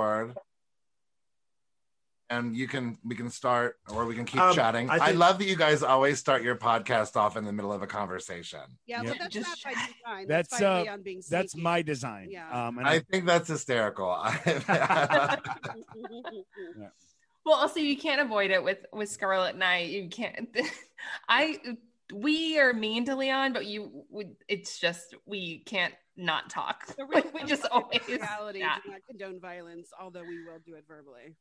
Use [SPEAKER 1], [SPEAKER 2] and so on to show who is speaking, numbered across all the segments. [SPEAKER 1] word. And you can we can start or we can keep
[SPEAKER 2] Um,
[SPEAKER 1] chatting.
[SPEAKER 2] I
[SPEAKER 1] I,
[SPEAKER 2] think-
[SPEAKER 1] love that you guys always start your podcast off in the middle of a conversation.
[SPEAKER 3] Yeah,
[SPEAKER 2] Yeah.
[SPEAKER 3] but that's
[SPEAKER 4] Just-
[SPEAKER 3] not by design.
[SPEAKER 2] That's,
[SPEAKER 3] That's, by
[SPEAKER 2] uh,
[SPEAKER 3] way on being
[SPEAKER 2] That's
[SPEAKER 3] sneaky.
[SPEAKER 2] my design.
[SPEAKER 3] Yeah.
[SPEAKER 2] Um, and
[SPEAKER 1] I
[SPEAKER 2] I,
[SPEAKER 1] think that's hysterical.
[SPEAKER 4] Well, also you can't avoid it with with Scarlet Knight. You can't. I we are mean to Leon, but you would. It's just we can't not talk.
[SPEAKER 3] The real-
[SPEAKER 4] Like, we just always.
[SPEAKER 3] reality
[SPEAKER 4] Yeah.
[SPEAKER 3] do not condone violence, although we will do it verbally.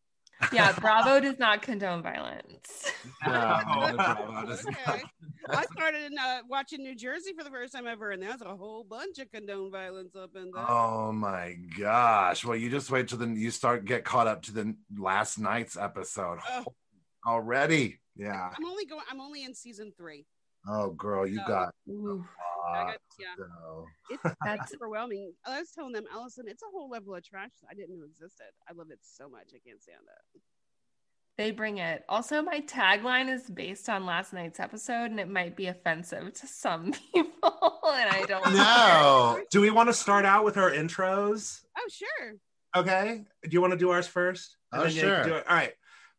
[SPEAKER 4] yeah, Bravo does not condone violence.
[SPEAKER 1] Yeah, Bravo does not.
[SPEAKER 3] Okay. I started in, uh, watching New Jersey for the first time ever, and there's a whole bunch of condone violence up in there.
[SPEAKER 1] Oh my gosh. Well, you just wait till then you start get caught up to the last night's episode
[SPEAKER 3] Oh.
[SPEAKER 1] already. Yeah.
[SPEAKER 3] I'm only going. I'm only in season three.
[SPEAKER 1] Oh girl, you
[SPEAKER 3] Oh.
[SPEAKER 1] got
[SPEAKER 4] Ooh,
[SPEAKER 3] I
[SPEAKER 1] uh,
[SPEAKER 3] got- yeah,
[SPEAKER 1] so-
[SPEAKER 3] it's
[SPEAKER 4] that's
[SPEAKER 3] overwhelming. I was telling them, Allison, it's a whole level of trash that I didn't know existed. I love it so much. I can't stand it.
[SPEAKER 4] they bring it. Also, my tagline is based on last night's episode, and it might be offensive to some people, and I don't.
[SPEAKER 1] No.
[SPEAKER 2] do we want to start out with our intros?
[SPEAKER 3] Oh sure.
[SPEAKER 2] Okay. Do you want to do ours first?
[SPEAKER 1] Oh,
[SPEAKER 2] you can
[SPEAKER 1] sure.
[SPEAKER 2] do it- All right.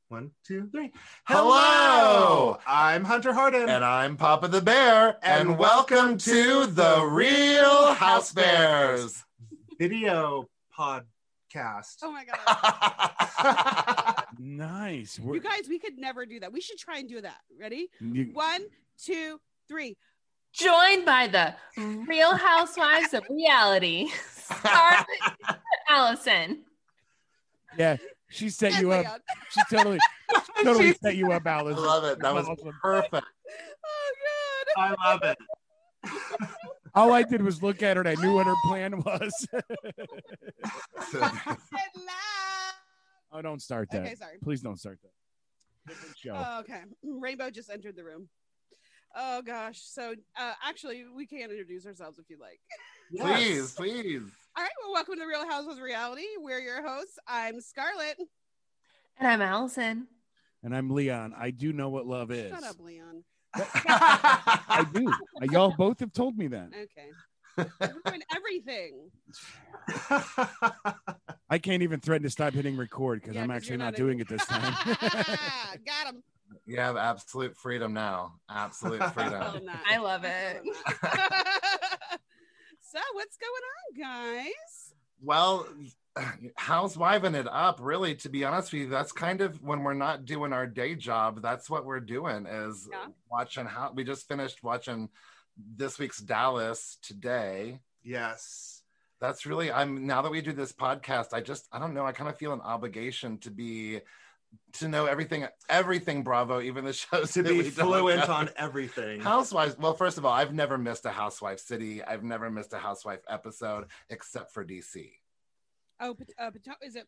[SPEAKER 2] One, two, three.
[SPEAKER 1] Hello!
[SPEAKER 2] I'm Hunter Harden.
[SPEAKER 1] And I'm Papa the Bear, and,
[SPEAKER 2] And
[SPEAKER 1] welcome to the Real House Bears.
[SPEAKER 2] video podcast.
[SPEAKER 3] Oh my god.
[SPEAKER 5] Nice. We're,
[SPEAKER 3] You guys, we could never do that. We should try and do that. Ready?
[SPEAKER 5] you-
[SPEAKER 3] One, two, three.
[SPEAKER 4] Joined by the Real Housewives of Reality, Scarlet Allison.
[SPEAKER 5] yeah, she set
[SPEAKER 3] Yes,
[SPEAKER 5] you
[SPEAKER 3] Leon.
[SPEAKER 5] up. She totally, she totally set you up,
[SPEAKER 1] I
[SPEAKER 5] Alice.
[SPEAKER 1] love it. That was perfect.
[SPEAKER 3] Oh god.
[SPEAKER 2] I love it.
[SPEAKER 5] All I did was look at her, and I knew what her plan was.
[SPEAKER 3] At last.
[SPEAKER 5] oh, don't start that.
[SPEAKER 3] Okay, sorry.
[SPEAKER 5] Please don't start that. Different show.
[SPEAKER 3] Oh, okay. Rainbow just entered the room. Oh gosh. So uh, actually, we can introduce ourselves if you like.
[SPEAKER 1] Please, please.
[SPEAKER 3] All right. Well, welcome to the Real Housewives of Reality. We're your hosts. I'm Scarlett.
[SPEAKER 4] And I'm Allison.
[SPEAKER 5] and I'm Leon. I do know what love is.
[SPEAKER 3] Shut up, Leon.
[SPEAKER 5] I do. Uh, Y'all both have told me that.
[SPEAKER 3] Okay. You Ruin everything.
[SPEAKER 5] I can't even threaten to stop hitting record because
[SPEAKER 3] Yeah,
[SPEAKER 5] I'm
[SPEAKER 3] 'cause
[SPEAKER 5] actually
[SPEAKER 3] you're
[SPEAKER 5] not,
[SPEAKER 3] not in-
[SPEAKER 5] doing it this time.
[SPEAKER 3] Got him.
[SPEAKER 1] you have absolute freedom now. Absolute
[SPEAKER 3] Well,
[SPEAKER 1] freedom.
[SPEAKER 3] not.
[SPEAKER 4] I love it.
[SPEAKER 3] so what's going on, guys?
[SPEAKER 1] Well, housewiving it up, really, to be honest with you, that's kind of when we're not doing our day job, that's what we're doing is
[SPEAKER 3] Yeah.
[SPEAKER 1] watching how we just finished watching this week's Dallas today.
[SPEAKER 2] yes.
[SPEAKER 1] That's really I'm now that we do this podcast, I just I don't know, I kind of feel an obligation to be to know everything everything Bravo, even the shows
[SPEAKER 2] To
[SPEAKER 1] that
[SPEAKER 2] be
[SPEAKER 1] we don't
[SPEAKER 2] fluent
[SPEAKER 1] know.
[SPEAKER 2] on everything.
[SPEAKER 1] Housewives. Well, first of all, I've never missed a Housewife City. I've never missed a Housewife episode except for DC.
[SPEAKER 3] Oh, Pot- uh, Poto- is it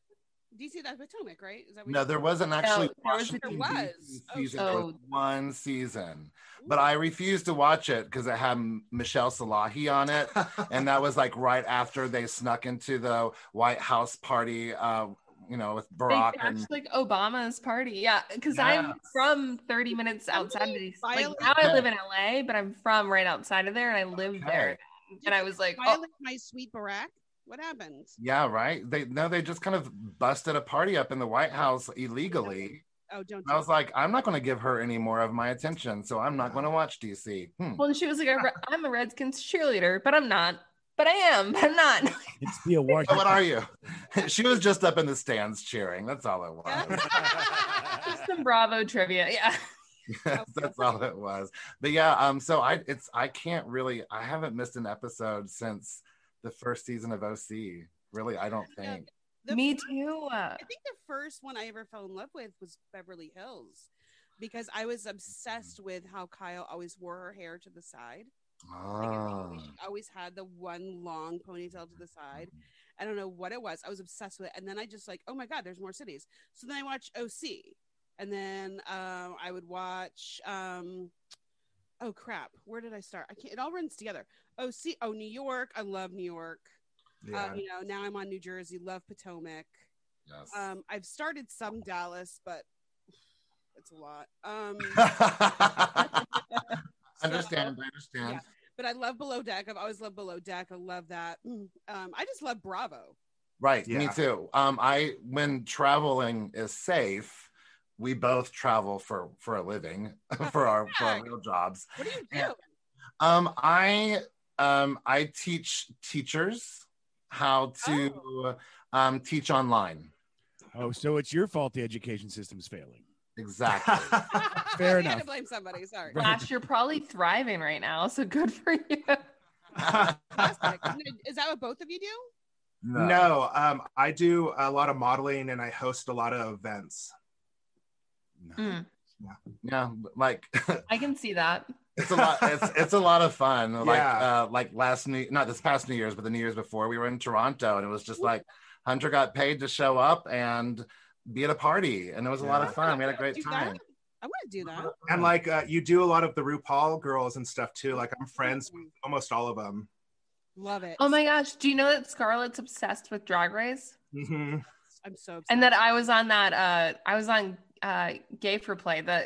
[SPEAKER 3] DC? That's Potomac, right? Is that
[SPEAKER 1] No, there wasn't actually
[SPEAKER 4] there was a-
[SPEAKER 1] Washington
[SPEAKER 3] There was.
[SPEAKER 1] DC
[SPEAKER 3] Oh,
[SPEAKER 1] season.
[SPEAKER 4] shit.
[SPEAKER 1] There was
[SPEAKER 4] Oh.
[SPEAKER 1] one season, but I refused to watch it because it had M- Michelle Salahi on it, and that was like right after they snuck into the White House party. Uh, you know, with
[SPEAKER 4] They
[SPEAKER 1] Barack and
[SPEAKER 4] trashed like Obama's party. Yeah. Cause I'm from 30 minutes outside of these. Like,
[SPEAKER 3] Violate-
[SPEAKER 4] now I live in LA, but I'm from right outside of there and I live
[SPEAKER 1] Okay.
[SPEAKER 4] there. And I was like, oh,
[SPEAKER 3] violate my sweet barack. What happened?
[SPEAKER 1] yeah, right. They no, they just kind of busted a party up in the White House illegally.
[SPEAKER 3] Oh, don't.
[SPEAKER 1] And I was like, I'm not going to give her any more of my attention, so I'm not going to watch DC. Hmm.
[SPEAKER 4] well, and she was like, "I- I'm a Redskins cheerleader, but I'm not. But I am. but I'm not.
[SPEAKER 5] it's the award.
[SPEAKER 1] So what are you? she was just up in the stands cheering. That's all it was.
[SPEAKER 4] Just some Bravo trivia. Yeah.
[SPEAKER 1] That's all it was. But yeah, um, so I it's I can't really I haven't missed an episode since the first season of OC. Really, I don't
[SPEAKER 3] Yeah.
[SPEAKER 1] think.
[SPEAKER 3] The
[SPEAKER 4] Me
[SPEAKER 3] first-
[SPEAKER 4] too. Uh,
[SPEAKER 3] I think the first one I ever fell in love with was Beverly Hills, because I was obsessed with how Kyle always wore her hair to the side. Like, I
[SPEAKER 1] Oh.
[SPEAKER 3] think she always had the one long ponytail to the side. I don't know what it was. I was obsessed with it. And then I just like, oh my God, there's more cities. So then I watched OC. And then um, I would watch, um, oh crap, where did I start? I can't, it all runs together. OC, oh, New York. I love New York.
[SPEAKER 1] Yeah,
[SPEAKER 3] Um, you know, now I'm on New Jersey, love Potomac.
[SPEAKER 1] yes.
[SPEAKER 3] Um, I've started some Dallas, but it's a lot. Um,
[SPEAKER 1] understand, I understand.
[SPEAKER 3] Mm, but I love Below Deck. I've always loved Below Deck. I love that. Um, I just love Bravo.
[SPEAKER 1] Right. Me
[SPEAKER 2] Yeah.
[SPEAKER 1] too. Um, I when traveling is safe, we both travel for for a living, for our for our real jobs.
[SPEAKER 3] What do you do?
[SPEAKER 1] Yeah. Um, I um I teach teachers how to um teach online.
[SPEAKER 5] Oh, so it's your fault the education system's failing.
[SPEAKER 1] Exactly.
[SPEAKER 5] Fair
[SPEAKER 3] You had
[SPEAKER 5] enough.
[SPEAKER 3] to blame somebody. Sorry.
[SPEAKER 5] Right.
[SPEAKER 4] Flash, you're probably thriving right now, so good for you.
[SPEAKER 3] Fantastic. Is that what both of you do?
[SPEAKER 2] no, um, I do a lot of modeling and I host a lot of events.
[SPEAKER 4] Mm,
[SPEAKER 1] Yeah, like
[SPEAKER 4] I can see that.
[SPEAKER 1] it's a lot it's it's a lot of fun like
[SPEAKER 2] Yeah.
[SPEAKER 1] uh like last new not this past new year's but the new year's before we were in toronto and it was just like hunter got paid to show up and be at a party and it was a lot of fun we had a great
[SPEAKER 3] Do that?
[SPEAKER 1] time
[SPEAKER 3] I want to do that.
[SPEAKER 2] And like uh, you do a lot of the RuPaul girls and stuff too. Like I'm friends with
[SPEAKER 1] Mm-hmm.
[SPEAKER 2] almost all of them.
[SPEAKER 3] Love it.
[SPEAKER 4] Oh my gosh, do you know that Scarlett's obsessed with Drag Race?
[SPEAKER 2] hmm
[SPEAKER 3] I'm so obsessed.
[SPEAKER 4] And that I was on that uh I was on uh Gay for Play, the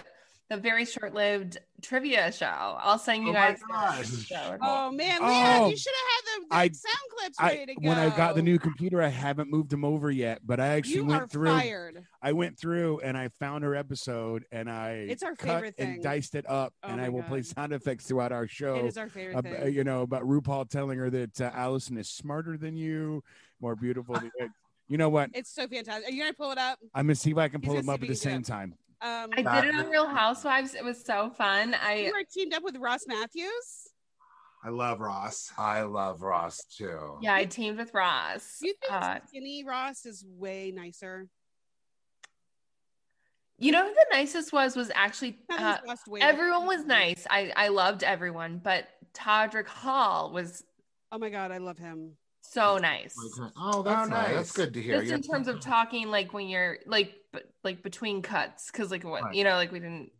[SPEAKER 4] the very short-lived trivia show. I'll send
[SPEAKER 2] Oh
[SPEAKER 4] you
[SPEAKER 2] my
[SPEAKER 4] guys
[SPEAKER 2] gosh.
[SPEAKER 4] show.
[SPEAKER 3] Oh man,
[SPEAKER 5] Oh.
[SPEAKER 3] Leah, you should have had the, the
[SPEAKER 5] I-
[SPEAKER 3] sound clips ready
[SPEAKER 5] I,
[SPEAKER 3] to go.
[SPEAKER 5] when I got the new computer, I haven't moved them over yet, but I actually
[SPEAKER 3] you
[SPEAKER 5] went
[SPEAKER 3] are
[SPEAKER 5] through.
[SPEAKER 3] fired.
[SPEAKER 5] I went through and I found her episode and I
[SPEAKER 3] It's our
[SPEAKER 5] cut
[SPEAKER 3] favorite thing.
[SPEAKER 5] and diced it up
[SPEAKER 3] Oh
[SPEAKER 5] and
[SPEAKER 3] my
[SPEAKER 5] I will play
[SPEAKER 3] God.
[SPEAKER 5] sound effects throughout our
[SPEAKER 3] It
[SPEAKER 5] show.
[SPEAKER 3] is our favorite
[SPEAKER 5] ab-
[SPEAKER 3] thing.
[SPEAKER 5] you know about RuPaul telling her that uh, Allison is smarter than you, more beautiful. Than you. you know what?
[SPEAKER 3] It's so fantastic. Are you gonna pull it up?
[SPEAKER 5] I'm gonna see if I can
[SPEAKER 3] He's
[SPEAKER 5] pull
[SPEAKER 3] gonna
[SPEAKER 5] them
[SPEAKER 3] see
[SPEAKER 5] up
[SPEAKER 3] if
[SPEAKER 5] at
[SPEAKER 3] he
[SPEAKER 5] the
[SPEAKER 3] can do
[SPEAKER 5] same
[SPEAKER 3] it.
[SPEAKER 5] time.
[SPEAKER 3] Um,
[SPEAKER 4] I did it on Real Housewives. It was so fun. I
[SPEAKER 3] you are teamed up with Ross Matthews.
[SPEAKER 2] I love Ross.
[SPEAKER 1] i love ross too
[SPEAKER 4] yeah, I teamed with Ross.
[SPEAKER 3] Do you think
[SPEAKER 4] Uh,
[SPEAKER 3] skinny Ross is way nicer?
[SPEAKER 4] you know who the nicest was was actually
[SPEAKER 3] Not
[SPEAKER 4] uh,
[SPEAKER 3] that he's lost weight.
[SPEAKER 4] everyone was nice. I I loved everyone, but Todrick Hall was
[SPEAKER 3] Oh my god, I love him.
[SPEAKER 4] so nice.
[SPEAKER 1] Like, oh that's nice.
[SPEAKER 2] Oh, nice.
[SPEAKER 1] that's good to hear
[SPEAKER 4] Just in
[SPEAKER 1] You're-
[SPEAKER 4] terms of talking, like when you're like b- like between cuts, because like what
[SPEAKER 1] Right.
[SPEAKER 4] you know, like we didn't.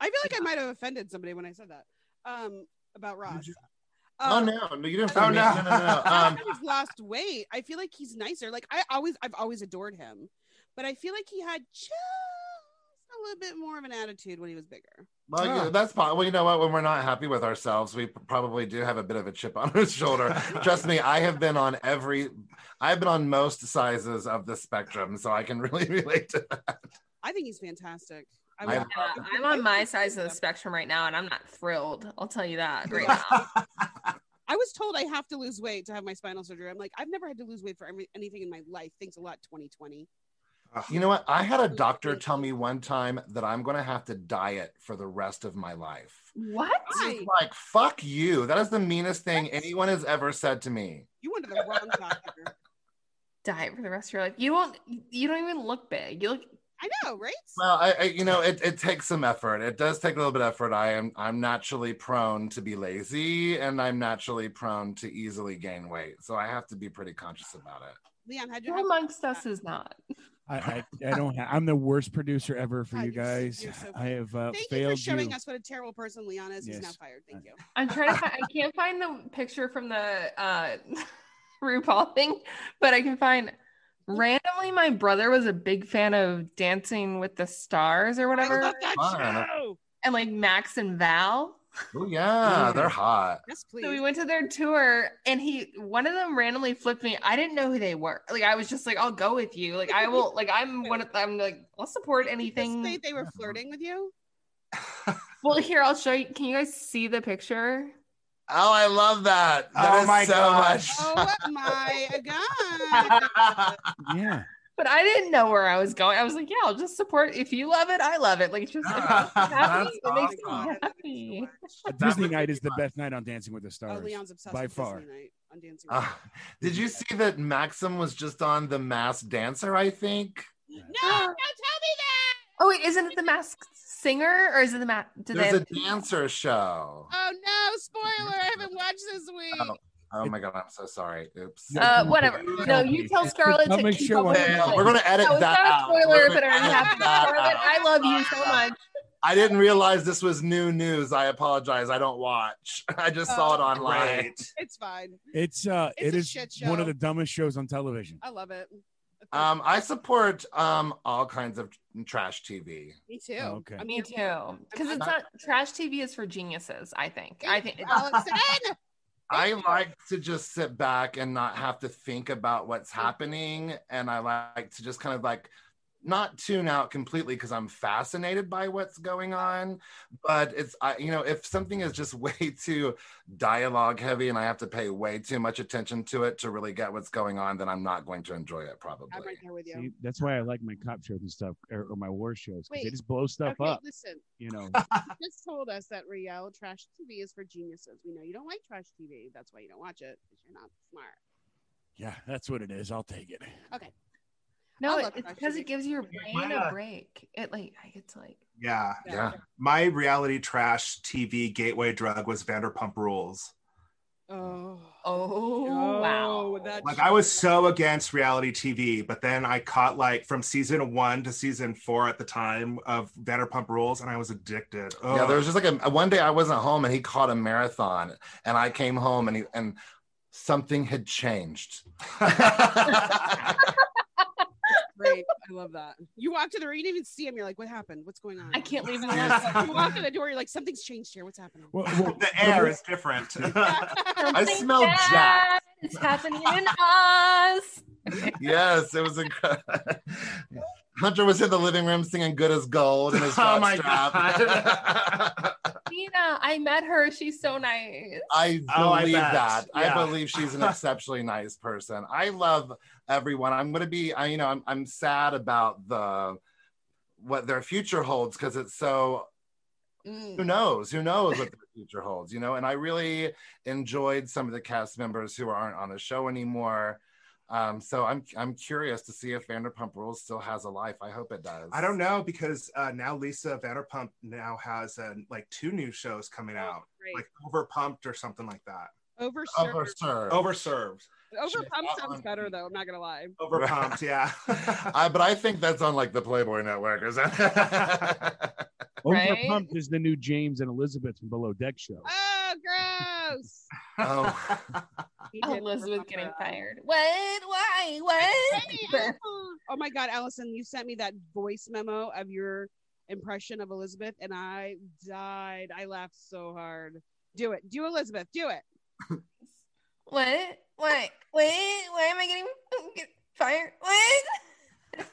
[SPEAKER 3] I feel like I might have offended somebody when I said that um, about Ross.
[SPEAKER 1] oh
[SPEAKER 3] Um,
[SPEAKER 1] no no you didn't
[SPEAKER 2] Oh,
[SPEAKER 1] offend me. no
[SPEAKER 2] no.
[SPEAKER 1] no no um
[SPEAKER 3] he's lost weight. I feel like he's nicer. Like I always, I've always adored him, but I feel like he had just a little bit more of an attitude when he was bigger.
[SPEAKER 1] well, yeah, that's probably well, you know what when we're not happy with ourselves we probably do have a bit of a chip on our shoulder trust me i have been on every i've been on most sizes of the spectrum so i can really relate to that
[SPEAKER 3] I think he's fantastic. I
[SPEAKER 1] I
[SPEAKER 3] would-
[SPEAKER 4] Uh, I'm on my size of the spectrum right now, and I'm not thrilled. I'll tell you that right now.
[SPEAKER 3] I was told I have to lose weight to have my spinal surgery. I'm like, I've never had to lose weight for every, anything in my life. Thanks a lot, 2020.
[SPEAKER 1] You know what? I had a doctor tell me one time that I'm going to have to diet for the rest of my life.
[SPEAKER 4] What?
[SPEAKER 1] I
[SPEAKER 3] Why?
[SPEAKER 1] was like, fuck you. That is the meanest thing anyone has ever said to me.
[SPEAKER 3] You went to the wrong doctor.
[SPEAKER 4] Diet for the rest of your life. You don't. You don't even look big. You look.
[SPEAKER 3] I know, right?
[SPEAKER 1] Well, I, I you know, it, it takes some effort. It does take a little bit of effort. I am I'm naturally prone to be lazy and I'm naturally prone to easily gain weight. So I have to be pretty conscious about it.
[SPEAKER 3] Leon, how'd you
[SPEAKER 4] Who
[SPEAKER 3] have
[SPEAKER 4] amongst us is not?
[SPEAKER 5] I, I, I don't. Ha- I'm the worst producer ever for
[SPEAKER 3] God,
[SPEAKER 5] you
[SPEAKER 3] you're so-
[SPEAKER 5] guys.
[SPEAKER 3] you're so
[SPEAKER 5] I have uh,
[SPEAKER 3] Thank you for
[SPEAKER 5] failed
[SPEAKER 3] showing us what a terrible person Leon is. He's now
[SPEAKER 5] Yes.
[SPEAKER 3] fired. Thank you.
[SPEAKER 4] I'm trying to. Find, I can't find the picture from the uh, RuPaul thing, but I can find. Randomly, my brother was a big fan of Dancing with the Stars
[SPEAKER 3] I
[SPEAKER 4] or whatever,
[SPEAKER 3] love that
[SPEAKER 1] Fine.
[SPEAKER 3] show.
[SPEAKER 4] and like Max and Val.
[SPEAKER 1] Oh yeah,
[SPEAKER 2] Mm.
[SPEAKER 1] they're hot.
[SPEAKER 3] Yes, please.
[SPEAKER 4] So we went to their tour, and he one of them randomly flipped me. I didn't know who they were. Like I was just like, I'll go with you. Like I will. Like I'm one of. I'm like I'll support
[SPEAKER 3] Did you just say
[SPEAKER 4] anything.
[SPEAKER 3] they were flirting with you.
[SPEAKER 4] Well, here I'll show you. Can you guys see the picture?
[SPEAKER 1] Oh, I love that.
[SPEAKER 2] Oh,
[SPEAKER 1] That is
[SPEAKER 2] my
[SPEAKER 1] so
[SPEAKER 2] God.
[SPEAKER 3] Oh my god!
[SPEAKER 1] much.
[SPEAKER 5] you. Yeah.
[SPEAKER 4] But I didn't know where I was going. I was like, yeah, I'll just support. If you love it, I love it. Like it's just if it makes
[SPEAKER 1] That's
[SPEAKER 4] me happy, it makes me
[SPEAKER 1] awesome.
[SPEAKER 4] happy.
[SPEAKER 1] That
[SPEAKER 5] Disney
[SPEAKER 1] would
[SPEAKER 5] night
[SPEAKER 1] be
[SPEAKER 5] is the
[SPEAKER 1] fun.
[SPEAKER 5] best night on Dancing with the
[SPEAKER 3] Oh,
[SPEAKER 5] Stars.
[SPEAKER 3] Leon's obsessed
[SPEAKER 5] by
[SPEAKER 3] with
[SPEAKER 5] far.
[SPEAKER 3] Disney night on Dancing. with
[SPEAKER 1] Uh, did you see that Maxim was just on The Mass Dancer? I think
[SPEAKER 3] Wolves. No, no, tell me that.
[SPEAKER 4] Oh wait, isn't it the masked singer or is it the ma- did
[SPEAKER 1] there's
[SPEAKER 4] they
[SPEAKER 1] a dancer show.
[SPEAKER 3] Oh no! Spoiler! I haven't watched this week.
[SPEAKER 1] Oh, Oh my god, I'm so sorry. Oops.
[SPEAKER 5] No,
[SPEAKER 4] uh, whatever. No, you tell
[SPEAKER 5] It's the
[SPEAKER 4] Scarlett to
[SPEAKER 5] dumbest
[SPEAKER 4] keep
[SPEAKER 5] show
[SPEAKER 4] up with
[SPEAKER 5] on
[SPEAKER 4] it.
[SPEAKER 1] Damn, we're gonna edit
[SPEAKER 4] No, it's
[SPEAKER 1] that
[SPEAKER 4] not a
[SPEAKER 1] out. We're
[SPEAKER 4] spoiler,
[SPEAKER 1] gonna
[SPEAKER 4] but it already
[SPEAKER 1] edit
[SPEAKER 4] happened.
[SPEAKER 1] that
[SPEAKER 4] Scarlett,
[SPEAKER 1] out.
[SPEAKER 4] I love you so much.
[SPEAKER 1] I didn't realize this was new news. I apologize. I don't watch. I just saw it
[SPEAKER 3] Oh.
[SPEAKER 1] online.
[SPEAKER 2] Right.
[SPEAKER 3] It's fine.
[SPEAKER 5] It's uh,
[SPEAKER 3] It's
[SPEAKER 5] it
[SPEAKER 3] a
[SPEAKER 5] is
[SPEAKER 3] shit
[SPEAKER 5] one
[SPEAKER 3] show.
[SPEAKER 5] of the dumbest shows on television.
[SPEAKER 3] I love it.
[SPEAKER 1] Um, I support um all kinds of trash TV.
[SPEAKER 3] me too.
[SPEAKER 5] Oh, okay.
[SPEAKER 3] I'm
[SPEAKER 4] Me
[SPEAKER 3] here for
[SPEAKER 4] too. Because it's not trash TV is for geniuses, I think.
[SPEAKER 3] it.
[SPEAKER 4] I think I
[SPEAKER 3] Allison.
[SPEAKER 1] I like to just sit back and not have to think about what's happening. And I like to just kind of like not tune out completely because I'm fascinated by what's going on. But it's, I, you know, if something is just way too dialogue heavy and I have to pay way too much attention to it to really get what's going on, then I'm not going to enjoy it probably.
[SPEAKER 3] I'm right there with you.
[SPEAKER 5] See, that's why I like my cop shows and stuff, or, or my war shows, because they
[SPEAKER 3] Wait.
[SPEAKER 5] just blow stuff
[SPEAKER 3] okay,
[SPEAKER 5] up.
[SPEAKER 3] listen.
[SPEAKER 5] You know,
[SPEAKER 3] You just told us that Riel trash TV is for geniuses. We know you don't like trash TV. That's why you don't watch it. 'cause You're not smart.
[SPEAKER 5] yeah, that's what it is. I'll take it.
[SPEAKER 4] No,
[SPEAKER 3] I
[SPEAKER 4] it-
[SPEAKER 3] love
[SPEAKER 4] it's
[SPEAKER 3] trash
[SPEAKER 4] because
[SPEAKER 3] TV.
[SPEAKER 4] it gives your brain
[SPEAKER 2] Yeah.
[SPEAKER 4] a break. It like I get to like
[SPEAKER 2] Yeah.
[SPEAKER 1] Yeah.
[SPEAKER 2] My reality trash TV gateway drug was Vanderpump Rules.
[SPEAKER 3] Oh.
[SPEAKER 4] oh
[SPEAKER 3] Oh,
[SPEAKER 4] wow
[SPEAKER 3] that-
[SPEAKER 2] Like I was so against reality TV, but then I caught like from season one to season four at the time of Vanderpump Rules, and I was addicted. Oh,
[SPEAKER 1] Yeah, there was just like a one day I wasn't home and he caught a marathon and I came home and he and something had changed.
[SPEAKER 3] Great. I love that. You walk to the door, you didn't even see him. You're like, what happened? What's going on?
[SPEAKER 4] I can't leave it
[SPEAKER 2] Yes.
[SPEAKER 4] alone.
[SPEAKER 3] You walk to the door, you're like, something's changed here. What's happening?
[SPEAKER 5] Well,
[SPEAKER 2] the air is different.
[SPEAKER 1] I
[SPEAKER 4] Something
[SPEAKER 1] smell Jack.
[SPEAKER 4] bad is happening in us.
[SPEAKER 1] yes, it was incredible. Hunter was in the living room singing "Good as Gold" in his
[SPEAKER 2] Oh my
[SPEAKER 1] jockstrap.
[SPEAKER 4] Nina, I met her. She's so nice.
[SPEAKER 1] I believe
[SPEAKER 2] Oh, I bet.
[SPEAKER 1] that.
[SPEAKER 2] Yeah.
[SPEAKER 1] I believe she's an exceptionally nice person. I love everyone. I'm gonna be. I you know I'm I'm sad about the what their future holds because it's so who
[SPEAKER 4] Mm.
[SPEAKER 1] knows who knows what the future holds you know and i really enjoyed some of the cast members who aren't on the show anymore um, so i'm i'm curious to see if vanderpump rules still has a life i hope it does
[SPEAKER 2] I don't know because uh, now Lisa Vanderpump now has uh, like two new shows coming out,
[SPEAKER 3] Great.
[SPEAKER 2] like Overpumped or something like that.
[SPEAKER 3] Overserved.
[SPEAKER 1] Over, sir.
[SPEAKER 2] Overserved,
[SPEAKER 3] Overpump
[SPEAKER 1] That
[SPEAKER 5] Uh-uh.
[SPEAKER 3] sounds
[SPEAKER 1] one-
[SPEAKER 3] better though. I'm not gonna lie.
[SPEAKER 2] Overpumped, yeah.
[SPEAKER 1] I, but I think that's on like the Playboy Network or something.
[SPEAKER 4] Right?
[SPEAKER 5] Overpumped is the new James and Elizabeth from Below Deck show.
[SPEAKER 3] Oh, gross!
[SPEAKER 1] oh,
[SPEAKER 3] He did
[SPEAKER 4] Elizabeth
[SPEAKER 3] overpump
[SPEAKER 4] getting
[SPEAKER 3] that.
[SPEAKER 4] fired. What? Why?
[SPEAKER 3] Hey,
[SPEAKER 4] What?
[SPEAKER 3] Apple. Oh my God, Allison, you sent me that voice memo of your impression of Elizabeth, and I died. I laughed so hard. Do it. Do Elizabeth. Do it.
[SPEAKER 4] What? Why? Wait, why am I getting get fired? What?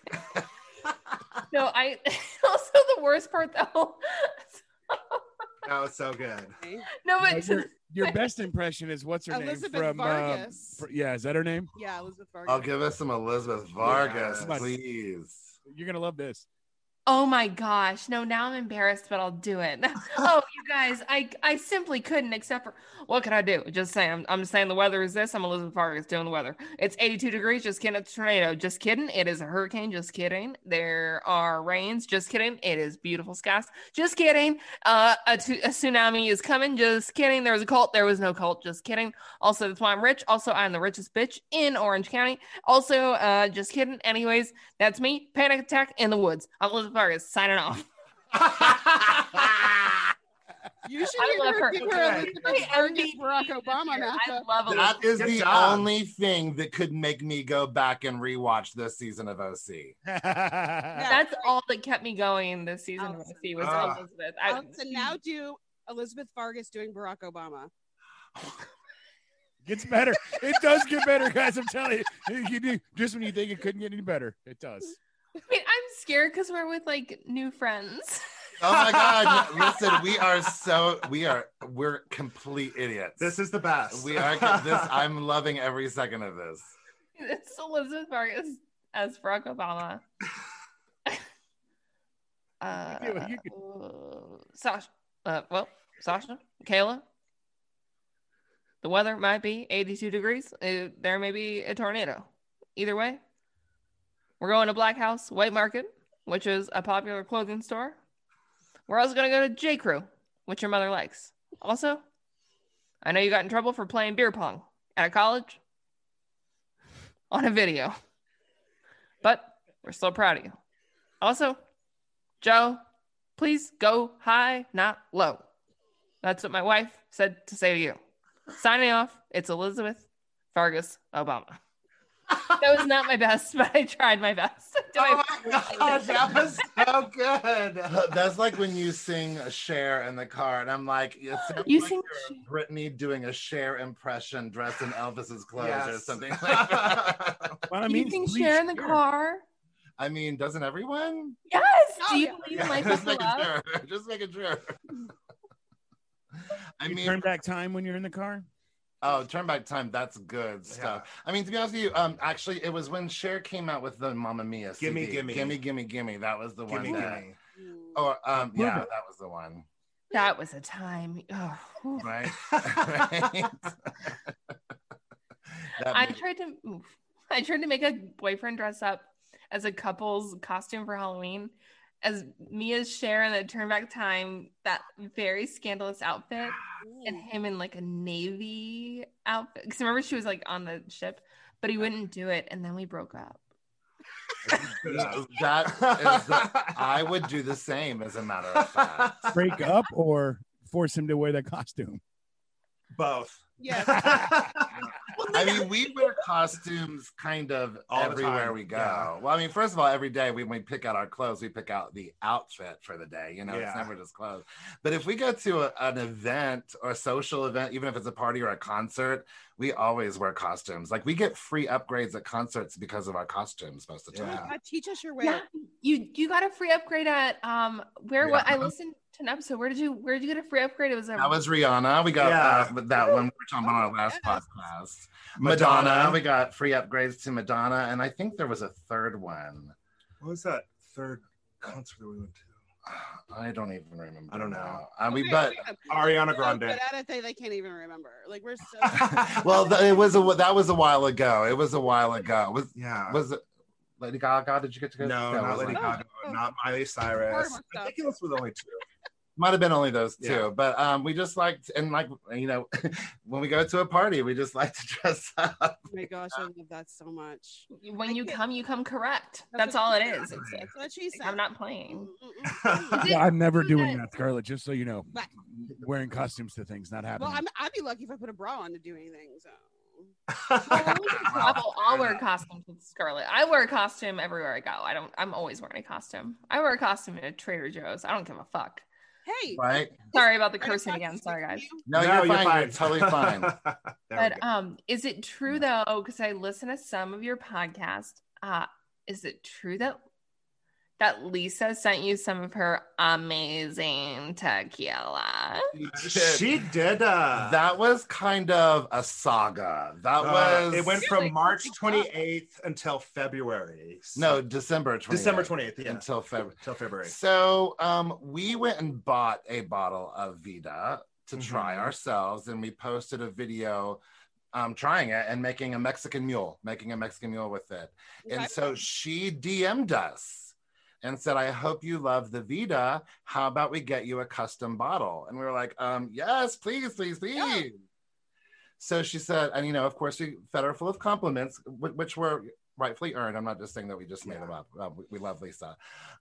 [SPEAKER 4] no, I also the worst part though.
[SPEAKER 2] that was so good.
[SPEAKER 3] Okay.
[SPEAKER 4] No,
[SPEAKER 5] Uh,
[SPEAKER 4] but
[SPEAKER 5] your, your best impression is what's her
[SPEAKER 3] Elizabeth
[SPEAKER 5] name from? um,
[SPEAKER 3] Vargas.
[SPEAKER 5] fr- yeah, is that her name?
[SPEAKER 3] Yeah, Elizabeth Vargas.
[SPEAKER 1] I'll give us some Elizabeth Vargas,
[SPEAKER 5] Yes.
[SPEAKER 1] please.
[SPEAKER 5] You're gonna love this.
[SPEAKER 4] oh my gosh. No, now I'm embarrassed, but I'll do it. oh, you guys, I I simply couldn't except for what could I do? Just saying I'm, I'm saying the weather is this. I'm Elizabeth Vargas doing the weather. It's 82 degrees, just kidding, it's a tornado. Just kidding. It is a hurricane, just kidding. There are rains, just kidding. It is beautiful skies. Just kidding. Uh, a, tu- a tsunami is coming. Just kidding. There was a cult. There was no cult. Just kidding. Also, that's why I'm rich. Also, I'm the richest bitch in Orange County. Also, uh, just kidding. Anyways, that's me. Panic attack in the woods. I'm Elizabeth Vargas signing off.
[SPEAKER 3] You should
[SPEAKER 4] I love her.
[SPEAKER 3] give her
[SPEAKER 2] Okay.
[SPEAKER 3] Elizabeth Vargas, Barack Obama.
[SPEAKER 4] I
[SPEAKER 3] Now.
[SPEAKER 4] love Elizabeth.
[SPEAKER 1] That is
[SPEAKER 2] Good
[SPEAKER 1] the
[SPEAKER 2] job.
[SPEAKER 1] only thing that could make me go back and rewatch this season of OC.
[SPEAKER 5] yeah.
[SPEAKER 4] That's all that kept me going this season. of
[SPEAKER 3] Allison.
[SPEAKER 4] OC was
[SPEAKER 2] Ah.
[SPEAKER 4] Elizabeth. I,
[SPEAKER 3] Oh,
[SPEAKER 4] mm.
[SPEAKER 3] So now do Elizabeth Vargas doing Barack Obama.
[SPEAKER 5] Gets better. It does get better, guys. I'm telling you. You do just when you think it couldn't get any better, it does.
[SPEAKER 4] Wait, I'm scared because we're with like new friends.
[SPEAKER 1] Oh my god! Listen, we are so we are we're complete idiots.
[SPEAKER 2] This is the best.
[SPEAKER 1] we are this. I'm loving every second of this.
[SPEAKER 4] it's Elizabeth Vargas as Barack Obama. uh,
[SPEAKER 5] You could do it, you
[SPEAKER 4] uh, Sasha. Uh, well, Sasha, Kayla. The weather might be 82 degrees. Uh, there may be a tornado. Either way, we're going to Black House White Market, which is a popular clothing store. We're also going to go to J. Crew, which your mother likes. Also, I know you got in trouble for playing beer pong at a college on a video. But we're still proud of you. Also, Joe, please go high, not low. That's what my wife said to say to you. Signing off, it's Elizabeth Vargas Obama. That was not my best, but I tried my best. Do I-
[SPEAKER 2] Oh my God, that was so good.
[SPEAKER 1] That's like when you sing a share in the car, and I'm like, it
[SPEAKER 3] Oh,
[SPEAKER 1] sounds
[SPEAKER 4] You
[SPEAKER 1] like
[SPEAKER 4] sing
[SPEAKER 1] you're
[SPEAKER 4] Cher.
[SPEAKER 1] Brittany doing a share impression dressed in Elvis's clothes or
[SPEAKER 2] Yes.
[SPEAKER 1] something like that.
[SPEAKER 5] Well, I
[SPEAKER 4] Do
[SPEAKER 5] mean,
[SPEAKER 4] you think
[SPEAKER 5] please
[SPEAKER 4] Cher in the
[SPEAKER 5] share.
[SPEAKER 4] car?
[SPEAKER 1] I mean, doesn't everyone?
[SPEAKER 4] Yes.
[SPEAKER 3] Oh,
[SPEAKER 4] Do you
[SPEAKER 3] yeah.
[SPEAKER 4] believe in life
[SPEAKER 1] just
[SPEAKER 4] after
[SPEAKER 1] making
[SPEAKER 4] love?
[SPEAKER 1] sure. Just making sure. I
[SPEAKER 5] You
[SPEAKER 1] mean,
[SPEAKER 5] turn back time when you're in the car.
[SPEAKER 1] Oh, turn back time. That's good stuff. I mean, to be honest with you, um, actually, it was when Cher came out with the Mamma Mia.
[SPEAKER 2] Gimme,
[SPEAKER 1] CD.
[SPEAKER 2] gimme.
[SPEAKER 1] gimme, gimme, gimme. That was the
[SPEAKER 2] Gimme,
[SPEAKER 1] one. That,
[SPEAKER 2] gimme.
[SPEAKER 3] Mm.
[SPEAKER 1] Or um, yeah,
[SPEAKER 5] Perfect.
[SPEAKER 1] that was the one.
[SPEAKER 4] That was a time. Oh, whew.
[SPEAKER 1] Right. right? That
[SPEAKER 4] I
[SPEAKER 1] movie-
[SPEAKER 4] tried to oof. I tried to make a boyfriend dress up as a couple's costume for Halloween as Mia's Cher in the turn back time, that very scandalous outfit, and
[SPEAKER 3] Mm.
[SPEAKER 4] him in like a navy outfit. Because remember she was like on the ship, but he wouldn't do it, and then we broke up.
[SPEAKER 1] that is the, I would do the same, as a matter of fact.
[SPEAKER 5] Break up or force him to wear that costume.
[SPEAKER 2] Both.
[SPEAKER 3] Yes.
[SPEAKER 1] I mean, we wear costumes kind of
[SPEAKER 2] All the
[SPEAKER 1] everywhere
[SPEAKER 2] time,
[SPEAKER 1] we go.
[SPEAKER 2] yeah.
[SPEAKER 1] Well, I mean, first of all, every day when we pick out our clothes, we pick out the outfit for the day. You know,
[SPEAKER 2] Yeah.
[SPEAKER 1] it's never just clothes. But if we go to a, an event or a social event, even if it's a party or a concert, we always wear costumes. Like we get free upgrades at concerts because of our costumes most of the
[SPEAKER 2] Yeah.
[SPEAKER 1] time.
[SPEAKER 3] God, uh, teach us your way.
[SPEAKER 4] Yeah, you you got a free upgrade at um where what I
[SPEAKER 1] Yeah.
[SPEAKER 4] listened to an episode. Where did you where did you get a free upgrade? It was a
[SPEAKER 1] That was Rihanna. We got
[SPEAKER 2] Yeah.
[SPEAKER 1] uh, that one we were talking about on our last
[SPEAKER 3] Oh, yes.
[SPEAKER 1] podcast. Madonna.
[SPEAKER 2] Madonna.
[SPEAKER 1] We got free upgrades to Madonna. And I think there was a third one.
[SPEAKER 2] What was that third concert that we went to?
[SPEAKER 1] I don't even remember.
[SPEAKER 2] I don't know.
[SPEAKER 1] now. I mean,
[SPEAKER 3] Okay,
[SPEAKER 1] but
[SPEAKER 3] yeah.
[SPEAKER 2] Ariana
[SPEAKER 3] They're all
[SPEAKER 2] Grande.
[SPEAKER 3] Oh, good at it, they, they can't even remember. Like we're so. Oh
[SPEAKER 1] well, th- it was a that was a while ago. It was a while ago. Was
[SPEAKER 2] yeah.
[SPEAKER 1] was it Lady Gaga? Did you get to go?
[SPEAKER 2] no, not
[SPEAKER 1] it wasn't.
[SPEAKER 2] Lady Gaga,
[SPEAKER 3] Oh.
[SPEAKER 2] not Miley Cyrus.
[SPEAKER 3] Horrible
[SPEAKER 2] I
[SPEAKER 3] stuff.
[SPEAKER 2] think it was with only two.
[SPEAKER 1] Might have been only those two,
[SPEAKER 2] Yeah.
[SPEAKER 1] but um, we just liked and like you know, when we go to a party, we just like to dress up.
[SPEAKER 3] Oh my gosh, I love that so much.
[SPEAKER 4] when you
[SPEAKER 3] can't-
[SPEAKER 4] come, you come correct.
[SPEAKER 3] That's
[SPEAKER 4] That's
[SPEAKER 3] what
[SPEAKER 4] all
[SPEAKER 3] she
[SPEAKER 4] it
[SPEAKER 3] said.
[SPEAKER 4] is. It's-
[SPEAKER 3] That's what she said. Mm,
[SPEAKER 4] I'm not playing.
[SPEAKER 3] Mm-mm-mm.
[SPEAKER 5] Yeah, I'm never
[SPEAKER 4] do
[SPEAKER 5] doing
[SPEAKER 4] that.
[SPEAKER 5] that, Scarlett. Just so you know,
[SPEAKER 3] But-
[SPEAKER 5] wearing costumes to things not happening.
[SPEAKER 3] well, I'm, I'd be lucky if I put a bra on to do anything. So.
[SPEAKER 4] Well, when we travel, I'll wear costumes with Scarlett. I wear a costume everywhere I go. I don't. I'm always wearing a costume. I wear a costume at Trader Joe's. I don't give a fuck.
[SPEAKER 3] Hey.
[SPEAKER 1] Right?
[SPEAKER 4] Sorry about the
[SPEAKER 3] right
[SPEAKER 4] cursing
[SPEAKER 3] across
[SPEAKER 4] again.
[SPEAKER 3] the
[SPEAKER 4] Sorry
[SPEAKER 3] street
[SPEAKER 4] guys.
[SPEAKER 3] from you,
[SPEAKER 1] No, you're, fine. You're totally fine.
[SPEAKER 2] There we
[SPEAKER 4] But
[SPEAKER 2] go.
[SPEAKER 4] um, is it true though? Because I listen to some of your podcast. Uh, is it true that that Lisa sent you some of her amazing tequila?
[SPEAKER 2] she did uh,
[SPEAKER 1] that was kind of a saga. That
[SPEAKER 2] Uh,
[SPEAKER 1] was
[SPEAKER 2] it went
[SPEAKER 3] Really?
[SPEAKER 2] from March 28th until February. So-
[SPEAKER 1] no December 28th,
[SPEAKER 2] December 28th. Yeah.
[SPEAKER 1] until February.
[SPEAKER 2] Until February.
[SPEAKER 1] So um, we went and bought a bottle of Vita to try
[SPEAKER 2] Mhm.
[SPEAKER 1] ourselves, and we posted a video um, trying it and making a Mexican mule, making a Mexican mule with it. And
[SPEAKER 3] right?
[SPEAKER 1] so she DM'd us and said, I hope you love the Vita. How about we get you a custom bottle? And we were like, um, yes, please, please, please. So she said, and you know, of course, we fed her full of compliments, wh- which were rightfully earned. I'm not just saying that we just made
[SPEAKER 2] Yeah.
[SPEAKER 1] them up. Uh, we- we love Lisa.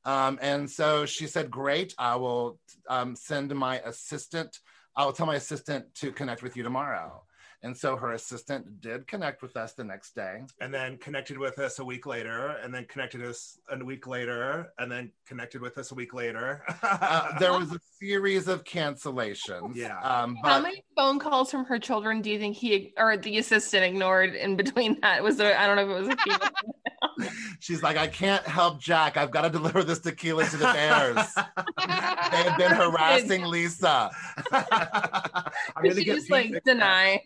[SPEAKER 1] Um, and so she said, great, I will um, send my assistant, I'll tell my assistant to connect with you tomorrow. And so her assistant did connect with us the next day.
[SPEAKER 2] and then connected with us a week later, and then connected us a week later, and then connected with us a week later.
[SPEAKER 1] Uh, there was a series of cancellations.
[SPEAKER 2] Yeah.
[SPEAKER 1] Um,
[SPEAKER 4] How
[SPEAKER 1] but
[SPEAKER 4] many phone calls from her children do you think he or the assistant ignored in between that? Was there, I don't know if it was a female.
[SPEAKER 1] she's like, I can't help Jack. I've got to deliver this tequila to the bears. they have been harassing Lisa.
[SPEAKER 2] I'm
[SPEAKER 4] she
[SPEAKER 2] get
[SPEAKER 4] just
[SPEAKER 2] beat
[SPEAKER 4] like
[SPEAKER 2] again.
[SPEAKER 4] deny.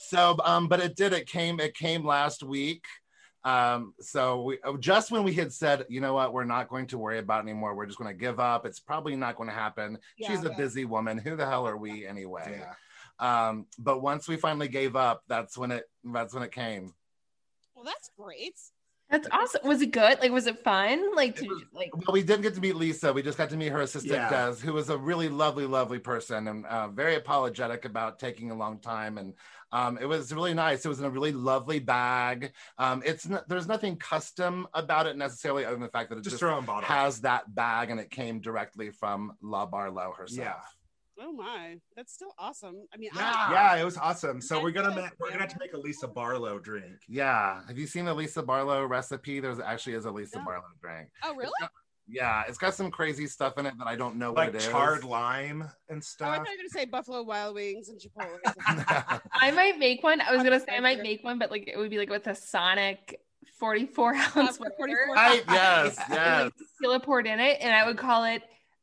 [SPEAKER 1] so, um, but it did. It came. It came last week. Um, so we oh, just when we had said, you know what, we're not going to worry about it anymore. We're just going to give up. It's probably not going to happen.
[SPEAKER 3] Yeah.
[SPEAKER 1] She's a busy woman. Who the hell are we anyway?
[SPEAKER 2] Yeah.
[SPEAKER 1] Um, but once we finally gave up, that's when it. That's when it came.
[SPEAKER 3] Well, that's great.
[SPEAKER 4] That's awesome. Was it good? Like, was it fun? Like,
[SPEAKER 1] It
[SPEAKER 4] did
[SPEAKER 1] was-
[SPEAKER 4] you- like
[SPEAKER 1] Well, we didn't get to meet Lisa. We just got to meet her assistant,
[SPEAKER 2] Yeah.
[SPEAKER 1] Des, who was a really lovely, lovely person and uh, very apologetic about taking a long time. And um, it was really nice. It was in a really lovely bag. Um, it's not, there's nothing custom about it necessarily, other than the fact that it
[SPEAKER 2] Just
[SPEAKER 1] just,
[SPEAKER 2] throw in bottle.
[SPEAKER 1] has that bag and it came directly from La Barlow herself.
[SPEAKER 2] Yeah.
[SPEAKER 3] Oh my, that's still awesome. I mean,
[SPEAKER 1] Yeah.
[SPEAKER 3] I,
[SPEAKER 2] Yeah, it was awesome. So
[SPEAKER 3] I
[SPEAKER 2] we're gonna
[SPEAKER 3] feel
[SPEAKER 2] ma-
[SPEAKER 3] like
[SPEAKER 2] we're
[SPEAKER 3] we
[SPEAKER 2] gonna
[SPEAKER 3] are.
[SPEAKER 2] make a Lisa Barlow drink.
[SPEAKER 1] Yeah. Have you seen the Lisa Barlow recipe? There's actually is a Lisa
[SPEAKER 3] No.
[SPEAKER 1] Barlow drink.
[SPEAKER 3] oh really?
[SPEAKER 1] It's got- yeah, it's got some crazy stuff in it that I don't know what
[SPEAKER 2] Like
[SPEAKER 1] it is.
[SPEAKER 2] charred lime and
[SPEAKER 3] Oh, I
[SPEAKER 2] stuff.
[SPEAKER 3] thought you were gonna say Buffalo Wild Wings and Chipotle.
[SPEAKER 4] I might make one. I was
[SPEAKER 3] I'm
[SPEAKER 4] gonna say I might
[SPEAKER 3] excited.
[SPEAKER 4] make one, but like it would be like with a Sonic 44 ounce.
[SPEAKER 3] for
[SPEAKER 4] whatever.
[SPEAKER 3] 44
[SPEAKER 1] Right, yes,
[SPEAKER 4] And, like,
[SPEAKER 1] yes.
[SPEAKER 4] tequila poured in it, and I would call it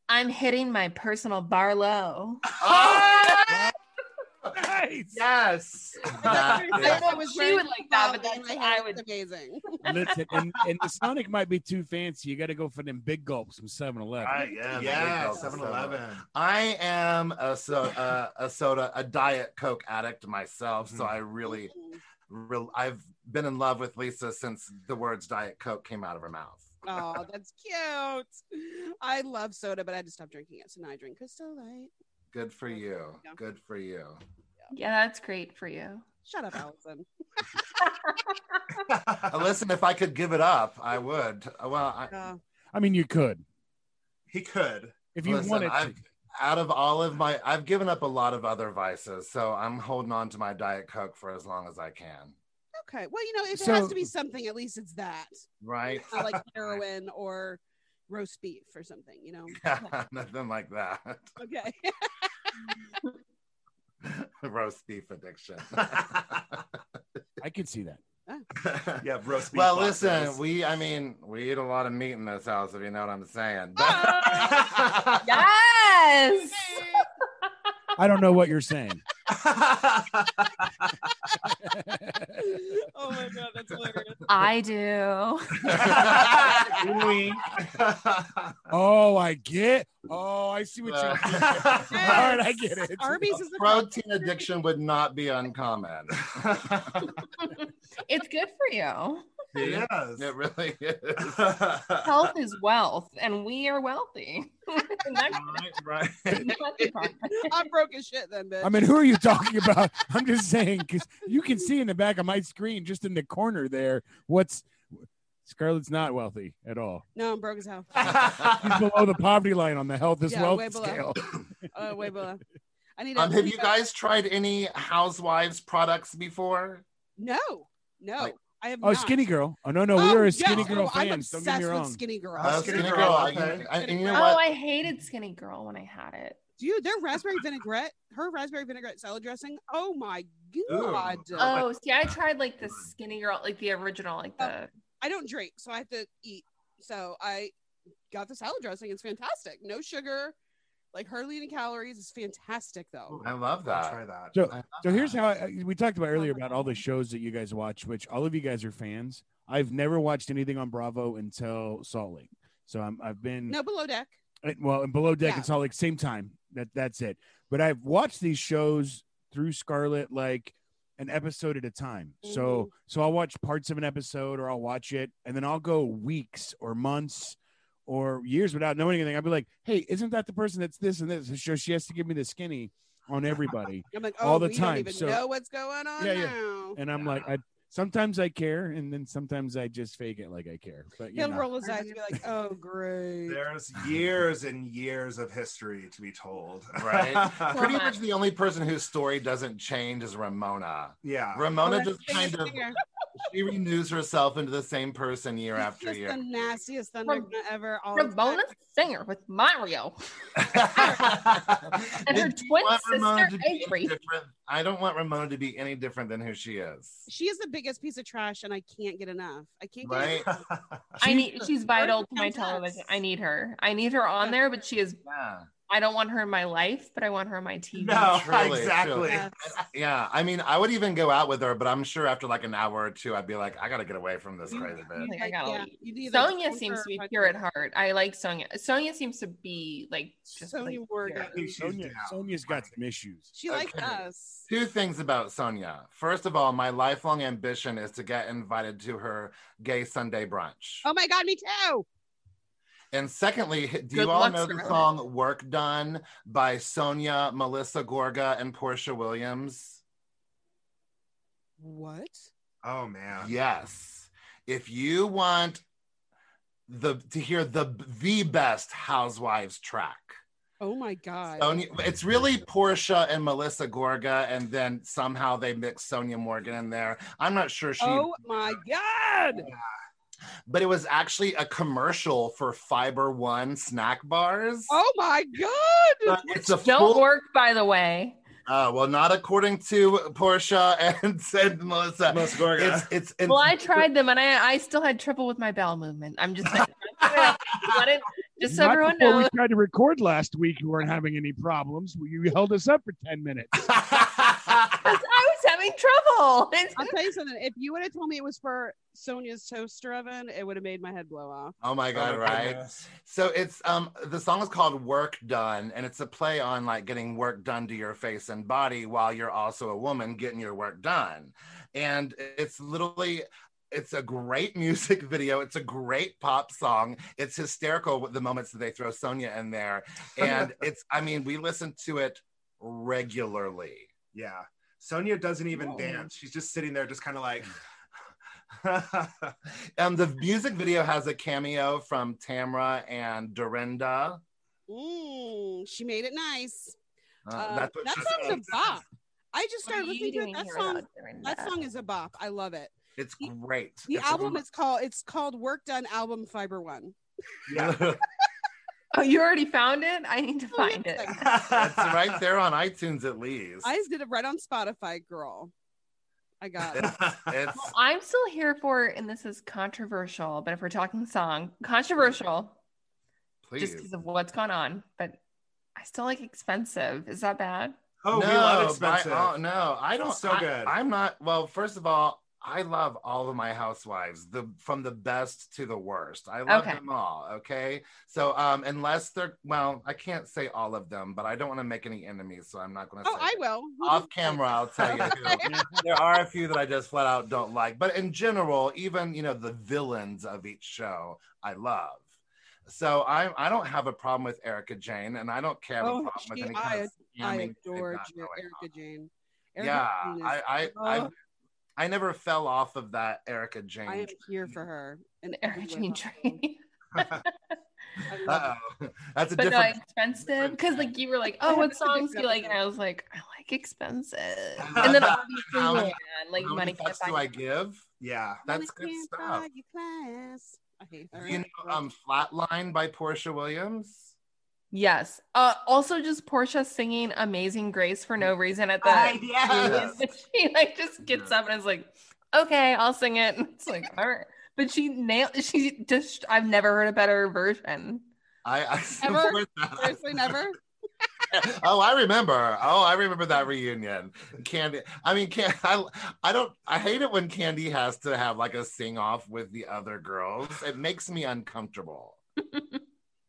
[SPEAKER 4] "I'm hitting my personal Barlow."
[SPEAKER 1] Oh,
[SPEAKER 5] Nice.
[SPEAKER 1] yes. That
[SPEAKER 3] I
[SPEAKER 1] is-
[SPEAKER 3] thought you were
[SPEAKER 4] She
[SPEAKER 3] saying
[SPEAKER 4] would like that, but
[SPEAKER 3] Buffalo Wild
[SPEAKER 4] that's-
[SPEAKER 3] Wings. think it's
[SPEAKER 4] I
[SPEAKER 3] amazing.
[SPEAKER 5] Listen, and, and the Sonic might be too fancy. You got to go for them big gulps from 7 Eleven.
[SPEAKER 1] I am.
[SPEAKER 2] yeah,
[SPEAKER 1] Big Gulp
[SPEAKER 2] 7-Eleven.
[SPEAKER 1] I am a soda, a soda, a diet Coke addict myself. So I really, re- I've been in love with Lisa since the words diet Coke came out of her mouth.
[SPEAKER 3] Oh, that's cute. I love soda, but I had to stop drinking it, so now I drink Crystal Light.
[SPEAKER 1] Good for you.
[SPEAKER 3] Yeah.
[SPEAKER 1] Good for you.
[SPEAKER 4] Yeah, that's great for you.
[SPEAKER 3] Shut up, Allison.
[SPEAKER 1] Uh, Listen, if I could give it up, I would. Uh, Well, I,
[SPEAKER 3] Uh,
[SPEAKER 5] I mean, you could.
[SPEAKER 2] He could.
[SPEAKER 5] If you
[SPEAKER 1] Listen,
[SPEAKER 5] wanted to.
[SPEAKER 1] I've- out of all of my, I've given up a lot of other vices, so I'm holding on to my diet Coke for as long as I can.
[SPEAKER 3] okay. Well, you know, if it
[SPEAKER 5] So-
[SPEAKER 3] has to be something, at least it's that.
[SPEAKER 1] Right?
[SPEAKER 3] Not like heroin or roast beef or something, you know?
[SPEAKER 1] Nothing like that.
[SPEAKER 3] Okay.
[SPEAKER 1] Roast beef addiction.
[SPEAKER 5] I could see that.
[SPEAKER 2] Yeah, roast beef.
[SPEAKER 1] well,
[SPEAKER 2] boxes.
[SPEAKER 1] listen, we, I mean, we eat a lot of meat in this house, if you know what I'm saying.
[SPEAKER 4] Oh, Yes.
[SPEAKER 5] I don't know what you're saying.
[SPEAKER 3] oh my god, that's hilarious.
[SPEAKER 4] I do.
[SPEAKER 2] Ooh-wee.
[SPEAKER 5] oh, I get. Oh, I see what you're.
[SPEAKER 1] Uh,
[SPEAKER 5] All right, I get it.
[SPEAKER 3] Arby's is the
[SPEAKER 1] Protein addiction would not be uncommon.
[SPEAKER 4] It's good for you.
[SPEAKER 1] it
[SPEAKER 2] yes.
[SPEAKER 1] really is.
[SPEAKER 4] Health is wealth, and we are wealthy. And that's-
[SPEAKER 1] Right, right.
[SPEAKER 4] that's the problem.
[SPEAKER 3] I'm broke as shit then, bitch.
[SPEAKER 5] I mean, who are you talking about? I'm just saying because you can see in the back of my screen, just in the corner there, what's Scarlett's not wealthy at all.
[SPEAKER 3] no, I'm broke as hell.
[SPEAKER 5] She's below the poverty line on the health is
[SPEAKER 3] Yeah, way
[SPEAKER 5] wealth
[SPEAKER 3] below.
[SPEAKER 5] scale.
[SPEAKER 3] Oh, way below. I need.
[SPEAKER 1] Um,
[SPEAKER 3] a-
[SPEAKER 1] have you guys tried any housewives products before?
[SPEAKER 3] No, no,
[SPEAKER 1] Like-
[SPEAKER 3] I have.
[SPEAKER 5] Oh,
[SPEAKER 3] not.
[SPEAKER 5] skinny girl. Oh no, no, we are a skinny
[SPEAKER 3] yes.
[SPEAKER 5] girl
[SPEAKER 3] Oh, I'm
[SPEAKER 5] fans. Don't get
[SPEAKER 3] obsessed
[SPEAKER 5] me
[SPEAKER 3] with
[SPEAKER 5] wrong.
[SPEAKER 3] Skinny girl.
[SPEAKER 1] Uh,
[SPEAKER 2] Skinny
[SPEAKER 1] Skinny
[SPEAKER 2] Girl,
[SPEAKER 1] Girl. I-
[SPEAKER 2] okay.
[SPEAKER 1] I- and you know
[SPEAKER 4] Oh,
[SPEAKER 1] what?
[SPEAKER 4] I hated Skinny Girl when I had it.
[SPEAKER 3] Dude, their raspberry vinaigrette, her raspberry vinaigrette salad dressing. Oh my god!
[SPEAKER 1] Uh,
[SPEAKER 4] Oh, see, I tried like the Skinny Girl, like the original, like
[SPEAKER 5] Oh,
[SPEAKER 4] the.
[SPEAKER 3] I don't drink, so I have to eat. So I got the salad dressing. It's fantastic. No sugar, like hardly any calories. It's fantastic though.
[SPEAKER 1] I love
[SPEAKER 2] I'll
[SPEAKER 1] that.
[SPEAKER 2] Try that.
[SPEAKER 5] So-
[SPEAKER 1] I love
[SPEAKER 5] So here's
[SPEAKER 1] that.
[SPEAKER 5] how I,
[SPEAKER 3] Uh-huh.
[SPEAKER 5] we talked about earlier
[SPEAKER 3] my
[SPEAKER 5] about all the
[SPEAKER 3] God.
[SPEAKER 5] shows that you guys watch, which all of you guys are fans. I've never watched anything on Bravo until Salt Lake. So I'm, I've been
[SPEAKER 3] No below deck.
[SPEAKER 5] Uh, well and below deck
[SPEAKER 3] Yeah.
[SPEAKER 5] and salt lake same time that that's it but i've watched these shows through scarlet like an episode at a time
[SPEAKER 3] Mm-hmm.
[SPEAKER 5] so so i'll watch parts of an episode or i'll watch it and then i'll go weeks or months or years without knowing anything i'll be like hey isn't that the person that's this and this so she has to give me the skinny on everybody
[SPEAKER 3] I'm like, oh,
[SPEAKER 5] All the
[SPEAKER 3] we
[SPEAKER 5] time,
[SPEAKER 3] don't even
[SPEAKER 5] so-
[SPEAKER 3] know what's going on
[SPEAKER 5] Yeah, yeah.
[SPEAKER 3] now.
[SPEAKER 5] and i'm like i sometimes i care and then sometimes i just fake it like i care but you
[SPEAKER 3] He'll
[SPEAKER 5] know.
[SPEAKER 3] roll his eyes and be like, oh, great.
[SPEAKER 2] There's years and years of history to be told.
[SPEAKER 1] Right. Pretty
[SPEAKER 4] Well,
[SPEAKER 1] much the only person whose story doesn't change is Ramona.
[SPEAKER 2] yeah.
[SPEAKER 1] Ramona
[SPEAKER 3] That's
[SPEAKER 1] just
[SPEAKER 3] the biggest
[SPEAKER 1] kind of
[SPEAKER 3] singer.
[SPEAKER 1] she renews herself into the same person year
[SPEAKER 3] He's
[SPEAKER 1] after
[SPEAKER 3] just
[SPEAKER 1] year.
[SPEAKER 3] the nastiest
[SPEAKER 4] Ram-
[SPEAKER 3] thunder ever.
[SPEAKER 5] oh,
[SPEAKER 3] All the time.
[SPEAKER 4] Ramona Singer with Mario.
[SPEAKER 1] and
[SPEAKER 4] And her twin sister, Avery.
[SPEAKER 1] I don't want Ramona to be any different than who she is.
[SPEAKER 3] She is the biggest piece of trash, and I can't get enough. I can't get
[SPEAKER 1] Right?
[SPEAKER 3] enough.
[SPEAKER 4] I
[SPEAKER 5] She's
[SPEAKER 4] need. She's vital to my
[SPEAKER 3] Comes up.
[SPEAKER 4] television. I need her. I need her on there, but she is.
[SPEAKER 1] Yeah.
[SPEAKER 4] I don't want her in my life, but I want her on my TV.
[SPEAKER 2] no,
[SPEAKER 1] Truly,
[SPEAKER 2] exactly.
[SPEAKER 1] truly. Yeah. I mean, I would even go out with her, but I'm sure after like an hour or two, I'd be like, I gotta get away from this
[SPEAKER 3] You-
[SPEAKER 1] crazy
[SPEAKER 4] you-
[SPEAKER 1] bitch.
[SPEAKER 4] Like, I gotta leave.
[SPEAKER 3] you need, like,
[SPEAKER 4] Sonya
[SPEAKER 3] counter
[SPEAKER 4] seems to be
[SPEAKER 3] punch
[SPEAKER 4] pure
[SPEAKER 3] her.
[SPEAKER 4] at heart. I like Sonya. Sonya seems to be like just
[SPEAKER 3] Sonya
[SPEAKER 4] like,
[SPEAKER 3] Wargan.
[SPEAKER 4] pure.
[SPEAKER 2] I think she's
[SPEAKER 5] Sonia,
[SPEAKER 2] down.
[SPEAKER 5] sonia's got some issues
[SPEAKER 3] She likes
[SPEAKER 1] Okay.
[SPEAKER 3] us.
[SPEAKER 1] Two things about Sonia. First of all, my lifelong ambition is to get invited to her gay Sunday brunch.
[SPEAKER 3] Oh my god, me too.
[SPEAKER 1] And secondly, h- do
[SPEAKER 4] Good
[SPEAKER 1] you all
[SPEAKER 4] luck,
[SPEAKER 1] know the
[SPEAKER 4] Scarlett.
[SPEAKER 1] song Work Done by Sonia, Melissa Gorga, and Portia Williams?
[SPEAKER 3] What?
[SPEAKER 2] Oh man.
[SPEAKER 1] Yes. If you want the to hear the the best Housewives track,
[SPEAKER 3] Oh my god.
[SPEAKER 1] Sonya, it's really Portia and Melissa Gorga, and then somehow they mixed Sonia Morgan in there. I'm not sure she,
[SPEAKER 3] oh my god.
[SPEAKER 1] but it was actually a commercial for Fiber One snack bars.
[SPEAKER 3] Oh my god.
[SPEAKER 1] But it's a
[SPEAKER 4] Don't
[SPEAKER 1] full,
[SPEAKER 4] work, by the way.
[SPEAKER 1] uh, well, not according to Portia and, and Melissa.
[SPEAKER 2] Melissa Gorga.
[SPEAKER 1] It's it's in-
[SPEAKER 4] Well, I tried them and I, I still had trouble with my bowel movement. I'm just saying. Let it- just so
[SPEAKER 5] Not
[SPEAKER 4] everyone
[SPEAKER 5] before
[SPEAKER 4] knows.
[SPEAKER 5] we tried to record last week, you weren't having any problems. You held us up for ten minutes.
[SPEAKER 4] 'Cause I was having trouble. It's-
[SPEAKER 3] I'll tell you something. If you would have told me it was for Sonia's toaster oven, it would have made my head blow off.
[SPEAKER 1] oh my god!
[SPEAKER 2] Oh my
[SPEAKER 1] right.
[SPEAKER 2] goodness.
[SPEAKER 1] So it's um the song is called Work Done and it's a play on like getting work done to your face and body while you're also a woman getting your work done. And it's literally it's a great music video. It's a great pop song. It's hysterical with the moments that they throw Sonia in there. And it's I mean, we listen to it regularly.
[SPEAKER 2] Yeah. Sonia doesn't even
[SPEAKER 3] Oh.
[SPEAKER 2] dance. She's just sitting there, just kind of like.
[SPEAKER 1] Um the music video has a cameo from Tamra and Dorinda.
[SPEAKER 3] Mm, she made it nice.
[SPEAKER 1] Uh,
[SPEAKER 3] Uh,
[SPEAKER 1] that's what
[SPEAKER 3] that
[SPEAKER 1] she said.
[SPEAKER 3] song's a bop. I just
[SPEAKER 4] What are
[SPEAKER 3] started
[SPEAKER 4] you
[SPEAKER 3] listening to it.
[SPEAKER 4] doing
[SPEAKER 3] That
[SPEAKER 4] here
[SPEAKER 3] song,
[SPEAKER 4] without doing
[SPEAKER 3] that song is a bop. I love it.
[SPEAKER 1] It's
[SPEAKER 3] the-
[SPEAKER 1] great.
[SPEAKER 3] The
[SPEAKER 1] It's a-
[SPEAKER 3] album is called it's called Work Done Album Fiber One.
[SPEAKER 4] Oh, you already found it? I need to
[SPEAKER 3] Oh, yeah,
[SPEAKER 4] find it.
[SPEAKER 3] like-
[SPEAKER 1] It's right there on iTunes at least.
[SPEAKER 3] I just did it right on Spotify, girl. I got it.
[SPEAKER 1] It's
[SPEAKER 4] I'm still here for, and this is controversial, but if we're talking song, controversial
[SPEAKER 1] please.
[SPEAKER 4] just because of what's gone on, but I still like expensive. Is that bad?
[SPEAKER 2] oh, we love
[SPEAKER 1] by
[SPEAKER 2] expensive.
[SPEAKER 1] all- no, I don't.
[SPEAKER 2] So
[SPEAKER 1] I-
[SPEAKER 2] good.
[SPEAKER 1] I'm not. Well, first of all, I love all of my housewives, the from the best to the worst. I love
[SPEAKER 4] Okay.
[SPEAKER 1] them all. Okay, so um, unless they're well, I can't say all of them, but I don't want to make any enemies, so I'm not going to.
[SPEAKER 3] Oh,
[SPEAKER 1] say
[SPEAKER 3] I
[SPEAKER 1] it.
[SPEAKER 3] will. Who
[SPEAKER 1] Off
[SPEAKER 3] doesn't
[SPEAKER 1] camera,
[SPEAKER 3] like-
[SPEAKER 1] I'll tell you. Who. there are a few that I just flat out don't like, but in general, even you know the villains of each show, I love. So I I don't have a problem with Erica Jane, and I don't care have a
[SPEAKER 3] Oh,
[SPEAKER 1] problem with
[SPEAKER 3] she-
[SPEAKER 1] any
[SPEAKER 3] I-
[SPEAKER 1] kind of
[SPEAKER 3] I
[SPEAKER 1] scamming they've
[SPEAKER 3] adore
[SPEAKER 1] got
[SPEAKER 3] Ja-
[SPEAKER 1] going on.
[SPEAKER 3] Erica Jane.
[SPEAKER 1] yeah,
[SPEAKER 3] Erica Jane is-
[SPEAKER 1] I I,
[SPEAKER 3] Oh.
[SPEAKER 1] I I never fell off of that Erica Jane.
[SPEAKER 3] I am here for her. And
[SPEAKER 4] Eric Jean Train.
[SPEAKER 1] Uh, Uh-oh. That's a
[SPEAKER 4] but no,
[SPEAKER 1] different.
[SPEAKER 4] expensive. Because like you were like,
[SPEAKER 3] I
[SPEAKER 4] oh, what
[SPEAKER 3] haven't seen
[SPEAKER 4] songs
[SPEAKER 3] this
[SPEAKER 4] do you like? And
[SPEAKER 3] episode.
[SPEAKER 4] I was like, I like expensive. And then obviously,
[SPEAKER 1] How
[SPEAKER 4] man,
[SPEAKER 1] many-
[SPEAKER 4] like
[SPEAKER 1] How
[SPEAKER 4] money
[SPEAKER 1] many
[SPEAKER 4] can't
[SPEAKER 1] fucks
[SPEAKER 4] buy.
[SPEAKER 1] do I give?
[SPEAKER 2] yeah.
[SPEAKER 1] That's good stuff.
[SPEAKER 3] You class. I hate her.
[SPEAKER 1] You know, um, Flatline by Portia Williams.
[SPEAKER 4] Yes. Uh, also, just Portia singing "Amazing Grace" for no reason at the.
[SPEAKER 1] yes.
[SPEAKER 4] she like just gets up and is like, "Okay, I'll sing it." And it's like, all right. But she nailed. She just. I've never heard a better version.
[SPEAKER 1] I, I
[SPEAKER 3] Ever?
[SPEAKER 1] support that.
[SPEAKER 3] Seriously, never.
[SPEAKER 1] oh, I remember. Oh, I remember that reunion. Candy. I mean, can I? I don't. I hate it when Candy has to have like a sing off with the other girls. It makes me uncomfortable.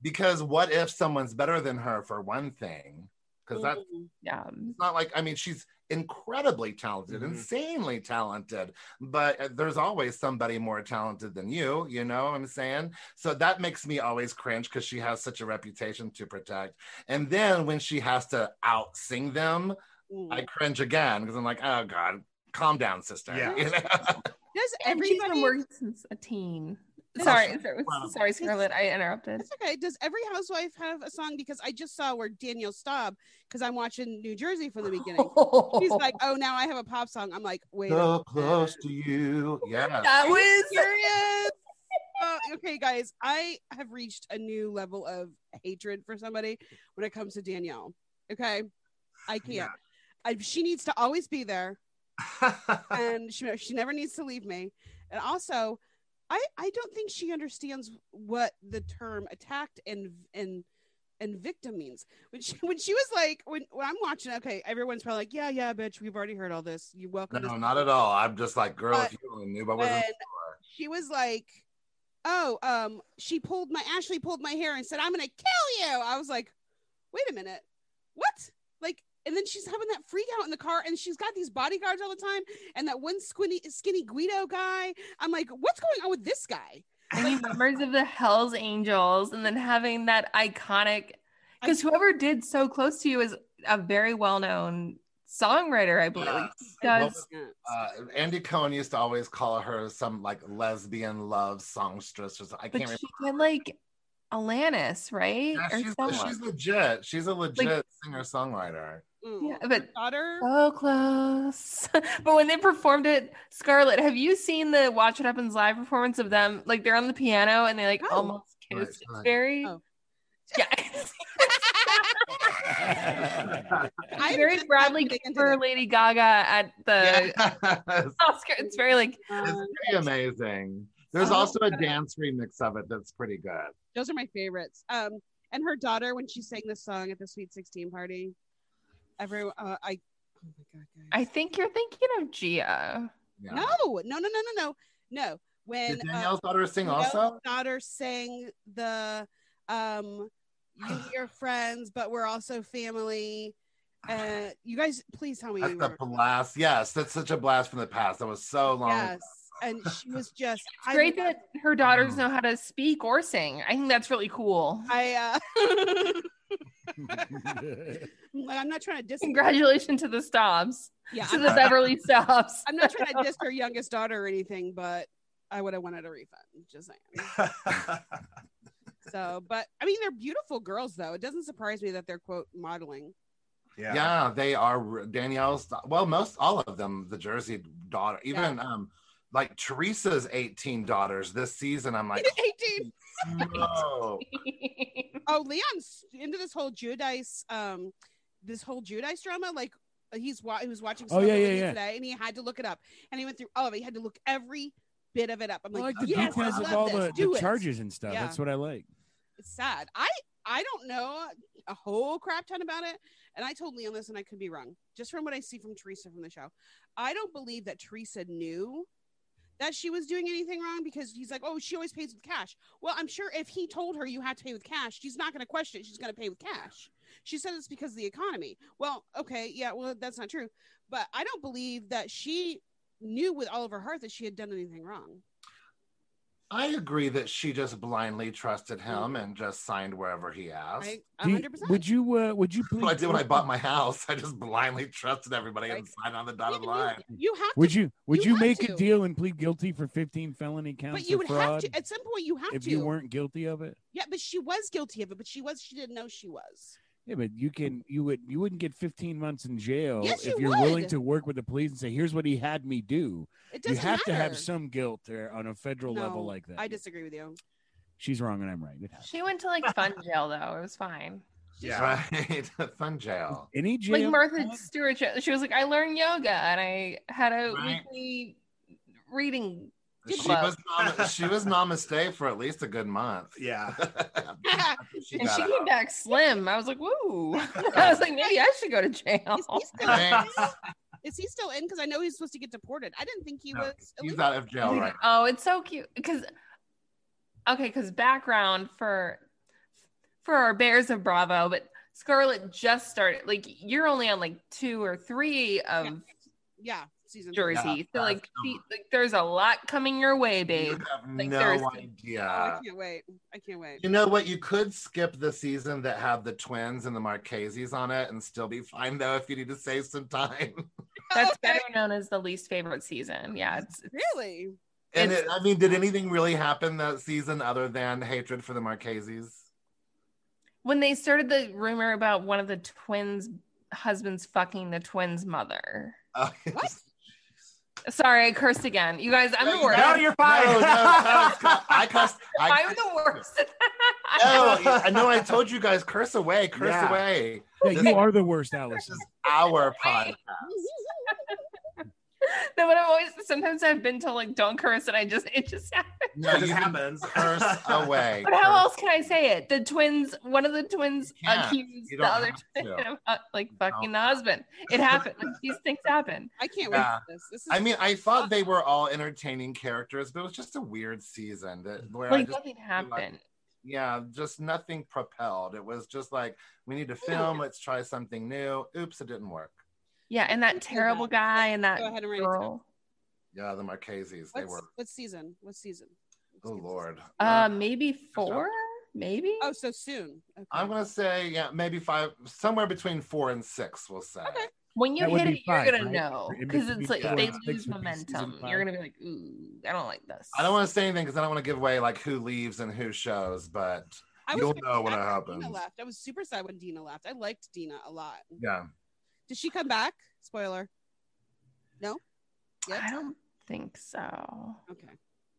[SPEAKER 1] because what if someone's better than her for one thing? Because that's
[SPEAKER 3] Mm.
[SPEAKER 4] Yeah.
[SPEAKER 1] not like. I mean, she's incredibly talented,
[SPEAKER 2] Mhm.
[SPEAKER 1] insanely talented. But uh, there's always somebody more talented than you. You know what I'm saying? So that makes me always cringe because she has such a reputation to protect. And then when she has to out sing them,
[SPEAKER 3] Mm.
[SPEAKER 1] I cringe again because I'm like, oh God, calm down, sister.
[SPEAKER 2] Yeah.
[SPEAKER 1] You know?
[SPEAKER 3] Does
[SPEAKER 4] And she's been
[SPEAKER 3] everybody
[SPEAKER 4] working since a teen.
[SPEAKER 3] That's
[SPEAKER 4] Sorry,
[SPEAKER 1] awesome.
[SPEAKER 4] sorry,
[SPEAKER 1] Wow.
[SPEAKER 4] sorry, Scarlett. I interrupted.
[SPEAKER 3] It's okay. Does every housewife have a song? Because I just saw where Danielle Staub, because I'm watching New Jersey from the beginning. She's like, oh, now I have a pop song. I'm like, wait. a
[SPEAKER 1] so
[SPEAKER 3] minute.
[SPEAKER 1] close to you. Yeah.
[SPEAKER 4] that
[SPEAKER 3] Are you
[SPEAKER 4] was
[SPEAKER 3] serious. Uh, okay, guys, I have reached a new level of hatred for somebody when it comes to Danielle. Okay, I can't.
[SPEAKER 2] Yeah.
[SPEAKER 3] I, she needs to always be there, and she she never needs to leave me. And also, I I don't think she understands what the term attacked and and and victim means. When she when she was like when, when I'm watching, okay, everyone's probably like, yeah, yeah, bitch, we've already heard all this. You welcome.
[SPEAKER 1] No,
[SPEAKER 3] this-
[SPEAKER 1] not at all. I'm just like, girl, if you only knew, I
[SPEAKER 3] when
[SPEAKER 1] wasn't.
[SPEAKER 3] she was like, "Oh, um, she pulled my Ashley pulled my hair and said I'm gonna kill you." I was like, "Wait a minute, what?" Like, and then she's having that freak out in the car, and she's got these bodyguards all the time, and that one skinny skinny Guido guy. I'm like, "What's going on with this guy?"
[SPEAKER 4] being members of the Hell's Angels and then having that iconic because whoever did so close to you is a very well known songwriter, I believe. Like, he
[SPEAKER 1] Yeah. Well,
[SPEAKER 4] does
[SPEAKER 1] Uh, Andy Cohen used to always call her some like lesbian love songstress or something. I
[SPEAKER 4] but
[SPEAKER 1] can't remember.
[SPEAKER 4] she did like Alanis, right?
[SPEAKER 1] Yeah,
[SPEAKER 4] or
[SPEAKER 1] she's,
[SPEAKER 4] someone.
[SPEAKER 1] she's legit. She's a legit singer songwriter.
[SPEAKER 3] Mm.
[SPEAKER 4] Yeah, but
[SPEAKER 3] daughter.
[SPEAKER 4] so close. but when they performed it, Scarlett, have you seen the Watch What Happens live performance of them? Like they're on the piano and they like
[SPEAKER 3] No.
[SPEAKER 4] almost
[SPEAKER 1] Right,
[SPEAKER 4] kissed. It's
[SPEAKER 1] right.
[SPEAKER 4] very
[SPEAKER 3] Oh.
[SPEAKER 4] yeah.
[SPEAKER 3] I
[SPEAKER 4] It's very
[SPEAKER 3] just
[SPEAKER 4] Bradley
[SPEAKER 3] got to get into
[SPEAKER 4] Cooper,
[SPEAKER 3] this.
[SPEAKER 4] Lady Gaga at
[SPEAKER 3] Uh,
[SPEAKER 4] the
[SPEAKER 1] Yes.
[SPEAKER 4] Oscar. It's very like
[SPEAKER 1] It's
[SPEAKER 3] Um,
[SPEAKER 1] pretty amazing. There's
[SPEAKER 4] Oh,
[SPEAKER 1] also a
[SPEAKER 4] yeah.
[SPEAKER 1] dance remix of it that's pretty good.
[SPEAKER 3] those are my favorites. Um, and her daughter when she sang this song at the Sweet Sixteen party. Everyone, uh, I. Oh my god, guys.
[SPEAKER 4] I think you're thinking of Gia.
[SPEAKER 1] Yeah.
[SPEAKER 3] No, no, no, no, no, no, no. When
[SPEAKER 1] Did
[SPEAKER 3] uh,
[SPEAKER 1] Danielle's daughter sing
[SPEAKER 3] Adele's
[SPEAKER 1] also?
[SPEAKER 3] daughter sang the um, "You and Your Friends," but we're also family. Uh, you guys, please tell me.
[SPEAKER 1] That's
[SPEAKER 3] you
[SPEAKER 1] a
[SPEAKER 3] remember.
[SPEAKER 1] blast. Yes, that's such a blast from the past. That was so long.
[SPEAKER 3] Yes, and she was just
[SPEAKER 4] It's great
[SPEAKER 3] I,
[SPEAKER 4] that her daughters
[SPEAKER 1] Mhm.
[SPEAKER 4] know how to speak or sing. I think that's really cool.
[SPEAKER 3] I uh,
[SPEAKER 5] That's
[SPEAKER 3] like, I'm not trying to diss.
[SPEAKER 4] Congratulations to the Stobbs,
[SPEAKER 3] Yeah,
[SPEAKER 4] to
[SPEAKER 3] I'm,
[SPEAKER 4] the Beverly Stobbs.
[SPEAKER 3] I'm not trying to diss her youngest daughter or anything, but I would have wanted a refund. Just saying. So, but I mean, they're beautiful girls, though. It doesn't surprise me that they're quote modeling.
[SPEAKER 1] Yeah.
[SPEAKER 2] yeah.
[SPEAKER 1] they are Danielle's. Well, most all of them, the Jersey daughter, even um, like Teresa's 18 daughters this season. I'm like,
[SPEAKER 3] 18.
[SPEAKER 1] no.
[SPEAKER 3] Oh, Leon's into this whole Judice, um, this whole Judice drama. Like he's wa- he was watching.
[SPEAKER 5] Oh, yeah,
[SPEAKER 3] Smoking
[SPEAKER 5] yeah,
[SPEAKER 3] Lady
[SPEAKER 5] yeah.
[SPEAKER 3] Today, and he had to look it up, and he went through all of it. He had to look every bit of it up. I'm
[SPEAKER 5] I
[SPEAKER 3] like,
[SPEAKER 5] like the
[SPEAKER 3] yes, I
[SPEAKER 5] details of
[SPEAKER 3] love
[SPEAKER 5] all
[SPEAKER 3] this.
[SPEAKER 5] the,
[SPEAKER 3] Do
[SPEAKER 5] the
[SPEAKER 3] it."
[SPEAKER 5] charges and stuff.
[SPEAKER 3] Yeah.
[SPEAKER 5] That's what I like.
[SPEAKER 3] It's sad. I I don't know a whole crap ton about it, and I told Leon this, and I could be wrong. Just from what I see from Teresa from the show, I don't believe that Teresa knew that she was doing anything wrong because he's like, oh, she always pays with cash. Well, I'm sure if he told her you have to pay with cash, she's not going to question it. She's going to pay with cash. She said it's because of the economy. Well, okay, yeah, well that's not true, but I don't believe that she knew with all of her heart that she had done anything wrong.
[SPEAKER 1] I agree that she just blindly trusted him and just signed wherever he asked.
[SPEAKER 3] Right?
[SPEAKER 5] Do you-
[SPEAKER 3] 100. percent
[SPEAKER 5] would you uh, would you please
[SPEAKER 1] what I did when I bought my house. I just blindly trusted everybody
[SPEAKER 3] Right.
[SPEAKER 1] and signed on the dotted line.
[SPEAKER 3] You have to
[SPEAKER 5] would you would
[SPEAKER 3] you
[SPEAKER 5] you,
[SPEAKER 3] have
[SPEAKER 5] make
[SPEAKER 3] to.
[SPEAKER 5] a deal and plead guilty for 15 felony counts
[SPEAKER 3] but you
[SPEAKER 5] of
[SPEAKER 3] would
[SPEAKER 5] fraud
[SPEAKER 3] have to at some point you have
[SPEAKER 5] if
[SPEAKER 3] to
[SPEAKER 5] you weren't guilty of it?
[SPEAKER 3] yeah but she was guilty of it but she was she didn't know she was
[SPEAKER 5] Yeah, but you can you would you wouldn't get 15 months in jail
[SPEAKER 3] Yes, you
[SPEAKER 5] if you're willing
[SPEAKER 3] would.
[SPEAKER 5] to work with the police and say here's what he had me do.
[SPEAKER 3] it
[SPEAKER 5] You
[SPEAKER 3] doesn't
[SPEAKER 5] have to
[SPEAKER 3] matter.
[SPEAKER 5] have some guilt there on a federal
[SPEAKER 3] No,
[SPEAKER 5] level like that.
[SPEAKER 3] i disagree with you
[SPEAKER 5] She's wrong and I'm right. It happens.
[SPEAKER 4] she went to like fun jail though. It was fine.
[SPEAKER 2] Yeah.
[SPEAKER 1] Right. Fun jail.
[SPEAKER 5] Any jail?
[SPEAKER 4] Like Martha
[SPEAKER 5] time-
[SPEAKER 4] Stewart, show- she was like, I learned yoga and I had a
[SPEAKER 1] Right.
[SPEAKER 4] weekly reading.
[SPEAKER 1] She
[SPEAKER 4] Well.
[SPEAKER 1] was, nam- she was namaste for at least a good month.
[SPEAKER 2] Yeah.
[SPEAKER 1] she
[SPEAKER 4] and
[SPEAKER 1] got
[SPEAKER 4] she
[SPEAKER 1] out.
[SPEAKER 4] came back slim. I was like, woo. I was like, maybe I should go to jail.
[SPEAKER 3] is he still in?
[SPEAKER 1] Thanks.
[SPEAKER 3] is he still in because i know he's supposed to get deported i didn't think he
[SPEAKER 1] No,
[SPEAKER 3] was
[SPEAKER 1] He's
[SPEAKER 3] illegal.
[SPEAKER 1] out of jail right
[SPEAKER 4] Oh, it's so cute because okay, because background for for our Bears of Bravo, but Scarlett just started. Like you're only on like two or three of
[SPEAKER 3] yeah season three.
[SPEAKER 1] Yeah,
[SPEAKER 4] Jersey, so like,
[SPEAKER 1] that's over.
[SPEAKER 4] she- like there's a lot coming your way,
[SPEAKER 1] You
[SPEAKER 4] babe.
[SPEAKER 1] have
[SPEAKER 4] Like,
[SPEAKER 1] no
[SPEAKER 4] there's-
[SPEAKER 3] Oh, i
[SPEAKER 1] idea.
[SPEAKER 3] can't wait i can't wait
[SPEAKER 1] You know what? You could skip the season that had the twins and the Marqueses on it and still be fine, though, if you need to save some time.
[SPEAKER 4] That's
[SPEAKER 3] Okay.
[SPEAKER 4] better known as the least favorite season. Yeah, it's, it's-
[SPEAKER 3] really
[SPEAKER 1] And
[SPEAKER 4] It's-
[SPEAKER 1] it, I mean, did anything really happen that season other than hatred for the Marqueses?
[SPEAKER 4] when they started the rumor about one of the twins' husbands fucking the twins' mother.
[SPEAKER 1] Uh,
[SPEAKER 3] What?
[SPEAKER 4] Sorry, I cursed again. You guys, I'm the worst.
[SPEAKER 2] No, you're fine.
[SPEAKER 1] No, no, no, cu- I cussed. I,
[SPEAKER 4] I'm the worst.
[SPEAKER 1] no, I know. I told you guys, curse away, curse
[SPEAKER 2] Yeah.
[SPEAKER 1] away.
[SPEAKER 5] Yeah, you are the worst, Allison.
[SPEAKER 1] Our podcast.
[SPEAKER 4] no, but I'm always sometimes I've been told like don't curse and I just it just happens.
[SPEAKER 1] No,
[SPEAKER 2] It
[SPEAKER 1] you
[SPEAKER 2] just
[SPEAKER 1] can
[SPEAKER 2] happens.
[SPEAKER 1] Curse away.
[SPEAKER 4] But how
[SPEAKER 1] Curse.
[SPEAKER 4] else can I say it? The twins, one of the twins
[SPEAKER 1] You can't.
[SPEAKER 4] accused
[SPEAKER 1] You
[SPEAKER 4] the
[SPEAKER 1] don't
[SPEAKER 4] other
[SPEAKER 1] have
[SPEAKER 4] twin
[SPEAKER 1] to.
[SPEAKER 4] of uh, like fucking the husband. It happened. Like, these things happen.
[SPEAKER 3] i can't wait
[SPEAKER 1] Yeah.
[SPEAKER 3] for this this is
[SPEAKER 1] I mean, I thought they were all entertaining characters, but it was just a weird season that where I
[SPEAKER 4] Like
[SPEAKER 1] just,
[SPEAKER 4] nothing happened.
[SPEAKER 1] yeah, just nothing propelled. It was just like we need to film. Let's try something new. Oops, it didn't work.
[SPEAKER 4] Yeah, and that
[SPEAKER 3] Let's do
[SPEAKER 4] terrible
[SPEAKER 3] that.
[SPEAKER 4] guy and that
[SPEAKER 3] go ahead and write it down.
[SPEAKER 4] girl.
[SPEAKER 1] Yeah, the Marqueses. They
[SPEAKER 3] What's,
[SPEAKER 1] were.
[SPEAKER 3] what season what season Let's
[SPEAKER 1] Oh
[SPEAKER 3] get this-
[SPEAKER 1] Lord. Um,
[SPEAKER 4] Uh, maybe four, maybe.
[SPEAKER 3] oh so soon okay.
[SPEAKER 1] I'm gonna say yeah, maybe five, somewhere between four and six. We'll say.
[SPEAKER 3] Okay.
[SPEAKER 4] When you
[SPEAKER 5] That would
[SPEAKER 4] hit
[SPEAKER 5] be
[SPEAKER 4] it, you're
[SPEAKER 5] five,
[SPEAKER 4] gonna
[SPEAKER 5] right?
[SPEAKER 4] know
[SPEAKER 5] In
[SPEAKER 4] because it's like
[SPEAKER 5] between
[SPEAKER 1] four
[SPEAKER 4] they
[SPEAKER 1] and
[SPEAKER 4] lose
[SPEAKER 5] six would be season
[SPEAKER 4] momentum.
[SPEAKER 5] five.
[SPEAKER 4] You're gonna be like, ooh, I don't like this.
[SPEAKER 1] I don't want to say anything because I don't want to give away like who leaves and who shows, but
[SPEAKER 3] I was
[SPEAKER 1] You'll
[SPEAKER 3] very
[SPEAKER 1] know when
[SPEAKER 3] sad
[SPEAKER 1] it
[SPEAKER 3] when Dina
[SPEAKER 1] happens.
[SPEAKER 3] left. I was super sad when Dina left. I liked Dina a lot.
[SPEAKER 1] Yeah.
[SPEAKER 3] Did she come back? Spoiler. No. Yep.
[SPEAKER 4] I don't think so.
[SPEAKER 3] Okay.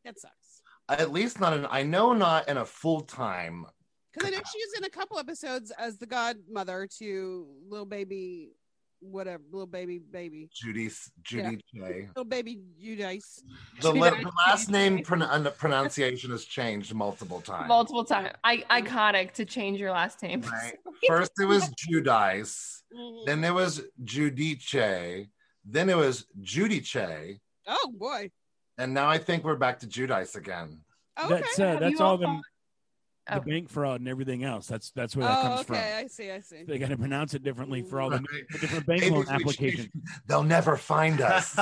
[SPEAKER 3] That sucks.
[SPEAKER 1] At least not in, I know not in a full time.
[SPEAKER 3] Because I know she was in a couple episodes as the godmother to little baby, whatever, little baby, baby,
[SPEAKER 1] Judy, Judy J.
[SPEAKER 3] little baby Judice.
[SPEAKER 1] The,
[SPEAKER 4] Judy
[SPEAKER 1] le-
[SPEAKER 4] J.
[SPEAKER 1] the last name pron- and the pronunciation has changed multiple times.
[SPEAKER 4] Multiple times. I- iconic to change your last name.
[SPEAKER 1] Right. First it was Judice, then there was Judice, then it was Judice,
[SPEAKER 3] Oh boy. Oh,
[SPEAKER 1] and now I think we're back to Judice again.
[SPEAKER 3] Okay.
[SPEAKER 5] That's uh,
[SPEAKER 4] Have
[SPEAKER 5] that's
[SPEAKER 4] you
[SPEAKER 5] all
[SPEAKER 4] all
[SPEAKER 5] the,
[SPEAKER 4] thought-
[SPEAKER 5] the
[SPEAKER 4] Oh.
[SPEAKER 5] bank fraud and everything else. That's that's where that
[SPEAKER 3] oh,
[SPEAKER 5] comes
[SPEAKER 3] okay.
[SPEAKER 5] from.
[SPEAKER 3] I see. I see.
[SPEAKER 5] They got to pronounce it differently for all the,
[SPEAKER 1] Right.
[SPEAKER 5] the different bank
[SPEAKER 1] Maybe
[SPEAKER 5] loan
[SPEAKER 1] if we
[SPEAKER 5] applications.
[SPEAKER 1] change- They'll never find us.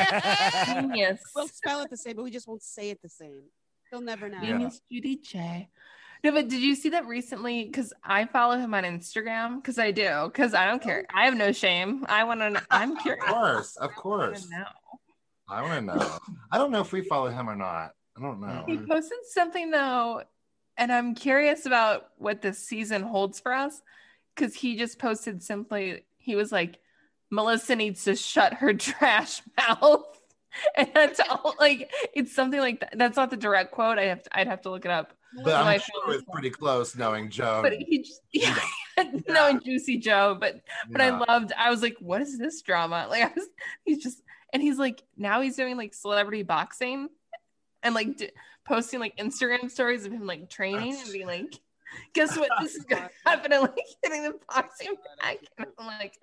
[SPEAKER 5] Yeah.
[SPEAKER 4] Genius.
[SPEAKER 3] We'll spell it the same, but we just won't say it the same. They'll never know.
[SPEAKER 1] Yeah.
[SPEAKER 4] Genius Judy J. No, but did you see that recently? Because I follow him on Instagram. Because I do. Because I don't care. I have no shame. I want to. I'm
[SPEAKER 1] Oh. of
[SPEAKER 4] curious.
[SPEAKER 1] course, of
[SPEAKER 4] I wanna
[SPEAKER 1] course.
[SPEAKER 4] know.
[SPEAKER 1] I want to know. I don't know if we follow him or not. I don't
[SPEAKER 4] He
[SPEAKER 1] know.
[SPEAKER 4] posted something though, and I'm curious about what this season holds for us because he just posted simply, he was like, Melissa needs to shut her trash mouth. And that's all like it's something like that. That's not the direct quote. I have to, I'd have to look it up.
[SPEAKER 1] But
[SPEAKER 4] No, I
[SPEAKER 1] I'm
[SPEAKER 4] feel
[SPEAKER 1] sure it's pretty close knowing Joe.
[SPEAKER 4] But he just yeah, knowing Juicy Joe. But but I loved. I was like, what is this drama? Like I was. He's just and he's like now he's doing like celebrity boxing, and like d- posting like Instagram stories of him like training and being like, guess what? This is gonna happen. And like hitting the boxing bag. And I'm like,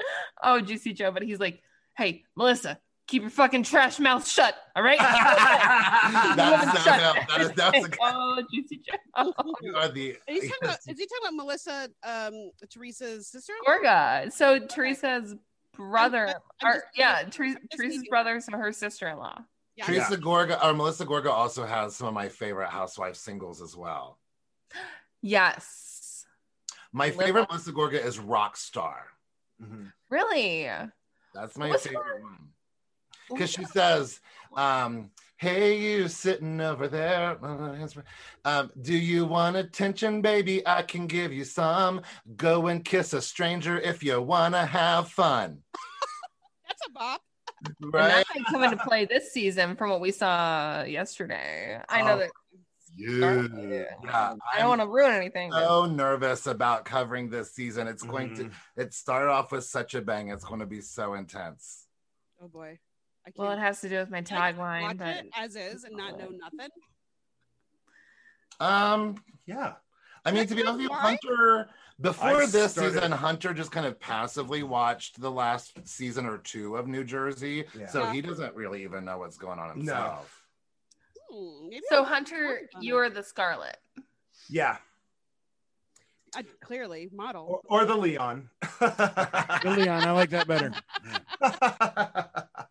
[SPEAKER 4] oh, Juicy Joe. But he's like, hey, Melissa, keep your fucking trash mouth shut. All right.
[SPEAKER 1] That's
[SPEAKER 4] Shut.
[SPEAKER 1] not him. That is that's the
[SPEAKER 4] oh, Juicy Joe.
[SPEAKER 1] you are the
[SPEAKER 3] Are you talking about, is he talking about Melissa, um, Teresa's sister?
[SPEAKER 4] Gorga. So Teresa's brother,
[SPEAKER 3] I'm
[SPEAKER 4] or,
[SPEAKER 3] just-
[SPEAKER 4] yeah,
[SPEAKER 3] I'm
[SPEAKER 4] Teres-
[SPEAKER 3] just
[SPEAKER 4] Teresa's
[SPEAKER 3] leaving.
[SPEAKER 4] brother, so her sister-in-law.
[SPEAKER 3] Yeah.
[SPEAKER 1] Teresa Gorga or Melissa Gorga also has some of my favorite housewife singles as well.
[SPEAKER 4] Yes,
[SPEAKER 1] My
[SPEAKER 4] Lip-
[SPEAKER 1] favorite Melissa Gorga is Rockstar.
[SPEAKER 2] Mm-hmm.
[SPEAKER 4] really.
[SPEAKER 1] That's my
[SPEAKER 4] What's
[SPEAKER 1] favorite one. Because she says, um, hey, you sitting over there. Um, do you want attention, baby? I can give you some. Go and kiss a stranger if you want to have fun.
[SPEAKER 3] That's a bop.
[SPEAKER 4] And
[SPEAKER 1] Right?
[SPEAKER 4] that might come into play this season from what we saw yesterday. I know
[SPEAKER 1] Oh,
[SPEAKER 4] that.
[SPEAKER 1] Yeah. yeah.
[SPEAKER 4] I don't want to ruin anything. but-
[SPEAKER 1] so nervous about covering this season. It's going
[SPEAKER 2] Mm-hmm.
[SPEAKER 1] to it started off with such a bang. It's going to be so intense.
[SPEAKER 3] Oh boy. I can't
[SPEAKER 4] well, it has to do with my
[SPEAKER 3] I can
[SPEAKER 4] tagline,
[SPEAKER 3] watch
[SPEAKER 4] but
[SPEAKER 3] it as is and
[SPEAKER 1] Oh.
[SPEAKER 3] not know nothing.
[SPEAKER 1] Um,
[SPEAKER 2] Yeah.
[SPEAKER 1] I mean, to be honest, with you, Hunter before
[SPEAKER 2] I've
[SPEAKER 1] this
[SPEAKER 2] started-
[SPEAKER 1] season, Hunter just kind of passively watched the last season or two of New Jersey,
[SPEAKER 2] Yeah.
[SPEAKER 1] so
[SPEAKER 3] Yeah.
[SPEAKER 1] he doesn't really even know what's going on
[SPEAKER 2] No.
[SPEAKER 1] himself.
[SPEAKER 3] Hmm, maybe
[SPEAKER 4] so
[SPEAKER 3] I'm
[SPEAKER 4] Hunter,
[SPEAKER 3] wrong about
[SPEAKER 4] you're the Scarlet.
[SPEAKER 2] Yeah.
[SPEAKER 3] it. I, clearly model.
[SPEAKER 2] Or, or the Leon.
[SPEAKER 5] Leon, I like that better.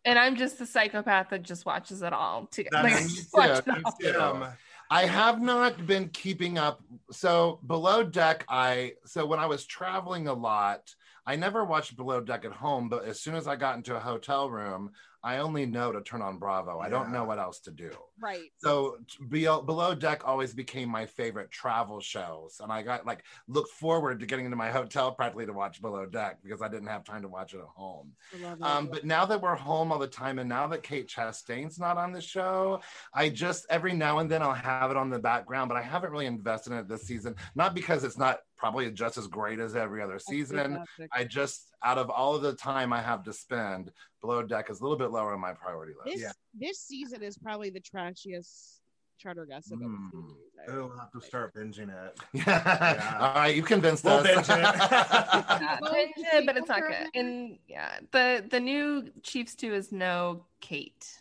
[SPEAKER 4] and I'm just the psychopath that just watches it all together.
[SPEAKER 2] That's-
[SPEAKER 4] Like,
[SPEAKER 2] Me
[SPEAKER 4] I just watch it
[SPEAKER 1] too, me
[SPEAKER 4] all.
[SPEAKER 1] too. I have not been keeping up. So below deck, I so when I was traveling a lot, I never watched below deck at home. But as soon as I got into a hotel room, I only know to turn on Bravo. I don't
[SPEAKER 2] Yeah.
[SPEAKER 1] know what else to do.
[SPEAKER 3] Right.
[SPEAKER 1] So t- below, below deck always became my favorite travel shows, and I got like looked forward to getting into my hotel practically to watch below deck because I didn't have time to watch it at home.
[SPEAKER 3] I love it.
[SPEAKER 1] Um, but now that we're home all the time, and now that Kate Chastain's not on the show, I just every now and then I'll have it on the background, but I haven't really invested in it this season. Not because it's not probably just as great as every other
[SPEAKER 3] That's
[SPEAKER 1] season.
[SPEAKER 3] fantastic.
[SPEAKER 1] I just out of all of the time I have to spend, Below Deck is a little bit lower on my priority list.
[SPEAKER 3] This
[SPEAKER 2] Yeah.
[SPEAKER 3] this season is probably the trashiest charter gossip. I've
[SPEAKER 1] Hmm.
[SPEAKER 3] seen in my entire
[SPEAKER 2] We'll have to
[SPEAKER 3] life.
[SPEAKER 2] start binging it.
[SPEAKER 1] Yeah.
[SPEAKER 2] Yeah.
[SPEAKER 1] All right, you convinced
[SPEAKER 2] We'll
[SPEAKER 1] us.
[SPEAKER 2] binge
[SPEAKER 4] Yeah,
[SPEAKER 3] Well,
[SPEAKER 4] binge
[SPEAKER 3] you
[SPEAKER 4] it,
[SPEAKER 3] see
[SPEAKER 4] but it's not
[SPEAKER 3] Hunter
[SPEAKER 4] good. And yeah, the the new Chiefs too is no Kate.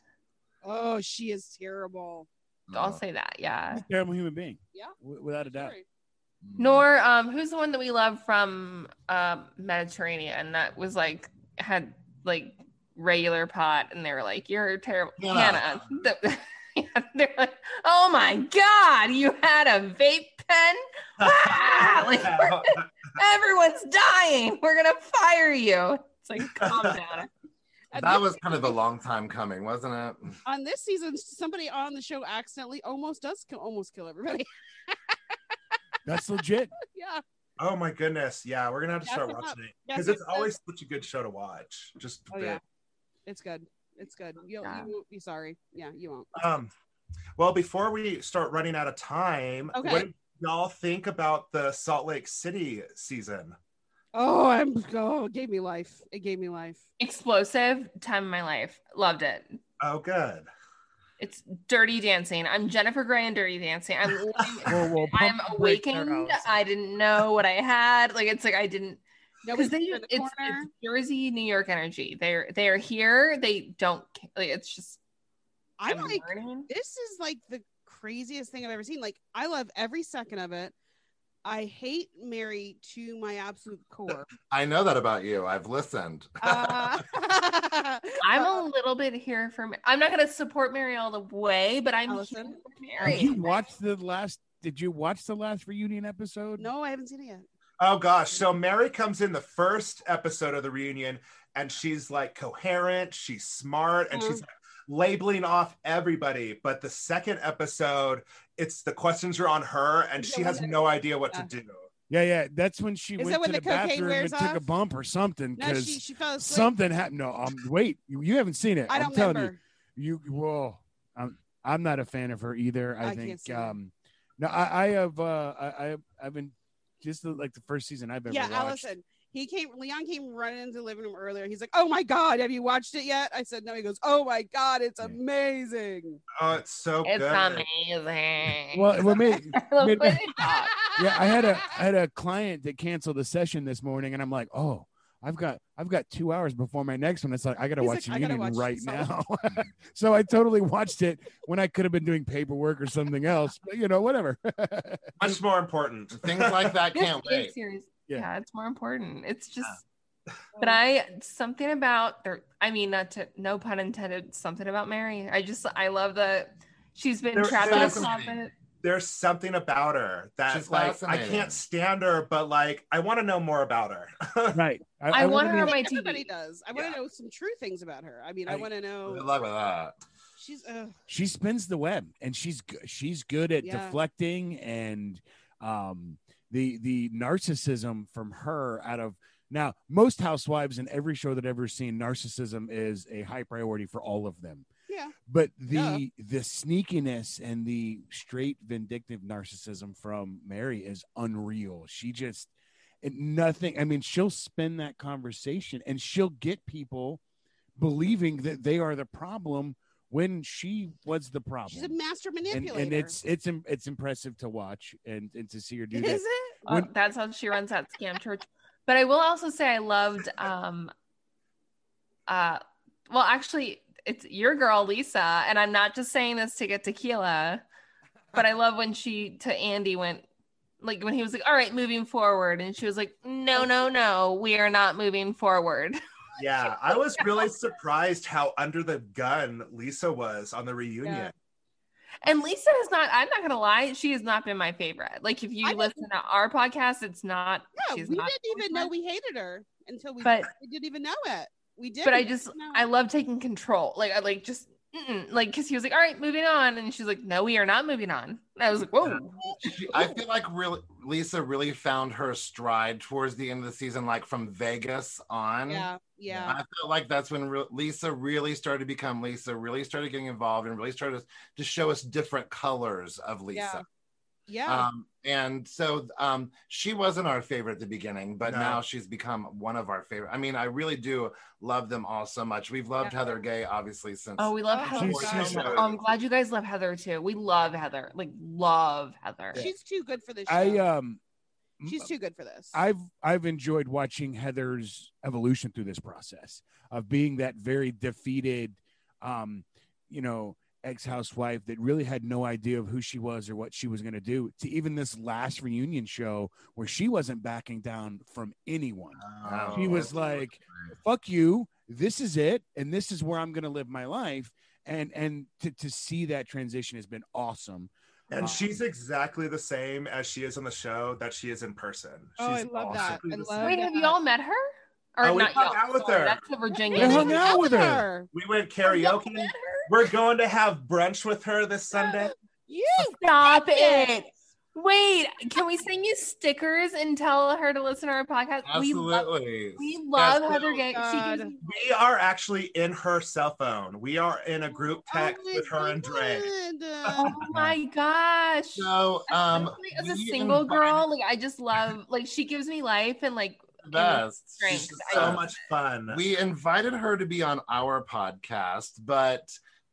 [SPEAKER 3] Oh, she is terrible.
[SPEAKER 4] I'll say that. Yeah.
[SPEAKER 5] He's a terrible human being.
[SPEAKER 3] Yeah.
[SPEAKER 5] W- without a doubt.
[SPEAKER 3] Sorry.
[SPEAKER 1] Mm.
[SPEAKER 4] Nor um, who's the one that we love from um Mediterranean that was like had like regular pot, and they were like, "You're terrible,
[SPEAKER 1] Hannah.
[SPEAKER 4] Hannah." The- they're like, "Oh my god, you had a vape pen! Ah, like, Everyone's dying. We're gonna fire you." It's like, calm down.
[SPEAKER 3] And
[SPEAKER 1] That
[SPEAKER 3] this
[SPEAKER 1] was kind of a
[SPEAKER 3] season-
[SPEAKER 1] long time coming, wasn't it?
[SPEAKER 3] On this season, somebody on the show accidentally almost does kill, almost kill everybody.
[SPEAKER 5] That's legit.
[SPEAKER 3] yeah.
[SPEAKER 2] Oh my goodness. Yeah, we're gonna have to
[SPEAKER 3] Yes,
[SPEAKER 2] start
[SPEAKER 3] I'm up.
[SPEAKER 2] watching it.
[SPEAKER 3] Yes,
[SPEAKER 2] Because
[SPEAKER 3] yes,
[SPEAKER 2] it's
[SPEAKER 3] yes.
[SPEAKER 2] always such a good show to watch. Just
[SPEAKER 3] Oh,
[SPEAKER 2] very-
[SPEAKER 3] yeah. It's good. It's good. You'll,
[SPEAKER 4] Yeah.
[SPEAKER 3] You won't be sorry. Yeah, you won't.
[SPEAKER 2] um well before we start running out of time,
[SPEAKER 3] Okay.
[SPEAKER 2] what did y'all think about the Salt Lake City season?
[SPEAKER 3] Oh, I'm. Oh, it gave me life. It gave me life.
[SPEAKER 4] Explosive time of my life. Loved it.
[SPEAKER 2] Oh good.
[SPEAKER 4] It's dirty dancing. I'm Jennifer Grey in Dirty Dancing. I'm living-
[SPEAKER 5] Well, well, pump
[SPEAKER 4] I'm
[SPEAKER 5] the brakes there,
[SPEAKER 4] awakened.
[SPEAKER 5] Allison.
[SPEAKER 4] I didn't know what I had. Like it's like I didn't because they
[SPEAKER 3] in
[SPEAKER 4] it's,
[SPEAKER 3] the
[SPEAKER 4] it's
[SPEAKER 3] corner.
[SPEAKER 4] Jersey, New York energy. They're they're here. They don't. ca- Like, it's just
[SPEAKER 3] I'm
[SPEAKER 4] I'm
[SPEAKER 3] like,
[SPEAKER 4] learning.
[SPEAKER 3] this is like the craziest thing I've ever seen. Like, I love every second of it. I hate Mary to my absolute core.
[SPEAKER 1] I know that about you. I've listened.
[SPEAKER 3] Uh,
[SPEAKER 4] I'm
[SPEAKER 3] uh,
[SPEAKER 4] a little bit here for. Ma- I'm not gonna support Mary all the way, but I'm
[SPEAKER 3] Allison?
[SPEAKER 4] here for Mary.
[SPEAKER 5] Have Oh, you watched the last? Did you watch the last reunion episode?
[SPEAKER 3] no, I haven't seen it yet.
[SPEAKER 2] Oh gosh. So Mary comes in the first episode of the reunion and she's like coherent, she's smart, and
[SPEAKER 3] Mm-hmm.
[SPEAKER 2] she's labeling off everybody. But the second episode, it's the questions are on her and she has no idea what to do.
[SPEAKER 5] Yeah, yeah. That's when she
[SPEAKER 3] Is
[SPEAKER 5] went
[SPEAKER 3] that when
[SPEAKER 5] to the,
[SPEAKER 3] the cocaine
[SPEAKER 5] bathroom and
[SPEAKER 3] wears
[SPEAKER 5] took a
[SPEAKER 3] off?
[SPEAKER 5] bump or something
[SPEAKER 3] No,
[SPEAKER 5] because
[SPEAKER 3] she, she fell asleep.
[SPEAKER 5] something happened. No, um, wait, you, you haven't seen it.
[SPEAKER 3] I
[SPEAKER 5] I'm
[SPEAKER 3] don't
[SPEAKER 5] telling
[SPEAKER 3] remember.
[SPEAKER 5] you. You whoa, I'm I'm not a fan of her either. I,
[SPEAKER 3] I can't
[SPEAKER 5] think
[SPEAKER 3] see it.
[SPEAKER 5] um, no, I, I have uh, I I- I've been just the, like the first season I've ever
[SPEAKER 3] Yeah,
[SPEAKER 5] watched.
[SPEAKER 3] Allison. He came. Leon came running into the living room earlier. He's like, "Oh my god, have you watched it yet?" I said, "No." He goes, "Oh my god, it's
[SPEAKER 5] Yeah.
[SPEAKER 3] amazing."
[SPEAKER 2] Oh, it's so
[SPEAKER 4] It's
[SPEAKER 2] good.
[SPEAKER 4] amazing.
[SPEAKER 5] Well, well, maybe,
[SPEAKER 4] Look
[SPEAKER 5] maybe-
[SPEAKER 4] what it got.
[SPEAKER 5] yeah, I had a I had a client that canceled a session this morning, and I'm like, oh, I've got I've got two hours before my next one. It's like I gotta
[SPEAKER 3] He's
[SPEAKER 5] watch
[SPEAKER 3] like,
[SPEAKER 5] the
[SPEAKER 3] "I gotta
[SPEAKER 5] union
[SPEAKER 3] watch
[SPEAKER 5] right
[SPEAKER 3] this
[SPEAKER 5] now.
[SPEAKER 3] all."
[SPEAKER 5] so I totally watched it when I could have been doing paperwork or something else, but you know, whatever.
[SPEAKER 2] Much more important.
[SPEAKER 1] Things like that
[SPEAKER 4] This
[SPEAKER 1] can't
[SPEAKER 4] game
[SPEAKER 1] wait.
[SPEAKER 4] series.
[SPEAKER 5] Yeah.
[SPEAKER 4] Yeah. it's more important. It's just. But I something about there. I mean, not to no pun intended. Something about Mary. I just I love that she's been
[SPEAKER 2] There-
[SPEAKER 4] trapped in
[SPEAKER 1] there
[SPEAKER 4] a
[SPEAKER 1] is something.
[SPEAKER 4] closet.
[SPEAKER 2] There's something about her that
[SPEAKER 1] She's
[SPEAKER 2] like I
[SPEAKER 1] fascinating.
[SPEAKER 2] can't stand her, but like I want to know more about her.
[SPEAKER 5] right.
[SPEAKER 4] I want
[SPEAKER 5] wouldn't
[SPEAKER 4] her on
[SPEAKER 5] even-
[SPEAKER 4] my
[SPEAKER 3] Everybody
[SPEAKER 4] TV.
[SPEAKER 3] does. I want
[SPEAKER 2] Yeah.
[SPEAKER 3] to know some true things about her. I mean, I,
[SPEAKER 5] I-
[SPEAKER 3] want to
[SPEAKER 1] Good
[SPEAKER 3] know
[SPEAKER 1] luck with that.
[SPEAKER 3] she's. uh, ugh.
[SPEAKER 5] she spins the web, and she's go- she's good at
[SPEAKER 3] Yeah.
[SPEAKER 5] deflecting and um the the narcissism from her out of now most housewives in every show that I've ever seen narcissism is a high priority for all of them.
[SPEAKER 3] yeah,
[SPEAKER 5] but the
[SPEAKER 3] Yeah.
[SPEAKER 5] the sneakiness and the straight vindictive narcissism from mary is unreal she just and nothing i mean she'll spin that conversation and she'll get people believing that they are the problem when she was the problem
[SPEAKER 3] she's a master
[SPEAKER 5] and,
[SPEAKER 3] manipulator.
[SPEAKER 5] and it's it's im- it's impressive to watch and and to see her do that
[SPEAKER 3] is it?
[SPEAKER 4] Well,
[SPEAKER 5] When-
[SPEAKER 4] that's how she runs that scam church. But I will also say I loved. um uh Well, actually, it's your girl Lisa, and I'm not just saying this to get tequila. But I love when she to Andy went like when he was like, "All right, moving forward," and she was like, "No, no, no, we are not moving forward."
[SPEAKER 2] yeah, I was really surprised how under the gun Lisa was on the reunion.
[SPEAKER 3] Yeah.
[SPEAKER 4] And Lisa is not, I'm not gonna lie, she has not been my favorite. Like if you
[SPEAKER 3] I
[SPEAKER 4] listen to our podcast, it's not
[SPEAKER 3] Yeah,
[SPEAKER 4] she's
[SPEAKER 3] we
[SPEAKER 4] not
[SPEAKER 3] didn't even know
[SPEAKER 4] boyfriend.
[SPEAKER 3] we hated her until we,
[SPEAKER 4] but
[SPEAKER 3] we didn't even know it. We did.
[SPEAKER 4] but I just I love taking control. Like I like just mm-mm. like because he was like, all right, moving on. And she's like, no, we are not moving on. And I was like, whoa.
[SPEAKER 1] She, I feel like really, Lisa really found her stride towards the end of the season, like from Vegas on.
[SPEAKER 3] Yeah, yeah.
[SPEAKER 1] I felt like that's when re- Lisa really started to become Lisa, really started getting involved, and really started to show us different colors of Lisa.
[SPEAKER 5] Uh,
[SPEAKER 3] Yeah.
[SPEAKER 1] Um, and so um, she wasn't our favorite at the beginning, but
[SPEAKER 2] No.
[SPEAKER 1] now she's become one of our favorite. I mean, I really do love them all so much. We've loved
[SPEAKER 3] Yeah.
[SPEAKER 1] Heather Gay, obviously, since.
[SPEAKER 4] Oh, we love
[SPEAKER 3] Oh,
[SPEAKER 4] Heather.
[SPEAKER 5] she's
[SPEAKER 4] so
[SPEAKER 5] so
[SPEAKER 4] much.
[SPEAKER 2] good.
[SPEAKER 4] Oh, I'm glad you guys love Heather too. We love Heather. Like love Heather.
[SPEAKER 3] she's too good for this. Show.
[SPEAKER 5] i um m-
[SPEAKER 3] she's too good for this.
[SPEAKER 5] I've I've enjoyed watching Heather's evolution through this process of being that very defeated, um, you know, ex housewife that really had no idea of who she was or what she was going to do. To even this last reunion show where she wasn't backing down from anyone.
[SPEAKER 2] Um,
[SPEAKER 1] Oh,
[SPEAKER 5] She was
[SPEAKER 1] that's-
[SPEAKER 5] like, "Fuck you! This is it, and this is where I'm going to live my life." And and to to see that transition has been awesome. Um,
[SPEAKER 2] And she's exactly the same as she is on the show that she is in person.
[SPEAKER 3] Oh, I
[SPEAKER 2] She's
[SPEAKER 3] love that.
[SPEAKER 2] exactly
[SPEAKER 3] I
[SPEAKER 2] the
[SPEAKER 3] love
[SPEAKER 2] same.
[SPEAKER 4] Wait,
[SPEAKER 3] yeah.
[SPEAKER 4] have you all met her? Or
[SPEAKER 2] Oh, we
[SPEAKER 4] not
[SPEAKER 2] hung
[SPEAKER 4] y'all.
[SPEAKER 2] out with
[SPEAKER 4] Sorry,
[SPEAKER 2] her.
[SPEAKER 4] That's the Virginia.
[SPEAKER 5] We
[SPEAKER 3] Yeah,
[SPEAKER 5] hung
[SPEAKER 4] thing.
[SPEAKER 5] out with her.
[SPEAKER 2] We went
[SPEAKER 4] Y'all
[SPEAKER 2] karaoke.
[SPEAKER 4] met her?
[SPEAKER 2] We're going to have brunch with her this Sunday.
[SPEAKER 3] You
[SPEAKER 4] Stop
[SPEAKER 3] did
[SPEAKER 4] it.
[SPEAKER 3] it.
[SPEAKER 6] Wait, can we send you stickers and tell her to listen to our podcast? We love,
[SPEAKER 1] Absolutely.
[SPEAKER 6] we love
[SPEAKER 1] Yes,
[SPEAKER 6] Heather
[SPEAKER 1] no.
[SPEAKER 6] Gang. She
[SPEAKER 3] God.
[SPEAKER 6] gives me-
[SPEAKER 2] We are actually in her cell phone. We are in a group text
[SPEAKER 3] Oh my
[SPEAKER 2] with her and Dre.
[SPEAKER 3] God.
[SPEAKER 6] oh my gosh.
[SPEAKER 1] So um,
[SPEAKER 6] Honestly, as a
[SPEAKER 1] we
[SPEAKER 6] single
[SPEAKER 1] invited
[SPEAKER 6] girl, like I just love, like she gives me life and like
[SPEAKER 1] the best.
[SPEAKER 6] Drinks.
[SPEAKER 1] She's just
[SPEAKER 2] So
[SPEAKER 1] so
[SPEAKER 2] much fun.
[SPEAKER 1] we invited her to be on our podcast but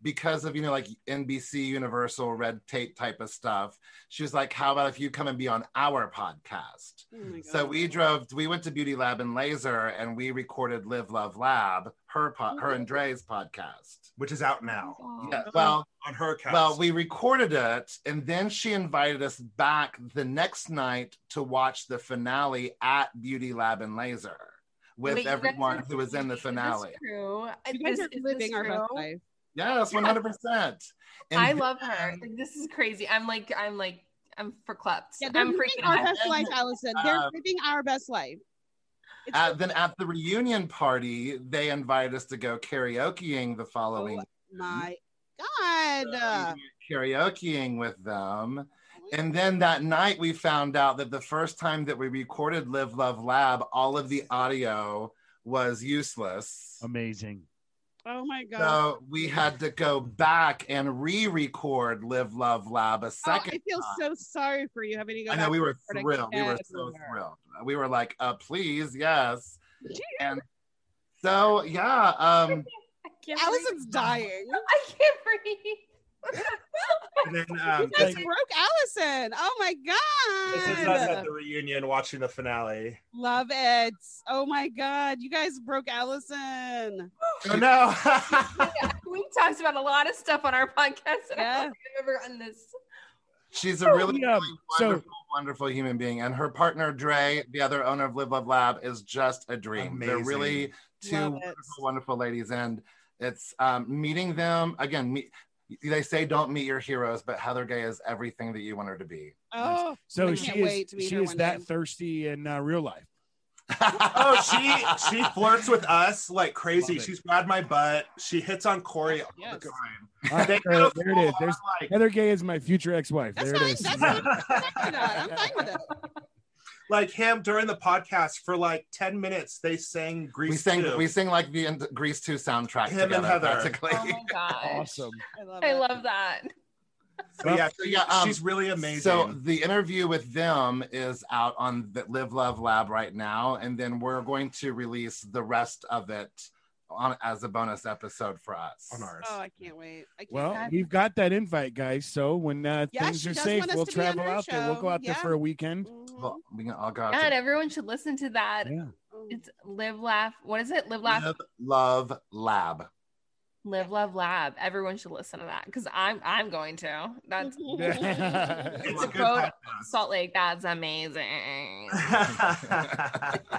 [SPEAKER 1] because of you know like nbc universal red tape type of stuff she was like how about if you come and be on our podcast
[SPEAKER 3] Oh my
[SPEAKER 1] so
[SPEAKER 3] God.
[SPEAKER 1] we drove we went to beauty lab and laser and we recorded live love lab her po- her and dre's podcast
[SPEAKER 2] which is out now
[SPEAKER 4] Oh,
[SPEAKER 1] yeah well
[SPEAKER 2] on her cast.
[SPEAKER 1] well we recorded it and then she invited us back the next night to watch the finale at beauty lab and laser with
[SPEAKER 6] wait, you guys
[SPEAKER 1] everyone
[SPEAKER 6] are-
[SPEAKER 1] who was in the
[SPEAKER 6] is this
[SPEAKER 1] finale
[SPEAKER 6] True.
[SPEAKER 3] You guys
[SPEAKER 6] This-
[SPEAKER 3] are
[SPEAKER 6] is
[SPEAKER 3] living
[SPEAKER 6] this
[SPEAKER 3] our best
[SPEAKER 6] true?
[SPEAKER 3] life.
[SPEAKER 1] Yes, one hundred percent.
[SPEAKER 6] I love her. Like, this is crazy. I'm like, I'm like, I'm for clubs.
[SPEAKER 3] Yeah, they're
[SPEAKER 6] I'm
[SPEAKER 3] living
[SPEAKER 6] freaking
[SPEAKER 3] our
[SPEAKER 6] out.
[SPEAKER 3] best life, Allison. They're
[SPEAKER 1] Um,
[SPEAKER 3] living our best life. It's
[SPEAKER 1] At, uh, then at the reunion party, they invited us to go karaokeing the following.
[SPEAKER 3] my God.
[SPEAKER 1] Uh, karaokeing with them. And then that night, we found out that the first time that we recorded Live Love Lab, all of the audio was useless.
[SPEAKER 5] Amazing.
[SPEAKER 3] oh my God.
[SPEAKER 1] So we had to go back and re-record Live Love Lab a
[SPEAKER 3] Oh,
[SPEAKER 1] second.
[SPEAKER 3] I feel so sorry for you having to go.
[SPEAKER 1] I know
[SPEAKER 3] back
[SPEAKER 1] we were
[SPEAKER 3] and record
[SPEAKER 1] thrilled. We were
[SPEAKER 3] again
[SPEAKER 1] so
[SPEAKER 3] with her.
[SPEAKER 1] thrilled. We were like, uh, please, yes. And so yeah, um
[SPEAKER 6] I can't
[SPEAKER 3] Allison's
[SPEAKER 6] breathe.
[SPEAKER 3] dying.
[SPEAKER 6] I can't breathe.
[SPEAKER 2] and then, um,
[SPEAKER 3] You guys
[SPEAKER 2] this-
[SPEAKER 3] broke Allison. Oh my
[SPEAKER 2] this
[SPEAKER 3] God.
[SPEAKER 2] is us at the reunion watching the finale.
[SPEAKER 3] Love it. Oh my God. You guys broke Allison.
[SPEAKER 2] Oh no!
[SPEAKER 6] We've talked about a lot of stuff on our podcast, and I
[SPEAKER 3] Yeah.
[SPEAKER 6] don't remember on this.
[SPEAKER 1] she's
[SPEAKER 3] Oh,
[SPEAKER 1] a really,
[SPEAKER 5] Yeah,
[SPEAKER 1] really
[SPEAKER 5] so-
[SPEAKER 1] wonderful, wonderful human being. And her partner Dre, the other owner of Live Love Lab, is just a dream. They're
[SPEAKER 2] Amazing.
[SPEAKER 1] really two
[SPEAKER 3] Love it.
[SPEAKER 1] wonderful, wonderful ladies. And it's um meeting them again, meet they say don't meet your heroes, but Heather Gay is everything that you want her to be.
[SPEAKER 3] Oh,
[SPEAKER 5] So
[SPEAKER 3] I
[SPEAKER 5] she
[SPEAKER 3] can't
[SPEAKER 5] is
[SPEAKER 3] wait to meet
[SPEAKER 5] she
[SPEAKER 3] her
[SPEAKER 5] is
[SPEAKER 3] one
[SPEAKER 5] that
[SPEAKER 3] day.
[SPEAKER 5] thirsty in uh, real life.
[SPEAKER 2] oh, she she flirts with us like crazy.
[SPEAKER 5] Love it.
[SPEAKER 2] She's grabbed my butt. She hits on Corey all
[SPEAKER 3] Yes.
[SPEAKER 2] the time.
[SPEAKER 5] All right,
[SPEAKER 2] They
[SPEAKER 5] so
[SPEAKER 2] go
[SPEAKER 5] Uh, there it is. There's
[SPEAKER 2] like
[SPEAKER 5] Heather Gay is my future ex-wife.
[SPEAKER 3] That's
[SPEAKER 5] there it
[SPEAKER 3] fine.
[SPEAKER 5] is.
[SPEAKER 3] That's fine. I'm fine with it.
[SPEAKER 2] like him during the podcast for like 10 minutes they sang grease
[SPEAKER 1] we sing
[SPEAKER 2] too.
[SPEAKER 1] we sing like the end- Grease 2 soundtrack
[SPEAKER 2] Him and
[SPEAKER 1] together
[SPEAKER 2] Heather.
[SPEAKER 1] practically.
[SPEAKER 6] Oh my gosh!
[SPEAKER 5] awesome.
[SPEAKER 3] I love
[SPEAKER 6] I
[SPEAKER 3] it.
[SPEAKER 6] love that.
[SPEAKER 2] so yeah,
[SPEAKER 1] So, yeah, um,
[SPEAKER 2] she's really amazing
[SPEAKER 1] So the interview with them is out on the Live Love Lab right now, and then we're going to release the rest of it on as a bonus episode for us.
[SPEAKER 2] on ours
[SPEAKER 3] Oh, I can't wait. I can't
[SPEAKER 5] Well,
[SPEAKER 6] Yes.
[SPEAKER 5] we've got that invite, guys. So when uh,
[SPEAKER 3] Yes,
[SPEAKER 5] things
[SPEAKER 3] she
[SPEAKER 5] are
[SPEAKER 3] does
[SPEAKER 5] safe,
[SPEAKER 3] want us
[SPEAKER 5] we'll
[SPEAKER 3] to be on
[SPEAKER 5] travel
[SPEAKER 3] her
[SPEAKER 5] out there. We'll
[SPEAKER 3] show.
[SPEAKER 5] go out there
[SPEAKER 3] Yeah.
[SPEAKER 5] for a weekend.
[SPEAKER 3] Mhm.
[SPEAKER 1] Well, we can all go out
[SPEAKER 6] God,
[SPEAKER 1] to
[SPEAKER 6] everyone should listen to that.
[SPEAKER 5] Yeah.
[SPEAKER 3] Mm-hmm.
[SPEAKER 6] It's live, laugh. What is it? Live, laugh,
[SPEAKER 1] Mm. Live Love Lab.
[SPEAKER 6] live, love, lab. Everyone should listen to that because I'm I'm going to. That's
[SPEAKER 3] Mm-hmm.
[SPEAKER 2] it's a good
[SPEAKER 6] Quote,
[SPEAKER 2] podcast.
[SPEAKER 6] Salt Lake. That's amazing.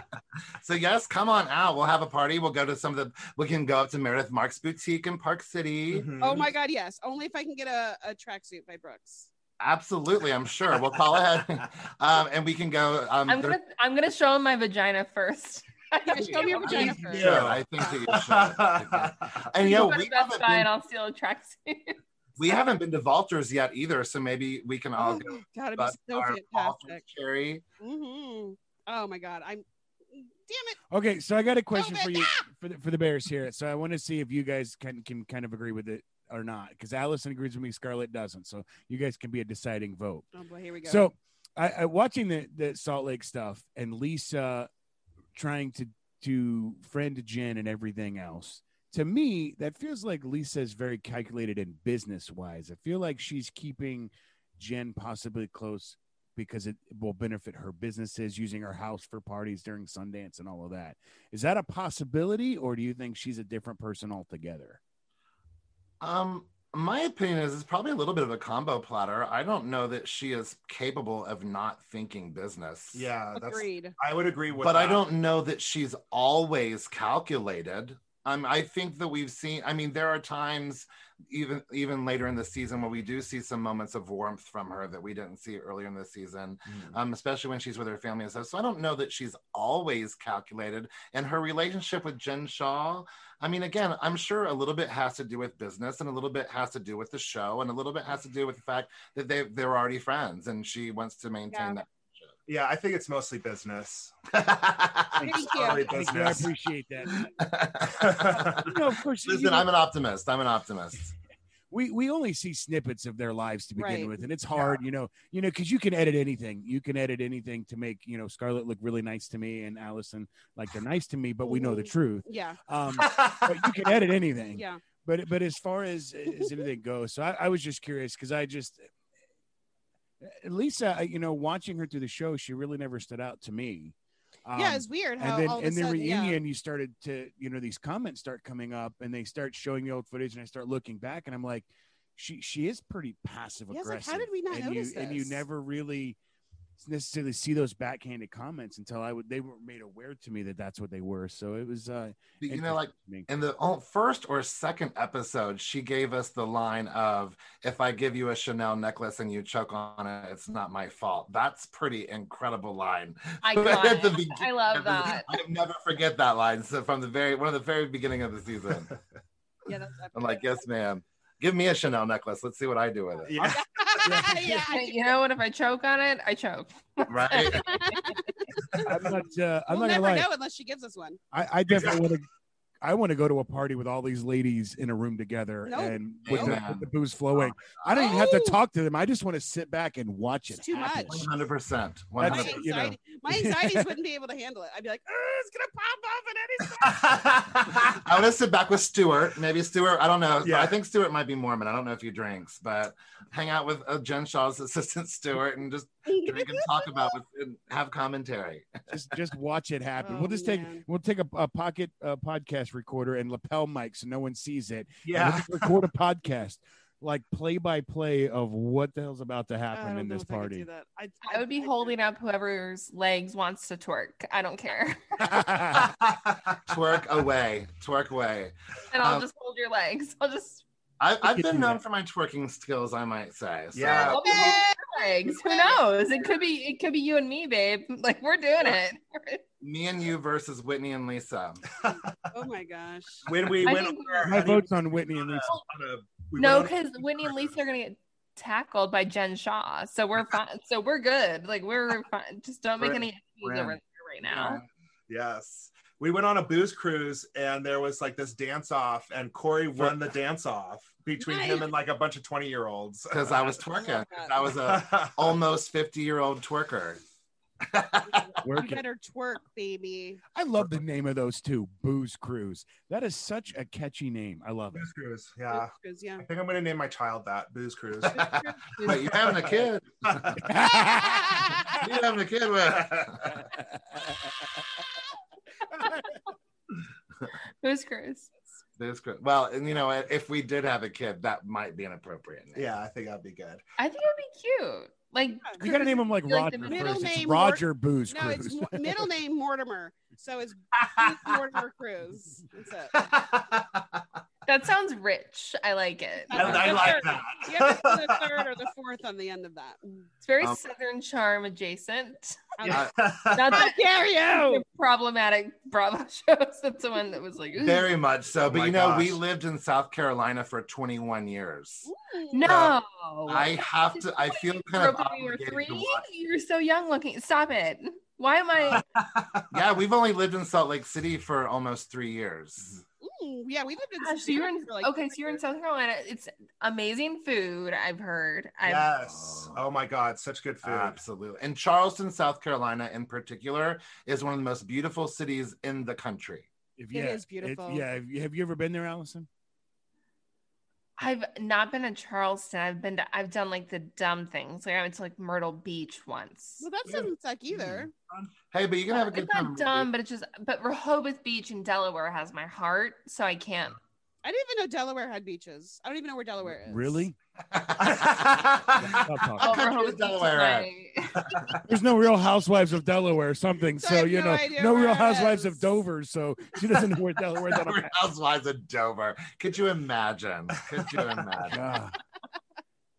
[SPEAKER 1] So yes, come on out. We'll have a party. We'll go to some of the. We can go up to Meredith Marks Boutique in Park City.
[SPEAKER 2] Mhm.
[SPEAKER 3] Oh my God, yes. Only if I can get a, a tracksuit by Brooks.
[SPEAKER 1] Absolutely, I'm sure. We'll call ahead, um, and we can go. Um,
[SPEAKER 6] I'm
[SPEAKER 1] there-
[SPEAKER 6] gonna I'm gonna show him my vagina first.
[SPEAKER 3] Yeah, show me your vagina
[SPEAKER 1] you
[SPEAKER 3] first.
[SPEAKER 1] should. I think that you should. And you know,
[SPEAKER 6] Go to
[SPEAKER 1] we
[SPEAKER 6] Best
[SPEAKER 1] haven't
[SPEAKER 6] Buy
[SPEAKER 1] been
[SPEAKER 6] and I'll steal a tracksuit.
[SPEAKER 1] We haven't been to Valters yet either, so maybe we can all
[SPEAKER 3] Oh,
[SPEAKER 1] go
[SPEAKER 3] God, it'd be
[SPEAKER 1] bust
[SPEAKER 3] so
[SPEAKER 1] our Valters
[SPEAKER 3] fantastic.
[SPEAKER 1] cherry.
[SPEAKER 3] hmm Oh my God. I'm, damn it.
[SPEAKER 5] Okay, so I got a question for
[SPEAKER 3] Open
[SPEAKER 5] you for the, for the Bears here. So I want to see if you guys can can kind of agree with it or not, because Allison agrees with me, Scarlett doesn't. So you guys can be a deciding vote.
[SPEAKER 3] Oh boy, here we go.
[SPEAKER 5] So I, I watching the the Salt Lake stuff and Lisa trying to to friend Jen and everything else. To me, that feels like Lisa is very calculated and business wise. I feel like she's keeping Jen possibly close because it will benefit her businesses using her house for parties during Sundance and all of that. Is that a possibility, or do you think she's a different person altogether?
[SPEAKER 1] Um, my opinion is it's probably a little bit of a combo platter. I don't know that she is capable of not thinking business.
[SPEAKER 2] yeah that's
[SPEAKER 3] agreed.
[SPEAKER 2] i would agree with
[SPEAKER 1] But I
[SPEAKER 2] that.
[SPEAKER 1] don't know that she's always calculated. Um, I think that we've seen. I mean, there are times, even even later in the season, where we do see some moments of warmth from her that we didn't see earlier in the season,
[SPEAKER 2] Mm.
[SPEAKER 1] um, especially when she's with her family and stuff. So I don't know that she's always calculated. And her relationship with Jen Shaw, I mean, again, I'm sure a little bit has to do with business, and a little bit has to do with the show, and a little bit has to do with the fact that they they're already friends, and she wants to maintain
[SPEAKER 2] Yeah, I think it's mostly business.
[SPEAKER 1] that.
[SPEAKER 3] Thank
[SPEAKER 2] Sorry,
[SPEAKER 3] you.
[SPEAKER 5] Thank you. I
[SPEAKER 2] business.
[SPEAKER 5] appreciate that.
[SPEAKER 2] yeah,
[SPEAKER 5] No, of course. you
[SPEAKER 1] Listen,
[SPEAKER 5] know,
[SPEAKER 1] I'm an optimist. I'm an optimist.
[SPEAKER 5] we we only see snippets of their lives to begin
[SPEAKER 3] Right.
[SPEAKER 5] with, and it's hard, you know, you know, because you can edit anything. You can edit anything to make you know Scarlett look really nice to me and Allison like they're nice to me, but we know the truth.
[SPEAKER 3] Yeah.
[SPEAKER 5] Um, but you can edit anything.
[SPEAKER 3] Yeah.
[SPEAKER 5] But but as far as as anything goes, so I, I was just curious because I just Lisa, I- you know, watching her through the show, she really never stood out to me. Um,
[SPEAKER 3] yeah. It's weird how
[SPEAKER 5] and then
[SPEAKER 3] all of a
[SPEAKER 5] in the
[SPEAKER 3] sudden, yeah.
[SPEAKER 5] reunion you started to you know these comments start coming up and they start showing the old footage and i start looking back and i'm like she she is pretty passive
[SPEAKER 3] Yeah, it's like,
[SPEAKER 5] aggressive
[SPEAKER 3] how did we not
[SPEAKER 5] and
[SPEAKER 3] notice
[SPEAKER 5] you and you
[SPEAKER 3] this?
[SPEAKER 5] never really necessarily see those backhanded comments until i would they were made aware to me that that's what they were so it was uh
[SPEAKER 1] But, you know, like
[SPEAKER 5] interesting.
[SPEAKER 1] in the oh, first or second episode, she gave us the line of "If I give you a Chanel necklace and you choke on it, it's not my fault." That's pretty incredible line.
[SPEAKER 6] Iconic.
[SPEAKER 1] begin-
[SPEAKER 6] I love that.
[SPEAKER 1] I'll never forget that line. So from the very one of the very beginning of the season,
[SPEAKER 3] Yeah, that's epic.
[SPEAKER 1] I'm like, "Yes, ma'am." Give me a Chanel necklace. Let's see what I do with it.
[SPEAKER 3] yeah. I
[SPEAKER 4] you know what? If I choke on it, I choke.
[SPEAKER 1] Right?
[SPEAKER 5] i'm not uh, i'm
[SPEAKER 3] we'll
[SPEAKER 5] not gonna
[SPEAKER 3] never
[SPEAKER 5] lie
[SPEAKER 3] know unless she gives us one.
[SPEAKER 5] I, I definitely want to i want to go to a party with all these ladies in a room together
[SPEAKER 3] Nope.
[SPEAKER 5] and with, the,
[SPEAKER 1] Amen.
[SPEAKER 5] with the booze flowing i don't even have to
[SPEAKER 3] Oh.
[SPEAKER 5] talk to them i just want to sit back and watch it
[SPEAKER 3] It's too
[SPEAKER 5] happen.
[SPEAKER 3] much.
[SPEAKER 1] One hundred percent. One
[SPEAKER 3] My
[SPEAKER 5] That's-
[SPEAKER 1] hundred.
[SPEAKER 3] anxiety,
[SPEAKER 5] you know.
[SPEAKER 3] my anxieties wouldn't be able to handle it. I'd be like, "Ugh, it's gonna pop off at any second."
[SPEAKER 1] I would have sit back with Stuart. Maybe Stuart. I don't know.
[SPEAKER 2] Yeah.
[SPEAKER 1] I think Stuart might be Mormon. I don't know if he drinks, but hang out with uh, Jen Shaw's assistant Stuart and just drink and talk about with, and have commentary.
[SPEAKER 5] just just watch it happen.
[SPEAKER 3] Oh,
[SPEAKER 5] we'll just take
[SPEAKER 3] man.
[SPEAKER 5] we'll take a, a pocket uh, podcast recorder and lapel mic so no one sees it. And we'll just record a podcast like play by play of what the hell's about to
[SPEAKER 3] I
[SPEAKER 5] happen
[SPEAKER 3] don't
[SPEAKER 5] in
[SPEAKER 3] know
[SPEAKER 5] this
[SPEAKER 3] if I could do
[SPEAKER 5] party.
[SPEAKER 3] that. I,
[SPEAKER 4] I would be holding up whoever's legs wants to twerk. I don't care.
[SPEAKER 1] Twerk away, twerk away.
[SPEAKER 4] And I'll
[SPEAKER 1] Um,
[SPEAKER 4] just hold your legs. I'll just
[SPEAKER 1] I, I've
[SPEAKER 5] could do
[SPEAKER 1] been known
[SPEAKER 5] that.
[SPEAKER 1] for my twerking skills, I might say. So
[SPEAKER 2] Yeah.
[SPEAKER 4] I'll be holding your legs. Who knows? It could be it could be you and me, babe. Like we're doing it.
[SPEAKER 1] me and you versus Whitney and Lisa.
[SPEAKER 3] Oh my gosh.
[SPEAKER 2] when we
[SPEAKER 4] I
[SPEAKER 2] went
[SPEAKER 4] think
[SPEAKER 2] on our
[SPEAKER 5] My
[SPEAKER 2] honeymoon
[SPEAKER 5] vote's on Whitney and Lisa.
[SPEAKER 2] on a- we
[SPEAKER 4] no,
[SPEAKER 2] went on a-
[SPEAKER 4] because Whitney and Lisa are gonna get tackled by Jen Shaw. So we're fine. So we're good. Like we're fine. Just don't make
[SPEAKER 1] We're-
[SPEAKER 4] any excuses
[SPEAKER 1] we're in.
[SPEAKER 4] over there right now.
[SPEAKER 2] Yes. We went on a booze cruise and there was like this dance off, and Corey won the dance off between him
[SPEAKER 3] Nice.
[SPEAKER 2] and like a bunch of 20 year olds.
[SPEAKER 1] Because I was twerking. 'Cause I was a almost 50 year old twerker.
[SPEAKER 5] Work
[SPEAKER 3] You
[SPEAKER 5] it.
[SPEAKER 3] better twerk, baby.
[SPEAKER 5] I love the name of those two, Booze Cruise. That is such a catchy name. I love it.
[SPEAKER 2] booze cruise. Yeah.
[SPEAKER 3] Because, yeah.
[SPEAKER 2] I think I'm going to name my child that booze cruise.
[SPEAKER 1] But you're having a kid. You're having a kid with.
[SPEAKER 4] Who's Chris?
[SPEAKER 1] This cr- well, and you know, if we did have a kid, that might be inappropriate.
[SPEAKER 2] yeah, I think that'd be good.
[SPEAKER 4] I think it would be cute. Like
[SPEAKER 5] You gotta name him like
[SPEAKER 4] You're like the
[SPEAKER 5] Roger
[SPEAKER 4] middle
[SPEAKER 5] first. It's
[SPEAKER 3] name
[SPEAKER 5] Roger Booze
[SPEAKER 3] No, it's
[SPEAKER 5] Cruise.
[SPEAKER 3] mo- middle name Mortimer. So it's Bruce Mortimer Cruz. That's it.
[SPEAKER 4] that sounds rich. I like it.
[SPEAKER 2] I, I like that.
[SPEAKER 3] You have to put the third or the fourth on the end of that.
[SPEAKER 4] It's very
[SPEAKER 1] Um,
[SPEAKER 4] Southern charm adjacent.
[SPEAKER 1] Yeah.
[SPEAKER 4] Not
[SPEAKER 3] How
[SPEAKER 4] that
[SPEAKER 3] dare you?
[SPEAKER 4] problematic Bravo shows. That's the one that was like, "Ooh."
[SPEAKER 1] Very much so.
[SPEAKER 2] Oh
[SPEAKER 1] but
[SPEAKER 2] my
[SPEAKER 1] you know, we
[SPEAKER 2] gosh.
[SPEAKER 1] lived in South Carolina for 21 years.
[SPEAKER 4] no.
[SPEAKER 1] I have to, I feel kind of
[SPEAKER 4] Broke when you were
[SPEAKER 1] obligated to
[SPEAKER 4] three.
[SPEAKER 1] watch.
[SPEAKER 4] You're so young looking. Stop it. Why am I?
[SPEAKER 1] Yeah, we've only lived in Salt Lake City for almost three years.
[SPEAKER 2] Mm-hmm.
[SPEAKER 3] Ooh, yeah, we lived in.
[SPEAKER 4] Gosh, so you're in.
[SPEAKER 3] for like
[SPEAKER 4] okay, so you're in
[SPEAKER 3] years.
[SPEAKER 4] South Carolina. It's amazing food. I've heard. I've,
[SPEAKER 2] yes. Oh my God. Such good food.
[SPEAKER 1] Absolutely. And Charleston, South Carolina, in particular, is one of the most beautiful cities in the country.
[SPEAKER 5] If-
[SPEAKER 3] It is beautiful.
[SPEAKER 5] yeah, have you- have you ever been there, Allison?
[SPEAKER 4] I've not been to Charleston. I've been to. I've done like the dumb things. Like I went to like Myrtle Beach once.
[SPEAKER 3] Well, that doesn't suck either.
[SPEAKER 1] Hey, but you can have a good
[SPEAKER 4] It's
[SPEAKER 1] time.
[SPEAKER 4] not dumb, but it's just. But Rehoboth Beach in Delaware has my heart, so I can't.
[SPEAKER 3] I didn't even know Delaware had beaches. I don't even know where Delaware is.
[SPEAKER 5] Really?
[SPEAKER 1] what country
[SPEAKER 4] Oh, Rehoboth
[SPEAKER 1] is
[SPEAKER 4] Beach is
[SPEAKER 1] Delaware at?
[SPEAKER 4] my-
[SPEAKER 5] There's no Real Housewives of Delaware or something.
[SPEAKER 3] So
[SPEAKER 5] So,
[SPEAKER 3] I have
[SPEAKER 5] you
[SPEAKER 3] no
[SPEAKER 5] know,
[SPEAKER 3] idea
[SPEAKER 5] no
[SPEAKER 3] where
[SPEAKER 5] Real
[SPEAKER 3] it
[SPEAKER 5] Housewives of
[SPEAKER 3] is.
[SPEAKER 5] Dover. So she doesn't know where Delaware's on a
[SPEAKER 1] Real Housewives of Dover. Could you imagine? Could you imagine?
[SPEAKER 5] map. Ah.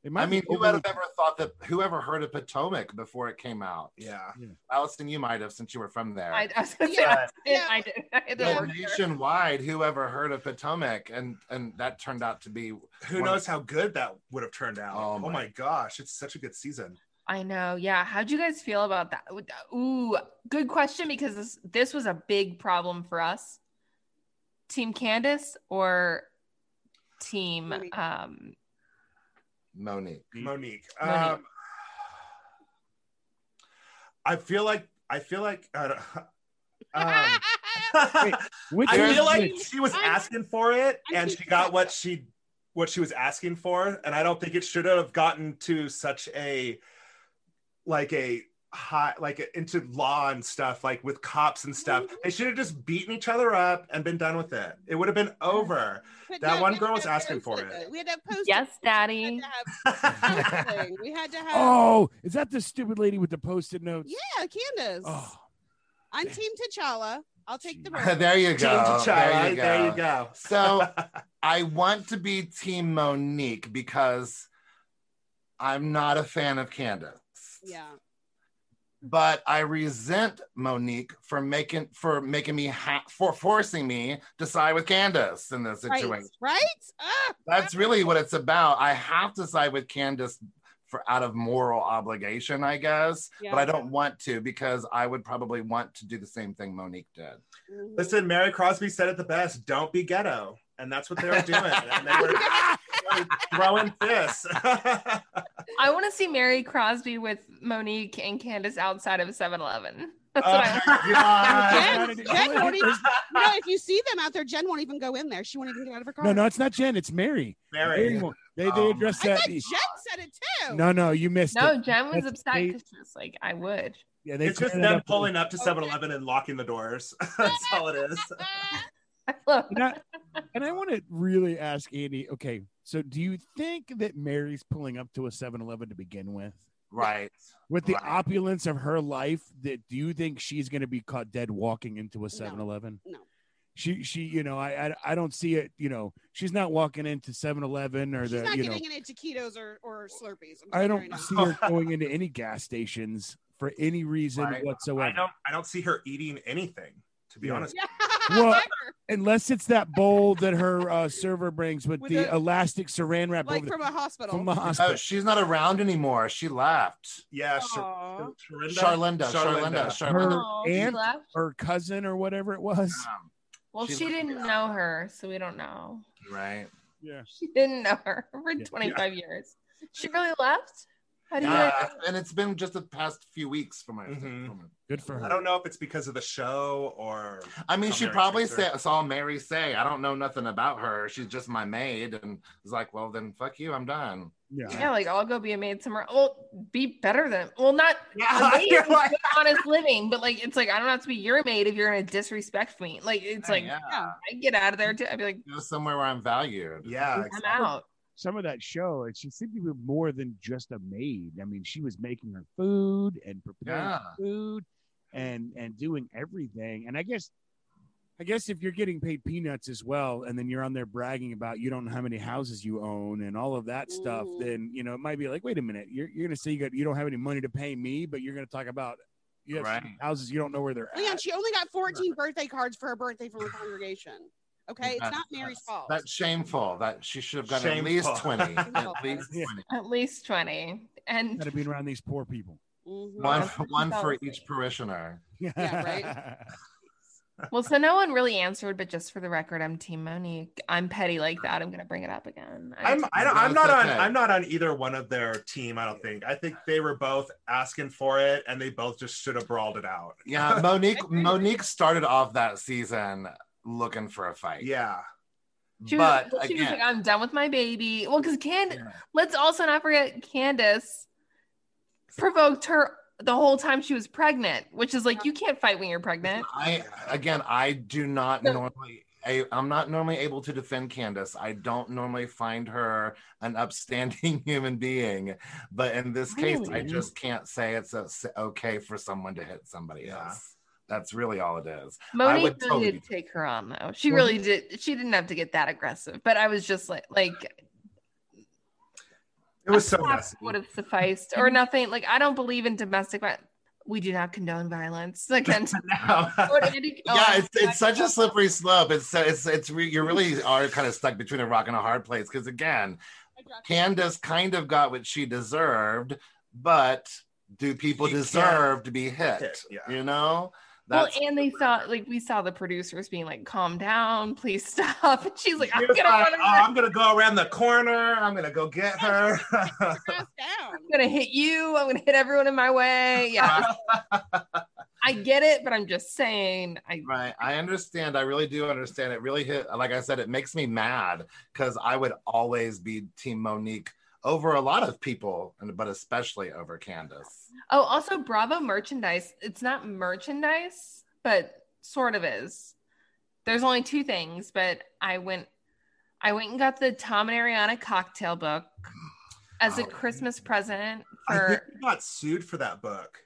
[SPEAKER 5] It might
[SPEAKER 1] I mean,
[SPEAKER 5] be
[SPEAKER 1] who would
[SPEAKER 5] overly-
[SPEAKER 1] have ever thought that? Who ever heard of Potomac before it came out?
[SPEAKER 2] yeah.
[SPEAKER 1] Allison, you might have since you were from there.
[SPEAKER 4] I, I was gonna say,
[SPEAKER 2] Yeah.
[SPEAKER 4] I, did,
[SPEAKER 3] Yeah.
[SPEAKER 4] I did. I did
[SPEAKER 1] But
[SPEAKER 4] work there.
[SPEAKER 1] nationwide, who ever heard of Potomac? And and that turned out to be
[SPEAKER 2] Who knows how good that would have turned out?
[SPEAKER 1] Oh
[SPEAKER 2] Oh my,
[SPEAKER 1] my-
[SPEAKER 2] gosh, it's such a good season.
[SPEAKER 4] I know. Yeah. How'd you guys feel about that? Would- Ooh, good question because this this was a big problem for us. Team Candace or team
[SPEAKER 3] Monique.
[SPEAKER 4] um
[SPEAKER 1] Monique.
[SPEAKER 2] Monique.
[SPEAKER 4] Monique.
[SPEAKER 2] Um, I feel like I feel like I don't, um,
[SPEAKER 5] Which
[SPEAKER 2] I
[SPEAKER 5] is
[SPEAKER 2] feel like
[SPEAKER 5] which?
[SPEAKER 2] she was
[SPEAKER 3] I'm-
[SPEAKER 2] asking for it,
[SPEAKER 3] I'm
[SPEAKER 2] and she
[SPEAKER 3] thinking
[SPEAKER 2] got
[SPEAKER 3] that-
[SPEAKER 2] what she what she was asking for, and I don't think it should have gotten to such a like a high like into law and stuff, like with cops and stuff. They should have just beaten each other up and been done with it. It would have been over.
[SPEAKER 3] But
[SPEAKER 2] That
[SPEAKER 3] no,
[SPEAKER 2] one
[SPEAKER 3] we
[SPEAKER 2] girl
[SPEAKER 3] had
[SPEAKER 2] was
[SPEAKER 3] to have
[SPEAKER 2] asking for
[SPEAKER 3] posted
[SPEAKER 2] it.
[SPEAKER 3] We had to have posted.
[SPEAKER 4] Yes,
[SPEAKER 3] We
[SPEAKER 4] Daddy.
[SPEAKER 3] had to have something. We had to have.
[SPEAKER 5] Oh, is that the stupid lady with the post-it notes?
[SPEAKER 3] Yeah, Candace.
[SPEAKER 5] Oh,
[SPEAKER 3] I'm Team T'Challa. I'll take the rope.
[SPEAKER 1] there you go.
[SPEAKER 2] Team T'Challa,
[SPEAKER 1] There you go.
[SPEAKER 2] There you go.
[SPEAKER 1] So I want to be Team Monique because I'm not a fan of Candace.
[SPEAKER 3] Yeah.
[SPEAKER 1] But I resent Monique for making for making me ha- for forcing me to side with Candace in this situation.
[SPEAKER 3] Right. Right. Ah,
[SPEAKER 1] That's really what it's about. I have to side with Candace for out of moral obligation, I guess.
[SPEAKER 3] Yeah.
[SPEAKER 1] But I don't want to because I would probably want to do the same thing Monique did.
[SPEAKER 3] mhm.
[SPEAKER 2] Listen, Mary Crosby said it the best: "Don't be ghetto," and that's what they were doing. And they were they were throwing fists.
[SPEAKER 4] I want to see Mary Crosby with Monique and Candace outside of 7-Eleven. That's what
[SPEAKER 2] Oh Uh,
[SPEAKER 4] I
[SPEAKER 2] I
[SPEAKER 3] Jen, Jen won't even, you know, if you see them out there, Jen won't even go in there. She won't even get out of her car.
[SPEAKER 5] no, no, it's not Jen. It's Mary. Mary
[SPEAKER 2] Mary. Oh.
[SPEAKER 5] won't- They they
[SPEAKER 1] Um,
[SPEAKER 5] addressed
[SPEAKER 3] I
[SPEAKER 5] that.
[SPEAKER 3] thought Jen said it too.
[SPEAKER 5] No, no, you missed
[SPEAKER 4] No,
[SPEAKER 5] it.
[SPEAKER 4] Jen was
[SPEAKER 5] That's
[SPEAKER 4] upset
[SPEAKER 5] they-
[SPEAKER 4] because she was like, I would.
[SPEAKER 5] Yeah, they
[SPEAKER 2] It's just
[SPEAKER 5] cleared it
[SPEAKER 2] them
[SPEAKER 5] up.
[SPEAKER 2] pulling up to 7 Eleven and locking the doors. That's all it is.
[SPEAKER 3] Ah,
[SPEAKER 4] I love
[SPEAKER 5] And I, and I want to really ask Andy. Okay, so do you think that Mary's pulling up to a 7-Eleven to begin with?
[SPEAKER 1] Right.
[SPEAKER 5] With the
[SPEAKER 1] Right.
[SPEAKER 5] opulence of her life, that do you think she's going to be caught dead walking into a 7-Eleven?
[SPEAKER 3] No.
[SPEAKER 5] She, she, you know, I, I, I don't see it. You know, she's not walking into 7-Eleven or
[SPEAKER 3] She's
[SPEAKER 5] the,
[SPEAKER 3] not
[SPEAKER 5] you know,
[SPEAKER 3] getting into taquitos or, or Slurpees. I'm
[SPEAKER 5] I
[SPEAKER 3] sorry,
[SPEAKER 5] don't
[SPEAKER 3] no.
[SPEAKER 5] see her going into any gas stations for any reason
[SPEAKER 1] Right.
[SPEAKER 2] I
[SPEAKER 5] whatsoever,
[SPEAKER 2] don't I don't see her eating anything, to be
[SPEAKER 5] Yeah.
[SPEAKER 2] honest.
[SPEAKER 3] Yeah.
[SPEAKER 5] Well, unless it's that bowl that her uh, server brings with,
[SPEAKER 3] With
[SPEAKER 5] the
[SPEAKER 3] the-
[SPEAKER 5] elastic Saran wrap
[SPEAKER 3] like
[SPEAKER 5] over the-
[SPEAKER 3] from a hospital.
[SPEAKER 5] from the hospital.
[SPEAKER 1] Oh, she's not around anymore. She left.
[SPEAKER 2] Yeah, Char-
[SPEAKER 3] Aw.
[SPEAKER 1] Charlinda. Charlinda. Charlinda.
[SPEAKER 5] Her
[SPEAKER 4] Aw, Oh, she
[SPEAKER 5] aunt?
[SPEAKER 4] left?
[SPEAKER 5] her cousin or whatever it was.
[SPEAKER 1] Um,
[SPEAKER 4] Well,
[SPEAKER 1] She
[SPEAKER 4] she
[SPEAKER 1] left.
[SPEAKER 4] didn't know her, so we don't know.
[SPEAKER 1] right.
[SPEAKER 5] Yeah.
[SPEAKER 4] She didn't know her for
[SPEAKER 5] Yeah.
[SPEAKER 4] 25 years. She really left? How do you
[SPEAKER 1] Yeah.
[SPEAKER 4] guys-
[SPEAKER 1] And it's been just the past few weeks for my.
[SPEAKER 2] Mhm.
[SPEAKER 1] from-
[SPEAKER 5] Good for
[SPEAKER 2] I
[SPEAKER 5] her.
[SPEAKER 2] don't know if it's because of the show or
[SPEAKER 1] I mean,
[SPEAKER 2] Saw
[SPEAKER 1] she
[SPEAKER 2] Mary
[SPEAKER 1] probably
[SPEAKER 2] Fraser.
[SPEAKER 1] sa- saw Mary say, "I don't know nothing about her. She's just my maid," and was like, "Well, then, fuck you. I'm done."
[SPEAKER 5] Yeah.
[SPEAKER 4] Yeah, like I'll go be a maid somewhere. Well, be better than well, not
[SPEAKER 2] Yeah, you're like-
[SPEAKER 4] honest living, but like it's like I don't have to be your maid if you're gonna disrespect me. Like it's like
[SPEAKER 1] yeah,
[SPEAKER 3] Yeah.
[SPEAKER 4] I get out of there too. I'd be like,
[SPEAKER 1] go somewhere where I'm valued.
[SPEAKER 2] yeah,
[SPEAKER 4] I'm out.
[SPEAKER 5] Some of that show, and she seemed to be more than just a maid. I mean, she was making her food and preparing
[SPEAKER 1] Yeah.
[SPEAKER 5] food and and doing everything. And I guess I guess if you're getting paid peanuts as well, and then you're on there bragging about you don't know how many houses you own and all of that stuff,
[SPEAKER 3] Mhm.
[SPEAKER 5] then you know it might be like, wait a minute, you're, you're gonna say you got you don't have any money to pay me, but you're gonna talk about you have
[SPEAKER 1] Right.
[SPEAKER 5] houses you don't know where they're
[SPEAKER 3] Leon,
[SPEAKER 5] at.
[SPEAKER 3] she only got 14 birthday cards for her birthday from her congregation. Okay, it's
[SPEAKER 1] That's-
[SPEAKER 3] not Mary's fault.
[SPEAKER 1] That's shameful. That she should have gotten at least
[SPEAKER 2] Shameful.
[SPEAKER 1] twenty. at least
[SPEAKER 5] Yeah.
[SPEAKER 1] twenty.
[SPEAKER 4] At least 20.
[SPEAKER 5] Got
[SPEAKER 4] And
[SPEAKER 5] to be around these poor people.
[SPEAKER 3] Mhm.
[SPEAKER 1] One,
[SPEAKER 4] That's what she
[SPEAKER 1] one
[SPEAKER 4] felt
[SPEAKER 1] for
[SPEAKER 4] like.
[SPEAKER 1] each parishioner.
[SPEAKER 3] Yeah,
[SPEAKER 4] well, so no one really answered, but just for the record, I'm Team Monique. I'm petty like that. I'm gonna bring it up again. I-
[SPEAKER 2] I'm I don't,
[SPEAKER 1] No,
[SPEAKER 2] I'm
[SPEAKER 1] it's
[SPEAKER 2] not on
[SPEAKER 1] okay.
[SPEAKER 2] I'm not on either one of their team. I don't think. I think they were both asking for it, and they both just should have brawled it out.
[SPEAKER 1] Yeah, Monique. Monique started off that season looking for a fight.
[SPEAKER 2] Yeah,
[SPEAKER 4] She was,
[SPEAKER 1] but
[SPEAKER 4] well, she was
[SPEAKER 1] again,
[SPEAKER 4] like, I'm done with my baby. Well, because Cand,
[SPEAKER 1] Yeah.
[SPEAKER 4] let's also not forget Candace provoked her the whole time she was pregnant, which is like you can't fight when you're pregnant.
[SPEAKER 1] I again, I do not
[SPEAKER 4] So-
[SPEAKER 1] normally I, I'm not normally able to defend Candace. I don't normally find her an upstanding human being, but in this case, I
[SPEAKER 4] Really?
[SPEAKER 1] just can't say it's a, okay for someone to hit somebody
[SPEAKER 2] Yeah.
[SPEAKER 1] else. That's really all it is.
[SPEAKER 4] Monique
[SPEAKER 1] would
[SPEAKER 4] really
[SPEAKER 1] totally
[SPEAKER 4] did
[SPEAKER 1] do-
[SPEAKER 4] take her on though. She really did. She didn't have to get that aggressive, but I was just like, like
[SPEAKER 2] It was so messy.
[SPEAKER 4] would have sufficed or nothing. Like I don't believe in domestic violence. We do not condone violence against. Or any- oh,
[SPEAKER 1] Um, yeah,
[SPEAKER 4] I-
[SPEAKER 1] it's, it's such a slippery slope. It's so it's it's re- you really are kind of stuck between a rock and a hard place because again,
[SPEAKER 3] I dropped it.
[SPEAKER 1] Candace kind of got what she deserved, but do people
[SPEAKER 2] She
[SPEAKER 1] deserve to be hit?
[SPEAKER 2] hit, yeah.
[SPEAKER 1] You know,
[SPEAKER 4] Well,
[SPEAKER 1] that's
[SPEAKER 4] and they saw like we saw the producers being like, "Calm down, please stop." And she's like, "I'm
[SPEAKER 2] She
[SPEAKER 4] gonna
[SPEAKER 2] was like,
[SPEAKER 4] run
[SPEAKER 2] "Oh,
[SPEAKER 4] over-
[SPEAKER 2] I'm gonna go around the corner. I'm gonna go get her.
[SPEAKER 3] Pass down.
[SPEAKER 4] I'm gonna hit you. I'm gonna hit everyone in my way." Yeah, I get it, but I'm just saying. I
[SPEAKER 1] right. I understand. I really do understand. It really hit. Like I said, it makes me mad because I would always be Team Monique over a lot of people, and but especially over Candace.
[SPEAKER 4] oh, also Bravo merchandise. It's not merchandise, but sort of is. There's only two things, but I went, I went and got the Tom and Ariana cocktail book as a
[SPEAKER 1] Oh.
[SPEAKER 4] Christmas present
[SPEAKER 2] I think
[SPEAKER 4] for
[SPEAKER 2] they got sued for that book.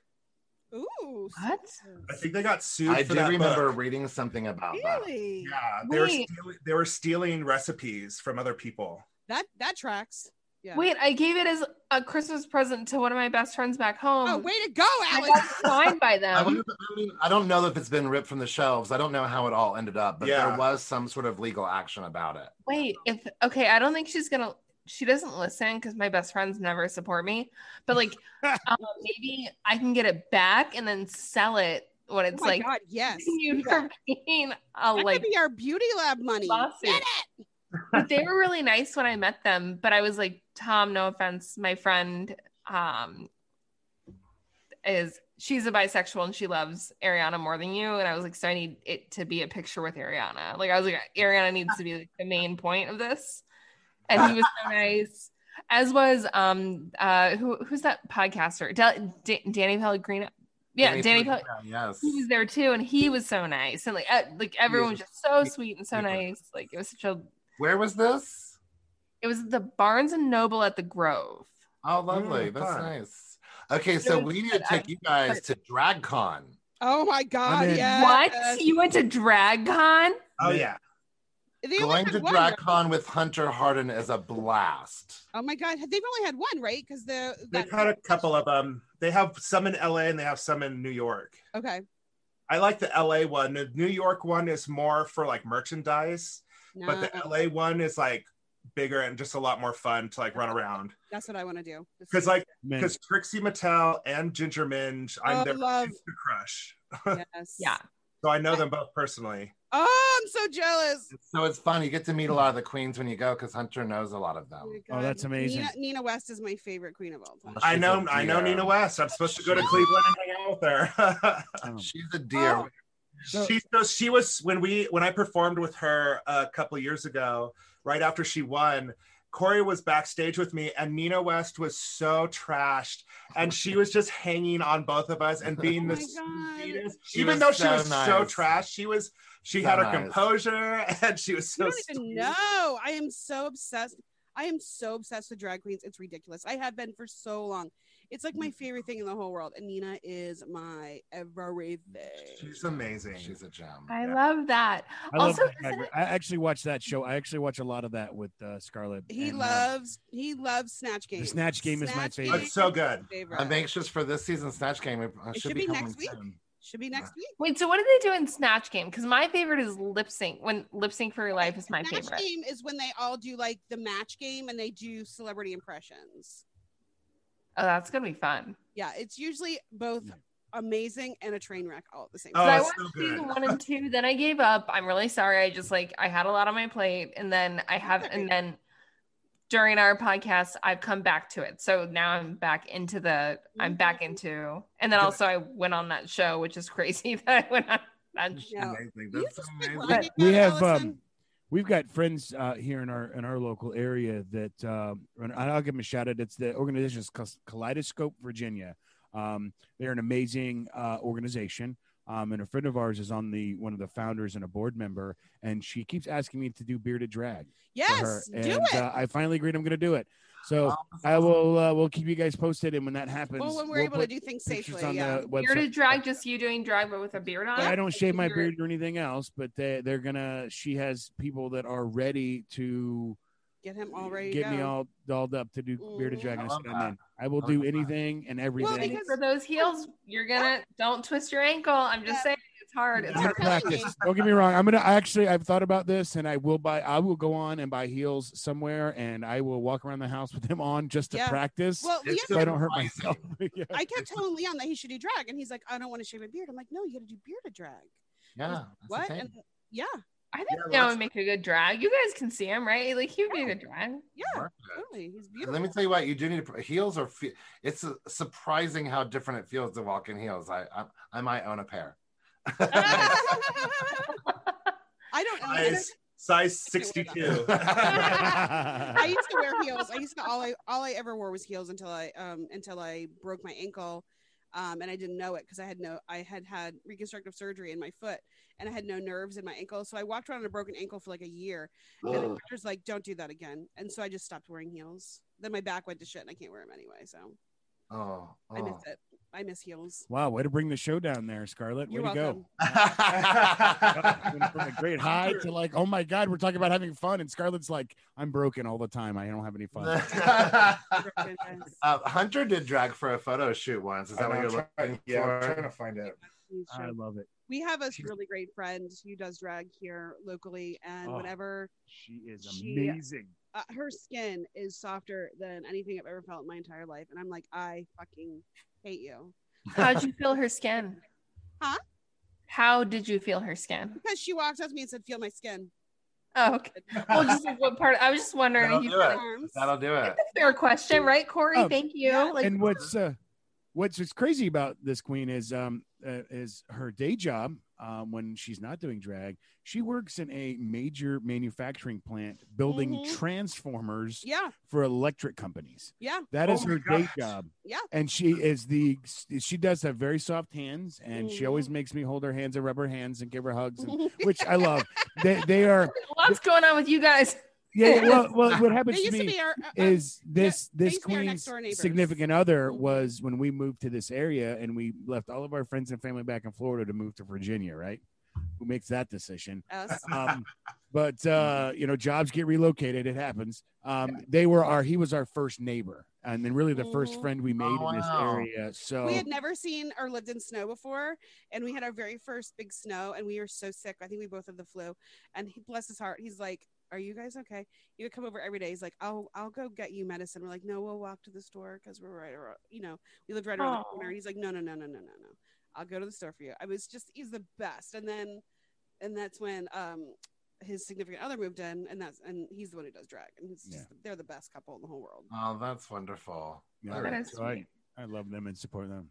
[SPEAKER 3] Ooh.
[SPEAKER 4] What?
[SPEAKER 3] so-
[SPEAKER 2] I think they got sued.
[SPEAKER 1] I
[SPEAKER 2] for
[SPEAKER 1] do
[SPEAKER 2] that
[SPEAKER 1] remember
[SPEAKER 2] book.
[SPEAKER 1] reading something about that.
[SPEAKER 3] Really?
[SPEAKER 2] Yeah, they were,
[SPEAKER 4] Wait.
[SPEAKER 2] stealing, they were stealing recipes from other people.
[SPEAKER 3] That that tracks. Yeah.
[SPEAKER 4] Wait, I gave it as a Christmas present to one of my best friends back home.
[SPEAKER 3] Oh, way to go,
[SPEAKER 4] um, I
[SPEAKER 3] Alex.
[SPEAKER 4] got signed by
[SPEAKER 1] I,
[SPEAKER 4] them.
[SPEAKER 1] wonder, I mean, I don't know if it's been ripped from the shelves. I don't know how it all ended up, but
[SPEAKER 2] Yeah.
[SPEAKER 1] there was some sort of legal action about it.
[SPEAKER 4] Wait, if okay, I don't think she's gonna. She doesn't listen because my best friends never support me. But like, um, maybe I can get it back and then sell it when
[SPEAKER 3] Oh
[SPEAKER 4] it's
[SPEAKER 3] my
[SPEAKER 4] like
[SPEAKER 3] God, yes.
[SPEAKER 4] you
[SPEAKER 3] Yeah.
[SPEAKER 4] for being a
[SPEAKER 3] That
[SPEAKER 4] like.
[SPEAKER 3] could be our beauty lab money.
[SPEAKER 4] lawsuit.
[SPEAKER 3] Get it.
[SPEAKER 4] but they were really nice when I met them. But I was like, Tom, no offense, my friend, um, is she's a bisexual and she loves Ariana more than you. And I was like, so I need it to be a picture with Ariana. Like I was like, Ariana needs to be like, the main point of this. And he was so nice. As was um uh who who's that podcaster? Da- Da- Danny Pellegrino. Yeah, Danny, Pellegrino
[SPEAKER 1] Yeah, yes.
[SPEAKER 4] he was there too, and he was so nice, and like uh, like everyone was just so sweet and so
[SPEAKER 1] Super.
[SPEAKER 4] nice. Like it was such a
[SPEAKER 1] Where was this?
[SPEAKER 4] it was the Barnes and Noble at the Grove.
[SPEAKER 1] Oh, lovely.
[SPEAKER 2] Mm,
[SPEAKER 1] That's
[SPEAKER 2] fun.
[SPEAKER 1] nice. Okay, so
[SPEAKER 4] was uh,
[SPEAKER 1] we need
[SPEAKER 4] good.
[SPEAKER 1] to take you guys to DragCon.
[SPEAKER 3] Oh my God.
[SPEAKER 5] in.
[SPEAKER 3] yes.
[SPEAKER 4] What? You went to DragCon?
[SPEAKER 2] Oh yeah,
[SPEAKER 5] Yeah.
[SPEAKER 3] They only
[SPEAKER 1] Going
[SPEAKER 3] had
[SPEAKER 1] to
[SPEAKER 3] one, right?
[SPEAKER 1] DragCon with Hunter Harden is a blast.
[SPEAKER 3] Oh my God. They've only had one, right? Because the
[SPEAKER 2] they've
[SPEAKER 3] that-
[SPEAKER 2] had a couple of them. They have some in LA and they have some in New York.
[SPEAKER 3] Okay.
[SPEAKER 2] I like the LA one. The New York one is more for like merchandise,
[SPEAKER 3] No,
[SPEAKER 2] but the LA one is like bigger and just a lot more fun to like run around.
[SPEAKER 3] that's what I want to do. This
[SPEAKER 2] Because
[SPEAKER 3] is-
[SPEAKER 2] like
[SPEAKER 1] Mm.
[SPEAKER 5] Man,
[SPEAKER 2] because Trixie Mattel and Ginger Minge, I'm
[SPEAKER 3] Oh,
[SPEAKER 2] their
[SPEAKER 3] love.
[SPEAKER 2] sister crush.
[SPEAKER 3] yes.
[SPEAKER 4] Yeah.
[SPEAKER 2] So I know them both personally.
[SPEAKER 3] Oh, I'm so jealous.
[SPEAKER 1] So it's fun. You get to meet a lot of the queens when you go because Hunter knows a lot of
[SPEAKER 3] Oh, my
[SPEAKER 1] them.
[SPEAKER 5] Oh, that's
[SPEAKER 3] God.
[SPEAKER 5] amazing.
[SPEAKER 3] Nina, Nina West is my favorite queen of all time.
[SPEAKER 1] She's
[SPEAKER 2] I know
[SPEAKER 1] a
[SPEAKER 2] I know
[SPEAKER 1] dear.
[SPEAKER 2] Nina West. I'm supposed to go to
[SPEAKER 1] She's-
[SPEAKER 2] Cleveland and hang out with her.
[SPEAKER 5] um,
[SPEAKER 1] She's a dear.
[SPEAKER 3] Oh.
[SPEAKER 5] So-
[SPEAKER 2] she so she was when we when I performed with her a couple years ago, right after she won. Corey was backstage with me, and Nina West was so trashed, and she was just hanging on both of us and being
[SPEAKER 3] Oh
[SPEAKER 2] the
[SPEAKER 3] my God.
[SPEAKER 2] sweetest.
[SPEAKER 1] She
[SPEAKER 2] Even
[SPEAKER 1] was
[SPEAKER 2] though she
[SPEAKER 1] so
[SPEAKER 2] was so
[SPEAKER 1] nice.
[SPEAKER 2] trashed, she was she
[SPEAKER 1] So
[SPEAKER 2] had her
[SPEAKER 1] nice.
[SPEAKER 2] composure, and she was so.
[SPEAKER 3] You don't even
[SPEAKER 2] sweet.
[SPEAKER 3] know. I am so obsessed. I am so obsessed with drag queens. It's ridiculous. I have been for so long. It's like my favorite thing in the whole world. And Nina is my everything.
[SPEAKER 2] She's amazing.
[SPEAKER 1] She's a gem.
[SPEAKER 4] I love that.
[SPEAKER 5] I love.
[SPEAKER 4] also,
[SPEAKER 5] Drag
[SPEAKER 4] isn't
[SPEAKER 5] Race.
[SPEAKER 4] it-
[SPEAKER 5] I actually watch that show. I actually watch a lot of that with uh, Scarlett.
[SPEAKER 3] He
[SPEAKER 5] and, uh,
[SPEAKER 3] loves he loves Snatch Game.
[SPEAKER 5] Snatch Game is my favorite.
[SPEAKER 2] It's so good.
[SPEAKER 3] Favorite.
[SPEAKER 1] I'm anxious for this season's Snatch Game. It, uh,
[SPEAKER 3] It
[SPEAKER 1] should, be, coming
[SPEAKER 3] next week.
[SPEAKER 1] soon.
[SPEAKER 3] Should be next week.
[SPEAKER 4] wait, so what do they do in Snatch Game? Because my favorite is lip sync. When lip sync for your life is my
[SPEAKER 3] Snatch
[SPEAKER 4] favorite.
[SPEAKER 3] Game is when they all do like the match game and they do celebrity impressions.
[SPEAKER 4] Oh, that's gonna be fun.
[SPEAKER 3] Yeah, it's usually both
[SPEAKER 5] Yeah.
[SPEAKER 3] amazing and a train wreck all at the same
[SPEAKER 2] Oh,
[SPEAKER 4] So I
[SPEAKER 3] time.
[SPEAKER 2] it's
[SPEAKER 4] watched
[SPEAKER 2] so good.
[SPEAKER 4] season one and two. Then I gave up. I'm really sorry. I just like I had a lot on my plate, and then I have, and then during our podcast, I've come back to it. So now I'm back into the. I'm back into, and then
[SPEAKER 2] Good.
[SPEAKER 4] also I went on that show, which is crazy that I went on that show.
[SPEAKER 3] Yeah.
[SPEAKER 1] Amazing.
[SPEAKER 3] You
[SPEAKER 1] That's
[SPEAKER 3] just pick
[SPEAKER 1] amazing.
[SPEAKER 3] one.
[SPEAKER 5] But
[SPEAKER 3] Right.
[SPEAKER 5] we
[SPEAKER 3] Yeah,
[SPEAKER 5] have
[SPEAKER 3] Allison.
[SPEAKER 5] um, we've got friends uh, here in our in our local area that uh, and I'll give them a shout out. It's the organization is called Kaleidoscope Virginia. Um, they're an amazing uh, organization. Um, and a friend of ours is on the one of the founders and a board member, and she keeps asking me to do bearded drag. for her.
[SPEAKER 3] Yes, do
[SPEAKER 5] And,
[SPEAKER 3] it.
[SPEAKER 5] Uh, I finally agreed. I'm going to do it. So
[SPEAKER 1] Oh,
[SPEAKER 5] I will. Uh, we'll keep you guys posted, and when that happens,
[SPEAKER 3] well, when we're
[SPEAKER 5] we'll
[SPEAKER 3] able to
[SPEAKER 5] put
[SPEAKER 3] do things
[SPEAKER 5] pictures
[SPEAKER 3] safely,
[SPEAKER 5] on
[SPEAKER 3] yeah.
[SPEAKER 5] the website.
[SPEAKER 4] Bearded drag, just you doing drag but with a beard on.
[SPEAKER 5] But
[SPEAKER 4] it?
[SPEAKER 5] I don't
[SPEAKER 4] Like,
[SPEAKER 5] shave my
[SPEAKER 4] you're-
[SPEAKER 5] beard or anything else, but they they're gonna. She has people that are ready to
[SPEAKER 3] Get him all ready. to
[SPEAKER 5] get me
[SPEAKER 3] go.
[SPEAKER 5] all dolled up to do bearded
[SPEAKER 3] Mhm.
[SPEAKER 5] drag.
[SPEAKER 1] I
[SPEAKER 5] And I
[SPEAKER 1] love
[SPEAKER 5] said, I'm
[SPEAKER 1] that.
[SPEAKER 5] in. I will
[SPEAKER 1] I
[SPEAKER 5] do
[SPEAKER 1] love that.
[SPEAKER 5] anything and everything.
[SPEAKER 3] Well, because-
[SPEAKER 4] For those heels, you're gonna don't twist your ankle. I'm just
[SPEAKER 3] Yeah.
[SPEAKER 4] saying it's hard. It's
[SPEAKER 5] I'm gonna
[SPEAKER 4] hard.
[SPEAKER 3] You're killing
[SPEAKER 5] practice.
[SPEAKER 3] me.
[SPEAKER 5] Don't get me wrong. I'm gonna I actually. I've thought about this, and I will buy. I will go on and buy heels somewhere, and I will walk around the house with them on just to
[SPEAKER 3] Yeah.
[SPEAKER 5] practice,
[SPEAKER 3] Well, Leon,
[SPEAKER 1] It's
[SPEAKER 5] so I don't hurt
[SPEAKER 1] amazing.
[SPEAKER 5] myself. Yeah.
[SPEAKER 3] I kept telling Leon that he should do drag, and he's like, "I don't want to shave my beard." I'm like, "No, you got to do bearded drag."
[SPEAKER 1] Yeah. that's the
[SPEAKER 3] What?
[SPEAKER 1] thing.
[SPEAKER 3] And yeah,
[SPEAKER 4] I think
[SPEAKER 2] Yeah,
[SPEAKER 4] Leon
[SPEAKER 2] lots
[SPEAKER 4] would make a good drag. You guys can see him, right? Like he would be a good drag.
[SPEAKER 3] yeah,
[SPEAKER 1] Work it.
[SPEAKER 3] totally. He's
[SPEAKER 1] And
[SPEAKER 3] beautiful.
[SPEAKER 1] Let me tell you what you do need. To, heels are. Fe- it's surprising how different it feels to walk in heels. I I, I might own a pair.
[SPEAKER 3] I don't. know.
[SPEAKER 2] Size, size
[SPEAKER 3] Anyway,
[SPEAKER 2] 62.
[SPEAKER 3] I used to wear heels. I used to all I all I ever wore was heels until I um until I broke my ankle, um and I didn't know it because I had no I had had reconstructive surgery in my foot and I had no nerves in my ankle, so I walked around on a broken ankle for like a year. And the doctor's like, "Don't do that again," and so I just stopped wearing heels. Then my back went to shit, and I can't wear them anyway. So
[SPEAKER 1] oh,
[SPEAKER 3] I miss
[SPEAKER 1] oh.
[SPEAKER 3] it. I miss heels.
[SPEAKER 5] wow, way to bring the show down there, Scarlett. Way
[SPEAKER 3] You're
[SPEAKER 5] to
[SPEAKER 3] welcome.
[SPEAKER 5] go. Went from a great high to like, oh my god, we're talking about having fun, and Scarlett's like, I'm broken all the time. I don't have any fun.
[SPEAKER 3] Broken, guys.
[SPEAKER 1] Uh, Hunter did drag for a photo shoot once. Is that what
[SPEAKER 7] I'm
[SPEAKER 1] you're
[SPEAKER 7] trying-
[SPEAKER 1] looking
[SPEAKER 7] yeah, I'm
[SPEAKER 1] for?
[SPEAKER 7] trying to find out.
[SPEAKER 3] He's
[SPEAKER 5] I
[SPEAKER 3] sure.
[SPEAKER 5] love it.
[SPEAKER 3] We have a really great friend who does drag here locally, and
[SPEAKER 5] Oh.
[SPEAKER 3] whenever
[SPEAKER 5] She is
[SPEAKER 3] She-
[SPEAKER 5] amazing.
[SPEAKER 3] uh, her skin is softer than anything I've ever felt in my entire life, and I'm like, I fucking hate you
[SPEAKER 4] How'd you feel her skin?
[SPEAKER 3] Huh?
[SPEAKER 4] How did you feel her skin?
[SPEAKER 3] because she walked up to me and said, "Feel my skin."
[SPEAKER 4] Oh, okay. Well, just like what part? I was just wondering.
[SPEAKER 1] That'll
[SPEAKER 4] if you
[SPEAKER 1] do it.
[SPEAKER 3] Arms.
[SPEAKER 1] That'll do it.
[SPEAKER 4] fair question, right, Corey?
[SPEAKER 5] Oh,
[SPEAKER 4] Thank you.
[SPEAKER 3] yeah.
[SPEAKER 4] Like,
[SPEAKER 5] and what's uh, what's what's crazy about this queen is um uh, is her day job um, when she's not doing drag, she works in a major manufacturing plant building
[SPEAKER 3] Mhm.
[SPEAKER 5] transformers
[SPEAKER 3] Yeah,
[SPEAKER 5] for electric companies.
[SPEAKER 3] yeah,
[SPEAKER 5] That
[SPEAKER 2] Oh
[SPEAKER 5] is
[SPEAKER 2] my
[SPEAKER 5] her day
[SPEAKER 2] gosh.
[SPEAKER 5] job.
[SPEAKER 3] Yeah.
[SPEAKER 5] And she is the she does have very soft hands and she
[SPEAKER 3] Mhm.
[SPEAKER 5] always makes me hold her hands and rub her hands and give her hugs and, which I love. They they are
[SPEAKER 4] what's going on with you guys?
[SPEAKER 5] yeah, yeah, well, well what
[SPEAKER 3] they
[SPEAKER 5] happens
[SPEAKER 3] used
[SPEAKER 5] to
[SPEAKER 3] to
[SPEAKER 5] me
[SPEAKER 3] be our uh, um,
[SPEAKER 5] is this
[SPEAKER 3] they
[SPEAKER 5] this
[SPEAKER 3] used to be our next
[SPEAKER 5] queen's
[SPEAKER 3] door neighbors.
[SPEAKER 5] significant other
[SPEAKER 3] Mhm.
[SPEAKER 5] was when we moved to this area and we left all of our friends and family back in Florida to move to Virginia, right? Who makes that decision?
[SPEAKER 3] us.
[SPEAKER 5] Um, but uh, you know, jobs get relocated. It happens. Um, they were our he was our first neighbor, and then really the first
[SPEAKER 3] Mhm.
[SPEAKER 5] friend we made
[SPEAKER 1] Oh,
[SPEAKER 5] in this
[SPEAKER 1] wow.
[SPEAKER 5] area. So
[SPEAKER 3] We had never seen or lived in snow before, and we had our very first big snow, and we were so sick. I think we both had the flu. And he, bless his heart, he's like, "Are you guys okay?" You would come over every day. He's like, "I'll I'll go get you medicine." We're like, "No, we'll walk to the store because we're right around, you know, we lived right around the
[SPEAKER 4] Aw.
[SPEAKER 3] corner." And he's like, "No, no, no, no, no, no, no. I'll go to the store for you." I was just, he's the best. And then, and that's when um his significant other moved in, and that's and he's the one who does drag, and it's just, they're the best couple in the whole world.
[SPEAKER 1] Oh, that's wonderful.
[SPEAKER 5] Yeah.
[SPEAKER 4] That is
[SPEAKER 5] So I,
[SPEAKER 4] sweet.
[SPEAKER 5] I love them and support them.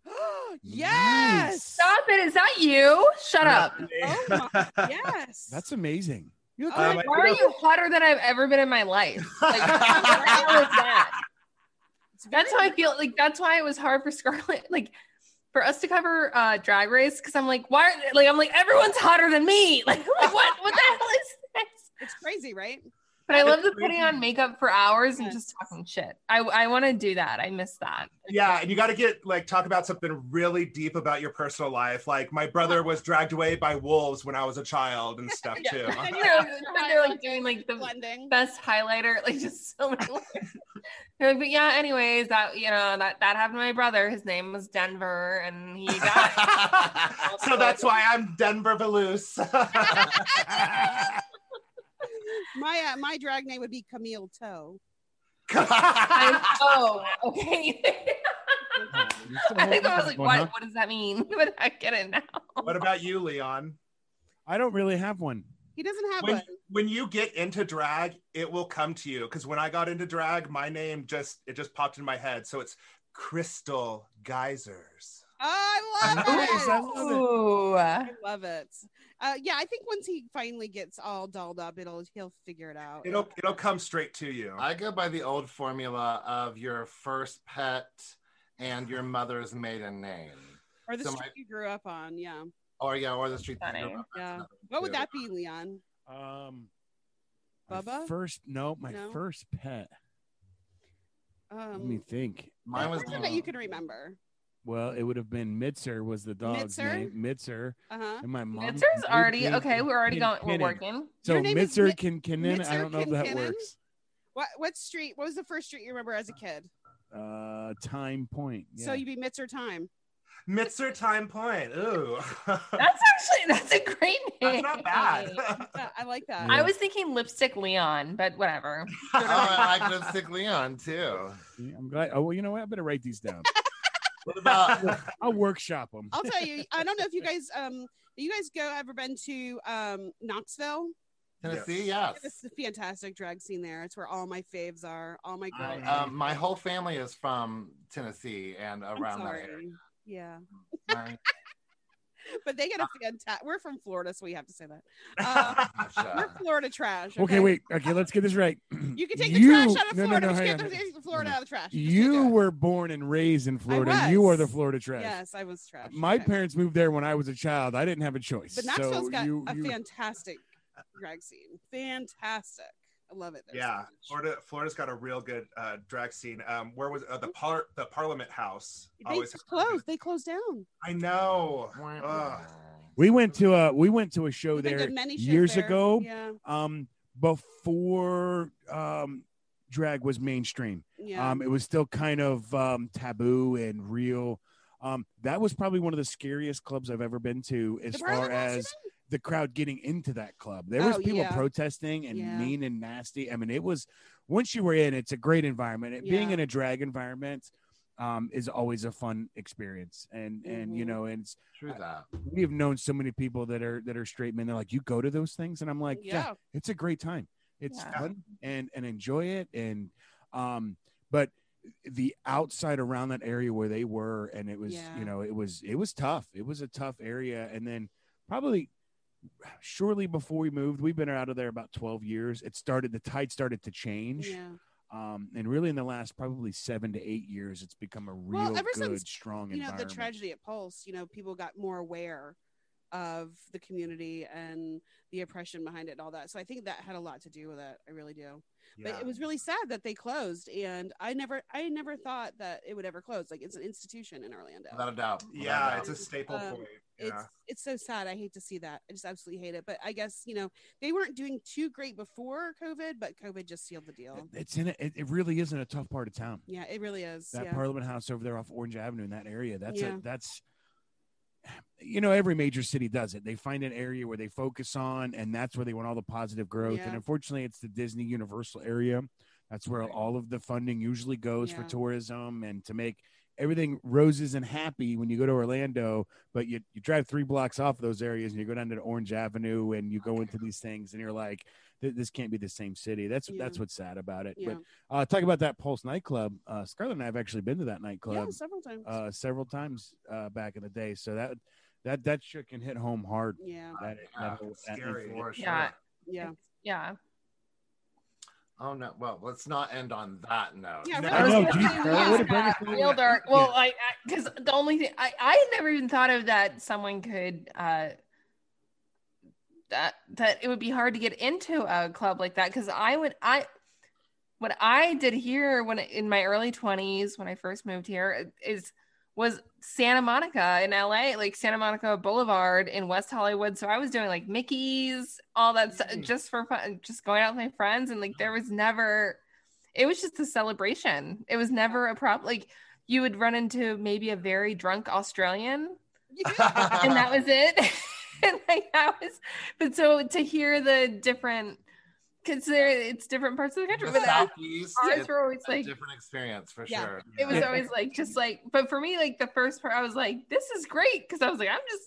[SPEAKER 3] yes.
[SPEAKER 4] Stop it! Is that you? Shut up.
[SPEAKER 3] Oh my, yes.
[SPEAKER 5] That's amazing. You look
[SPEAKER 3] Oh,
[SPEAKER 5] like-
[SPEAKER 2] my-
[SPEAKER 4] Why are you hotter than I've ever been in my life? Like, what the hell is that?
[SPEAKER 3] It's
[SPEAKER 4] That's
[SPEAKER 3] very
[SPEAKER 4] how I feel. Like that's why it was hard for Scarlett. Like for us to cover uh Drag Race, because I'm like, why? are- Like I'm like, everyone's hotter than me. Like, like what? What the hell is this?
[SPEAKER 3] It's crazy, right?
[SPEAKER 4] But I
[SPEAKER 2] It's
[SPEAKER 4] love the putting on makeup for hours and
[SPEAKER 3] Yes.
[SPEAKER 4] just talking shit. I I want to do that. I miss that.
[SPEAKER 2] yeah and you got to get like talk about something really deep about your personal life like my brother was dragged away by wolves when i was a child and stuff
[SPEAKER 4] Yeah.
[SPEAKER 2] too
[SPEAKER 4] And they're, and they're like doing like the
[SPEAKER 3] Blending.
[SPEAKER 4] best highlighter, like just so many. layers. They're like, but yeah. Anyways, that you know that that happened to my brother. His name was Denver, and he died.
[SPEAKER 2] so that's why i'm denver Valoose.
[SPEAKER 3] My uh, my drag name would be Camille Toe.
[SPEAKER 4] I'm, oh, okay.
[SPEAKER 5] you're still
[SPEAKER 4] I think
[SPEAKER 5] holding
[SPEAKER 4] I was
[SPEAKER 5] on
[SPEAKER 4] like,
[SPEAKER 5] one,
[SPEAKER 4] what,
[SPEAKER 5] huh?
[SPEAKER 4] what does that mean? But I get it now.
[SPEAKER 2] what about you leon
[SPEAKER 5] I don't really have one.
[SPEAKER 3] He doesn't have
[SPEAKER 2] when,
[SPEAKER 3] one.
[SPEAKER 2] when you get into drag it will come to you because when i got into drag my name just it just popped in my head so it's crystal geysers
[SPEAKER 3] Oh, I love
[SPEAKER 5] Nice, I
[SPEAKER 3] it.
[SPEAKER 5] love it.
[SPEAKER 4] Ooh.
[SPEAKER 3] I love it. Uh, yeah, I think once he finally gets all dolled up, it'll he'll figure it out.
[SPEAKER 2] it'll it'll come straight to you
[SPEAKER 1] I go by the old formula of your first pet and your mother's maiden name.
[SPEAKER 3] or the
[SPEAKER 1] so
[SPEAKER 3] street
[SPEAKER 1] my-
[SPEAKER 3] you grew up on. Yeah.
[SPEAKER 1] or Oh, yeah, or the street.
[SPEAKER 4] Funny.
[SPEAKER 1] Theater. That's
[SPEAKER 3] Yeah.
[SPEAKER 1] another one,
[SPEAKER 3] What would
[SPEAKER 1] too.
[SPEAKER 3] that be, Leon?
[SPEAKER 5] Um, My
[SPEAKER 3] Bubba?
[SPEAKER 5] first no, my
[SPEAKER 3] No?
[SPEAKER 5] first pet. Let me
[SPEAKER 3] Um,
[SPEAKER 5] think.
[SPEAKER 1] Mine was
[SPEAKER 3] something that you can remember.
[SPEAKER 5] Well, it would have been Mitzer was the dog's
[SPEAKER 3] Mitzer?
[SPEAKER 5] name. Mitzer
[SPEAKER 3] Uh huh.
[SPEAKER 5] and my mom.
[SPEAKER 4] Mitzer's already
[SPEAKER 5] Mitzer
[SPEAKER 4] okay. We're already going. We're
[SPEAKER 5] Kinnan.
[SPEAKER 4] working.
[SPEAKER 5] So
[SPEAKER 3] Your name is
[SPEAKER 5] Mitzer
[SPEAKER 3] Mi-
[SPEAKER 5] can Kinnan. I
[SPEAKER 3] Mitzer
[SPEAKER 5] don't know if that
[SPEAKER 3] Kinkinnan?
[SPEAKER 5] works.
[SPEAKER 3] What what street? What was the first street you remember as a kid?
[SPEAKER 5] Uh, time point. Yeah.
[SPEAKER 3] So you'd be Mitzer time.
[SPEAKER 2] Mitzer Time Point. Ooh.
[SPEAKER 6] That's actually that's a great
[SPEAKER 2] That's
[SPEAKER 6] name.
[SPEAKER 3] Eh,
[SPEAKER 2] not bad.
[SPEAKER 3] Yeah, I like that.
[SPEAKER 5] Yeah.
[SPEAKER 6] I was thinking lipstick Leon, but whatever.
[SPEAKER 1] Oh, I like Lipstick Leon too.
[SPEAKER 5] Yeah, I'm glad. Oh well, you know what? I better write these down.
[SPEAKER 1] What about
[SPEAKER 5] I'll workshop them.
[SPEAKER 3] I'll tell you. I don't know if you guys um you guys go ever been to um Knoxville?
[SPEAKER 1] Tennessee? Yes.
[SPEAKER 3] It's a fantastic drag scene there. It's where all my faves are. All my
[SPEAKER 1] I,
[SPEAKER 3] girls.
[SPEAKER 1] um, my whole family is from Tennessee and
[SPEAKER 3] I'm
[SPEAKER 1] around that area.
[SPEAKER 3] sorry. Yeah,
[SPEAKER 1] Right?
[SPEAKER 3] but they get
[SPEAKER 2] Uh,
[SPEAKER 3] a fantastic. We're from Florida, so we have to say that. Um, we're
[SPEAKER 1] Gotcha.
[SPEAKER 3] Florida trash.
[SPEAKER 5] Okay, wait. Okay, let's get this right.
[SPEAKER 3] You can take the trash out of
[SPEAKER 5] no, no,
[SPEAKER 3] Florida,
[SPEAKER 5] no,
[SPEAKER 3] but you
[SPEAKER 5] hang
[SPEAKER 3] can't
[SPEAKER 5] on.
[SPEAKER 3] take the Florida out of the trash. You just can't
[SPEAKER 5] You
[SPEAKER 3] do it.
[SPEAKER 5] were born and raised in Florida. and You
[SPEAKER 3] was.
[SPEAKER 5] are the Florida trash.
[SPEAKER 3] Yes, I was trash.
[SPEAKER 5] My
[SPEAKER 3] Okay.
[SPEAKER 5] parents moved there when I was a child. I didn't have a choice.
[SPEAKER 3] But
[SPEAKER 5] so
[SPEAKER 3] Knoxville's got
[SPEAKER 5] you,
[SPEAKER 3] a
[SPEAKER 5] you-
[SPEAKER 3] fantastic drag scene. Fantastic. I love it. there so
[SPEAKER 2] yeah,
[SPEAKER 3] much.
[SPEAKER 2] Florida. Florida's got a real good uh, drag scene. Um, where was uh, the par- the Parliament House?
[SPEAKER 3] They
[SPEAKER 2] always had
[SPEAKER 3] just
[SPEAKER 2] really good-
[SPEAKER 3] closed. They closed down.
[SPEAKER 2] I know. Ugh.
[SPEAKER 5] we went to a we went to a show
[SPEAKER 3] We've been
[SPEAKER 5] there
[SPEAKER 3] to many shows
[SPEAKER 5] years
[SPEAKER 3] there.
[SPEAKER 5] ago.
[SPEAKER 3] Yeah.
[SPEAKER 5] Um, before um, drag was mainstream.
[SPEAKER 3] Yeah.
[SPEAKER 5] Um, it was still kind of um, taboo and real. Um, that was probably one of the scariest clubs I've ever been to, as
[SPEAKER 3] The
[SPEAKER 5] far
[SPEAKER 3] Parliament House, you
[SPEAKER 5] as
[SPEAKER 3] think?
[SPEAKER 5] the crowd getting into that club. There was
[SPEAKER 3] Oh,
[SPEAKER 5] people
[SPEAKER 3] yeah.
[SPEAKER 5] protesting and
[SPEAKER 3] Yeah.
[SPEAKER 5] mean and nasty. I mean, it was once you were in, it's a great environment. It, Being
[SPEAKER 3] Yeah.
[SPEAKER 5] in a drag environment um, is always a fun experience, and and you
[SPEAKER 3] Mhm.
[SPEAKER 5] know, and it's,
[SPEAKER 1] True that.
[SPEAKER 5] we have known so many people that are that are straight men. They're like, you go to those things, and I'm like, yeah,
[SPEAKER 3] yeah.
[SPEAKER 5] it's a great time. It's
[SPEAKER 4] Yeah.
[SPEAKER 5] fun and and enjoy it, and um, but the outside around that area where they were and it was
[SPEAKER 3] Yeah.
[SPEAKER 5] you know it was it was tough it was a tough area and then probably shortly before we moved we've been out of there about 12 years it started the tide started to change
[SPEAKER 3] Yeah.
[SPEAKER 5] um and really in the last probably seven to eight years it's become a real
[SPEAKER 3] Well, ever
[SPEAKER 5] good
[SPEAKER 3] since,
[SPEAKER 5] strong
[SPEAKER 3] You know, the
[SPEAKER 5] environment
[SPEAKER 3] tragedy at Pulse, you know, people got more aware of the community and the oppression behind it and all that. So I think that had a lot to do with it. I really do. but
[SPEAKER 2] Yeah.
[SPEAKER 3] it was really sad that they closed and i never i never thought that it would ever close like it's an institution in orlando
[SPEAKER 1] Without a doubt. Without
[SPEAKER 2] yeah,
[SPEAKER 1] a
[SPEAKER 2] it's
[SPEAKER 1] doubt.
[SPEAKER 2] a staple
[SPEAKER 3] Um,
[SPEAKER 2] point. Yeah.
[SPEAKER 3] it's it's so sad i hate to see that i just absolutely hate it but i guess you know they weren't doing too great before covid but covid just sealed the deal
[SPEAKER 5] it's in a, it, it really isn't a tough part of town
[SPEAKER 3] yeah it really is
[SPEAKER 5] that
[SPEAKER 3] yeah
[SPEAKER 5] Parliament House over there off Orange Avenue in that area. That's
[SPEAKER 3] Yeah.
[SPEAKER 5] a that's you know every major city does it. They find an area where they focus on, and that's where they want all the positive growth.
[SPEAKER 3] Yeah.
[SPEAKER 5] And unfortunately, it's the Disney Universal area. That's where all of the funding usually goes for
[SPEAKER 3] Yeah.
[SPEAKER 5] tourism and to make everything roses and happy when you go to Orlando. But you, you drive three blocks off of those areas and you go down to Orange Avenue and you go into these things and you're like, "Th- this can't be the same city. That's
[SPEAKER 3] Yeah.
[SPEAKER 5] that's what's sad about it.
[SPEAKER 3] yeah,
[SPEAKER 5] But uh, talk about that Pulse nightclub. Uh, Scarlett and I have actually been to that
[SPEAKER 3] yeah
[SPEAKER 5] nightclub
[SPEAKER 3] several times
[SPEAKER 5] uh, several times uh, back in the day. So that that that shit can hit home hard.
[SPEAKER 3] yeah
[SPEAKER 5] That,
[SPEAKER 1] Yeah,
[SPEAKER 5] that, whole- that-
[SPEAKER 2] scary.
[SPEAKER 1] For sure.
[SPEAKER 4] Yeah.
[SPEAKER 3] yeah
[SPEAKER 4] Yeah.
[SPEAKER 1] Oh no. Well, let's not end on that note.
[SPEAKER 3] Yeah,
[SPEAKER 5] I
[SPEAKER 3] really.
[SPEAKER 5] know,
[SPEAKER 3] Yeah.
[SPEAKER 5] geez, Scarlett, way to bring us down.
[SPEAKER 4] Real dark. Well, I because the only thing I I had never even thought of that someone could uh that that it would be hard to get into a club like that because I would I what I did here when in my early twenties when I first moved here is was Santa Monica in LA like Santa Monica Boulevard in West Hollywood so I was doing like Mickey's all that stuff
[SPEAKER 2] Mm.
[SPEAKER 4] just for fun just going out with my friends and like there was never it was just a celebration it was never a problem like you would run into maybe a very drunk Australian
[SPEAKER 1] Uh-huh.
[SPEAKER 4] and that was it. and like that was, but so to hear the different, consider it's different parts of the country.
[SPEAKER 1] the
[SPEAKER 4] But that,
[SPEAKER 1] Southeast.
[SPEAKER 4] ours
[SPEAKER 1] it's
[SPEAKER 4] were always
[SPEAKER 1] a
[SPEAKER 4] like,
[SPEAKER 1] different experience for
[SPEAKER 3] Yeah.
[SPEAKER 1] sure.
[SPEAKER 4] it was always like, just like, but for me, like the first part, I was like, this is great. Cause I was like, I'm just,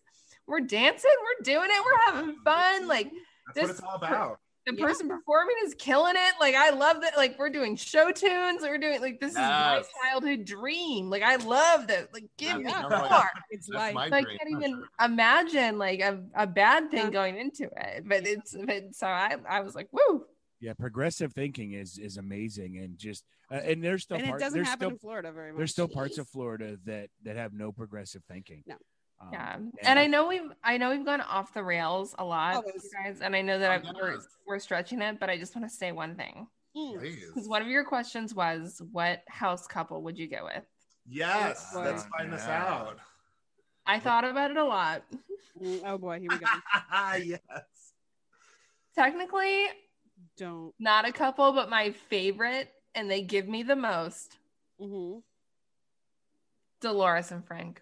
[SPEAKER 4] we're dancing, we're doing it, we're having fun. Like
[SPEAKER 2] That's what
[SPEAKER 4] this-
[SPEAKER 2] it's all about.
[SPEAKER 4] the
[SPEAKER 3] Yeah.
[SPEAKER 4] person performing is killing it. Like I love that. Like we're doing show tunes, we're doing like this is my
[SPEAKER 1] Yes.
[SPEAKER 4] childhood dream. Like I love that. Like give
[SPEAKER 1] That's
[SPEAKER 4] me
[SPEAKER 1] number one.
[SPEAKER 4] more.
[SPEAKER 3] it's
[SPEAKER 1] That's
[SPEAKER 3] like
[SPEAKER 1] my
[SPEAKER 4] So I
[SPEAKER 1] dream.
[SPEAKER 4] can't even imagine like a, a bad thing
[SPEAKER 3] Yeah.
[SPEAKER 4] going into it. But it's but so I I was like, woo.
[SPEAKER 5] yeah, progressive thinking is is amazing, and just uh, and there's still
[SPEAKER 3] and it
[SPEAKER 5] part,
[SPEAKER 3] doesn't
[SPEAKER 5] there's
[SPEAKER 3] happen
[SPEAKER 5] still
[SPEAKER 3] in florida very much
[SPEAKER 5] there's still parts
[SPEAKER 3] Jeez.
[SPEAKER 5] of Florida that that have no progressive thinking.
[SPEAKER 3] No.
[SPEAKER 5] Um,
[SPEAKER 4] Yeah. And I know we've I know we've gone off the rails a lot,
[SPEAKER 3] Always.
[SPEAKER 4] you guys, and I know that I've,
[SPEAKER 1] Always.
[SPEAKER 4] we're, we're stretching it, but I just want to say one thing.
[SPEAKER 3] Mm.
[SPEAKER 1] Please.
[SPEAKER 4] Because one of your questions was what house couple would you go with?
[SPEAKER 2] Yes,
[SPEAKER 3] Oh,
[SPEAKER 2] let's find this
[SPEAKER 1] yeah.
[SPEAKER 2] out.
[SPEAKER 4] I thought about it a lot.
[SPEAKER 3] Mm, Oh boy, here we go.
[SPEAKER 2] yes.
[SPEAKER 4] Technically,
[SPEAKER 3] Don't.
[SPEAKER 4] not a couple, but my favorite, and they give me the most,
[SPEAKER 3] hmm
[SPEAKER 4] Dolores and Frank.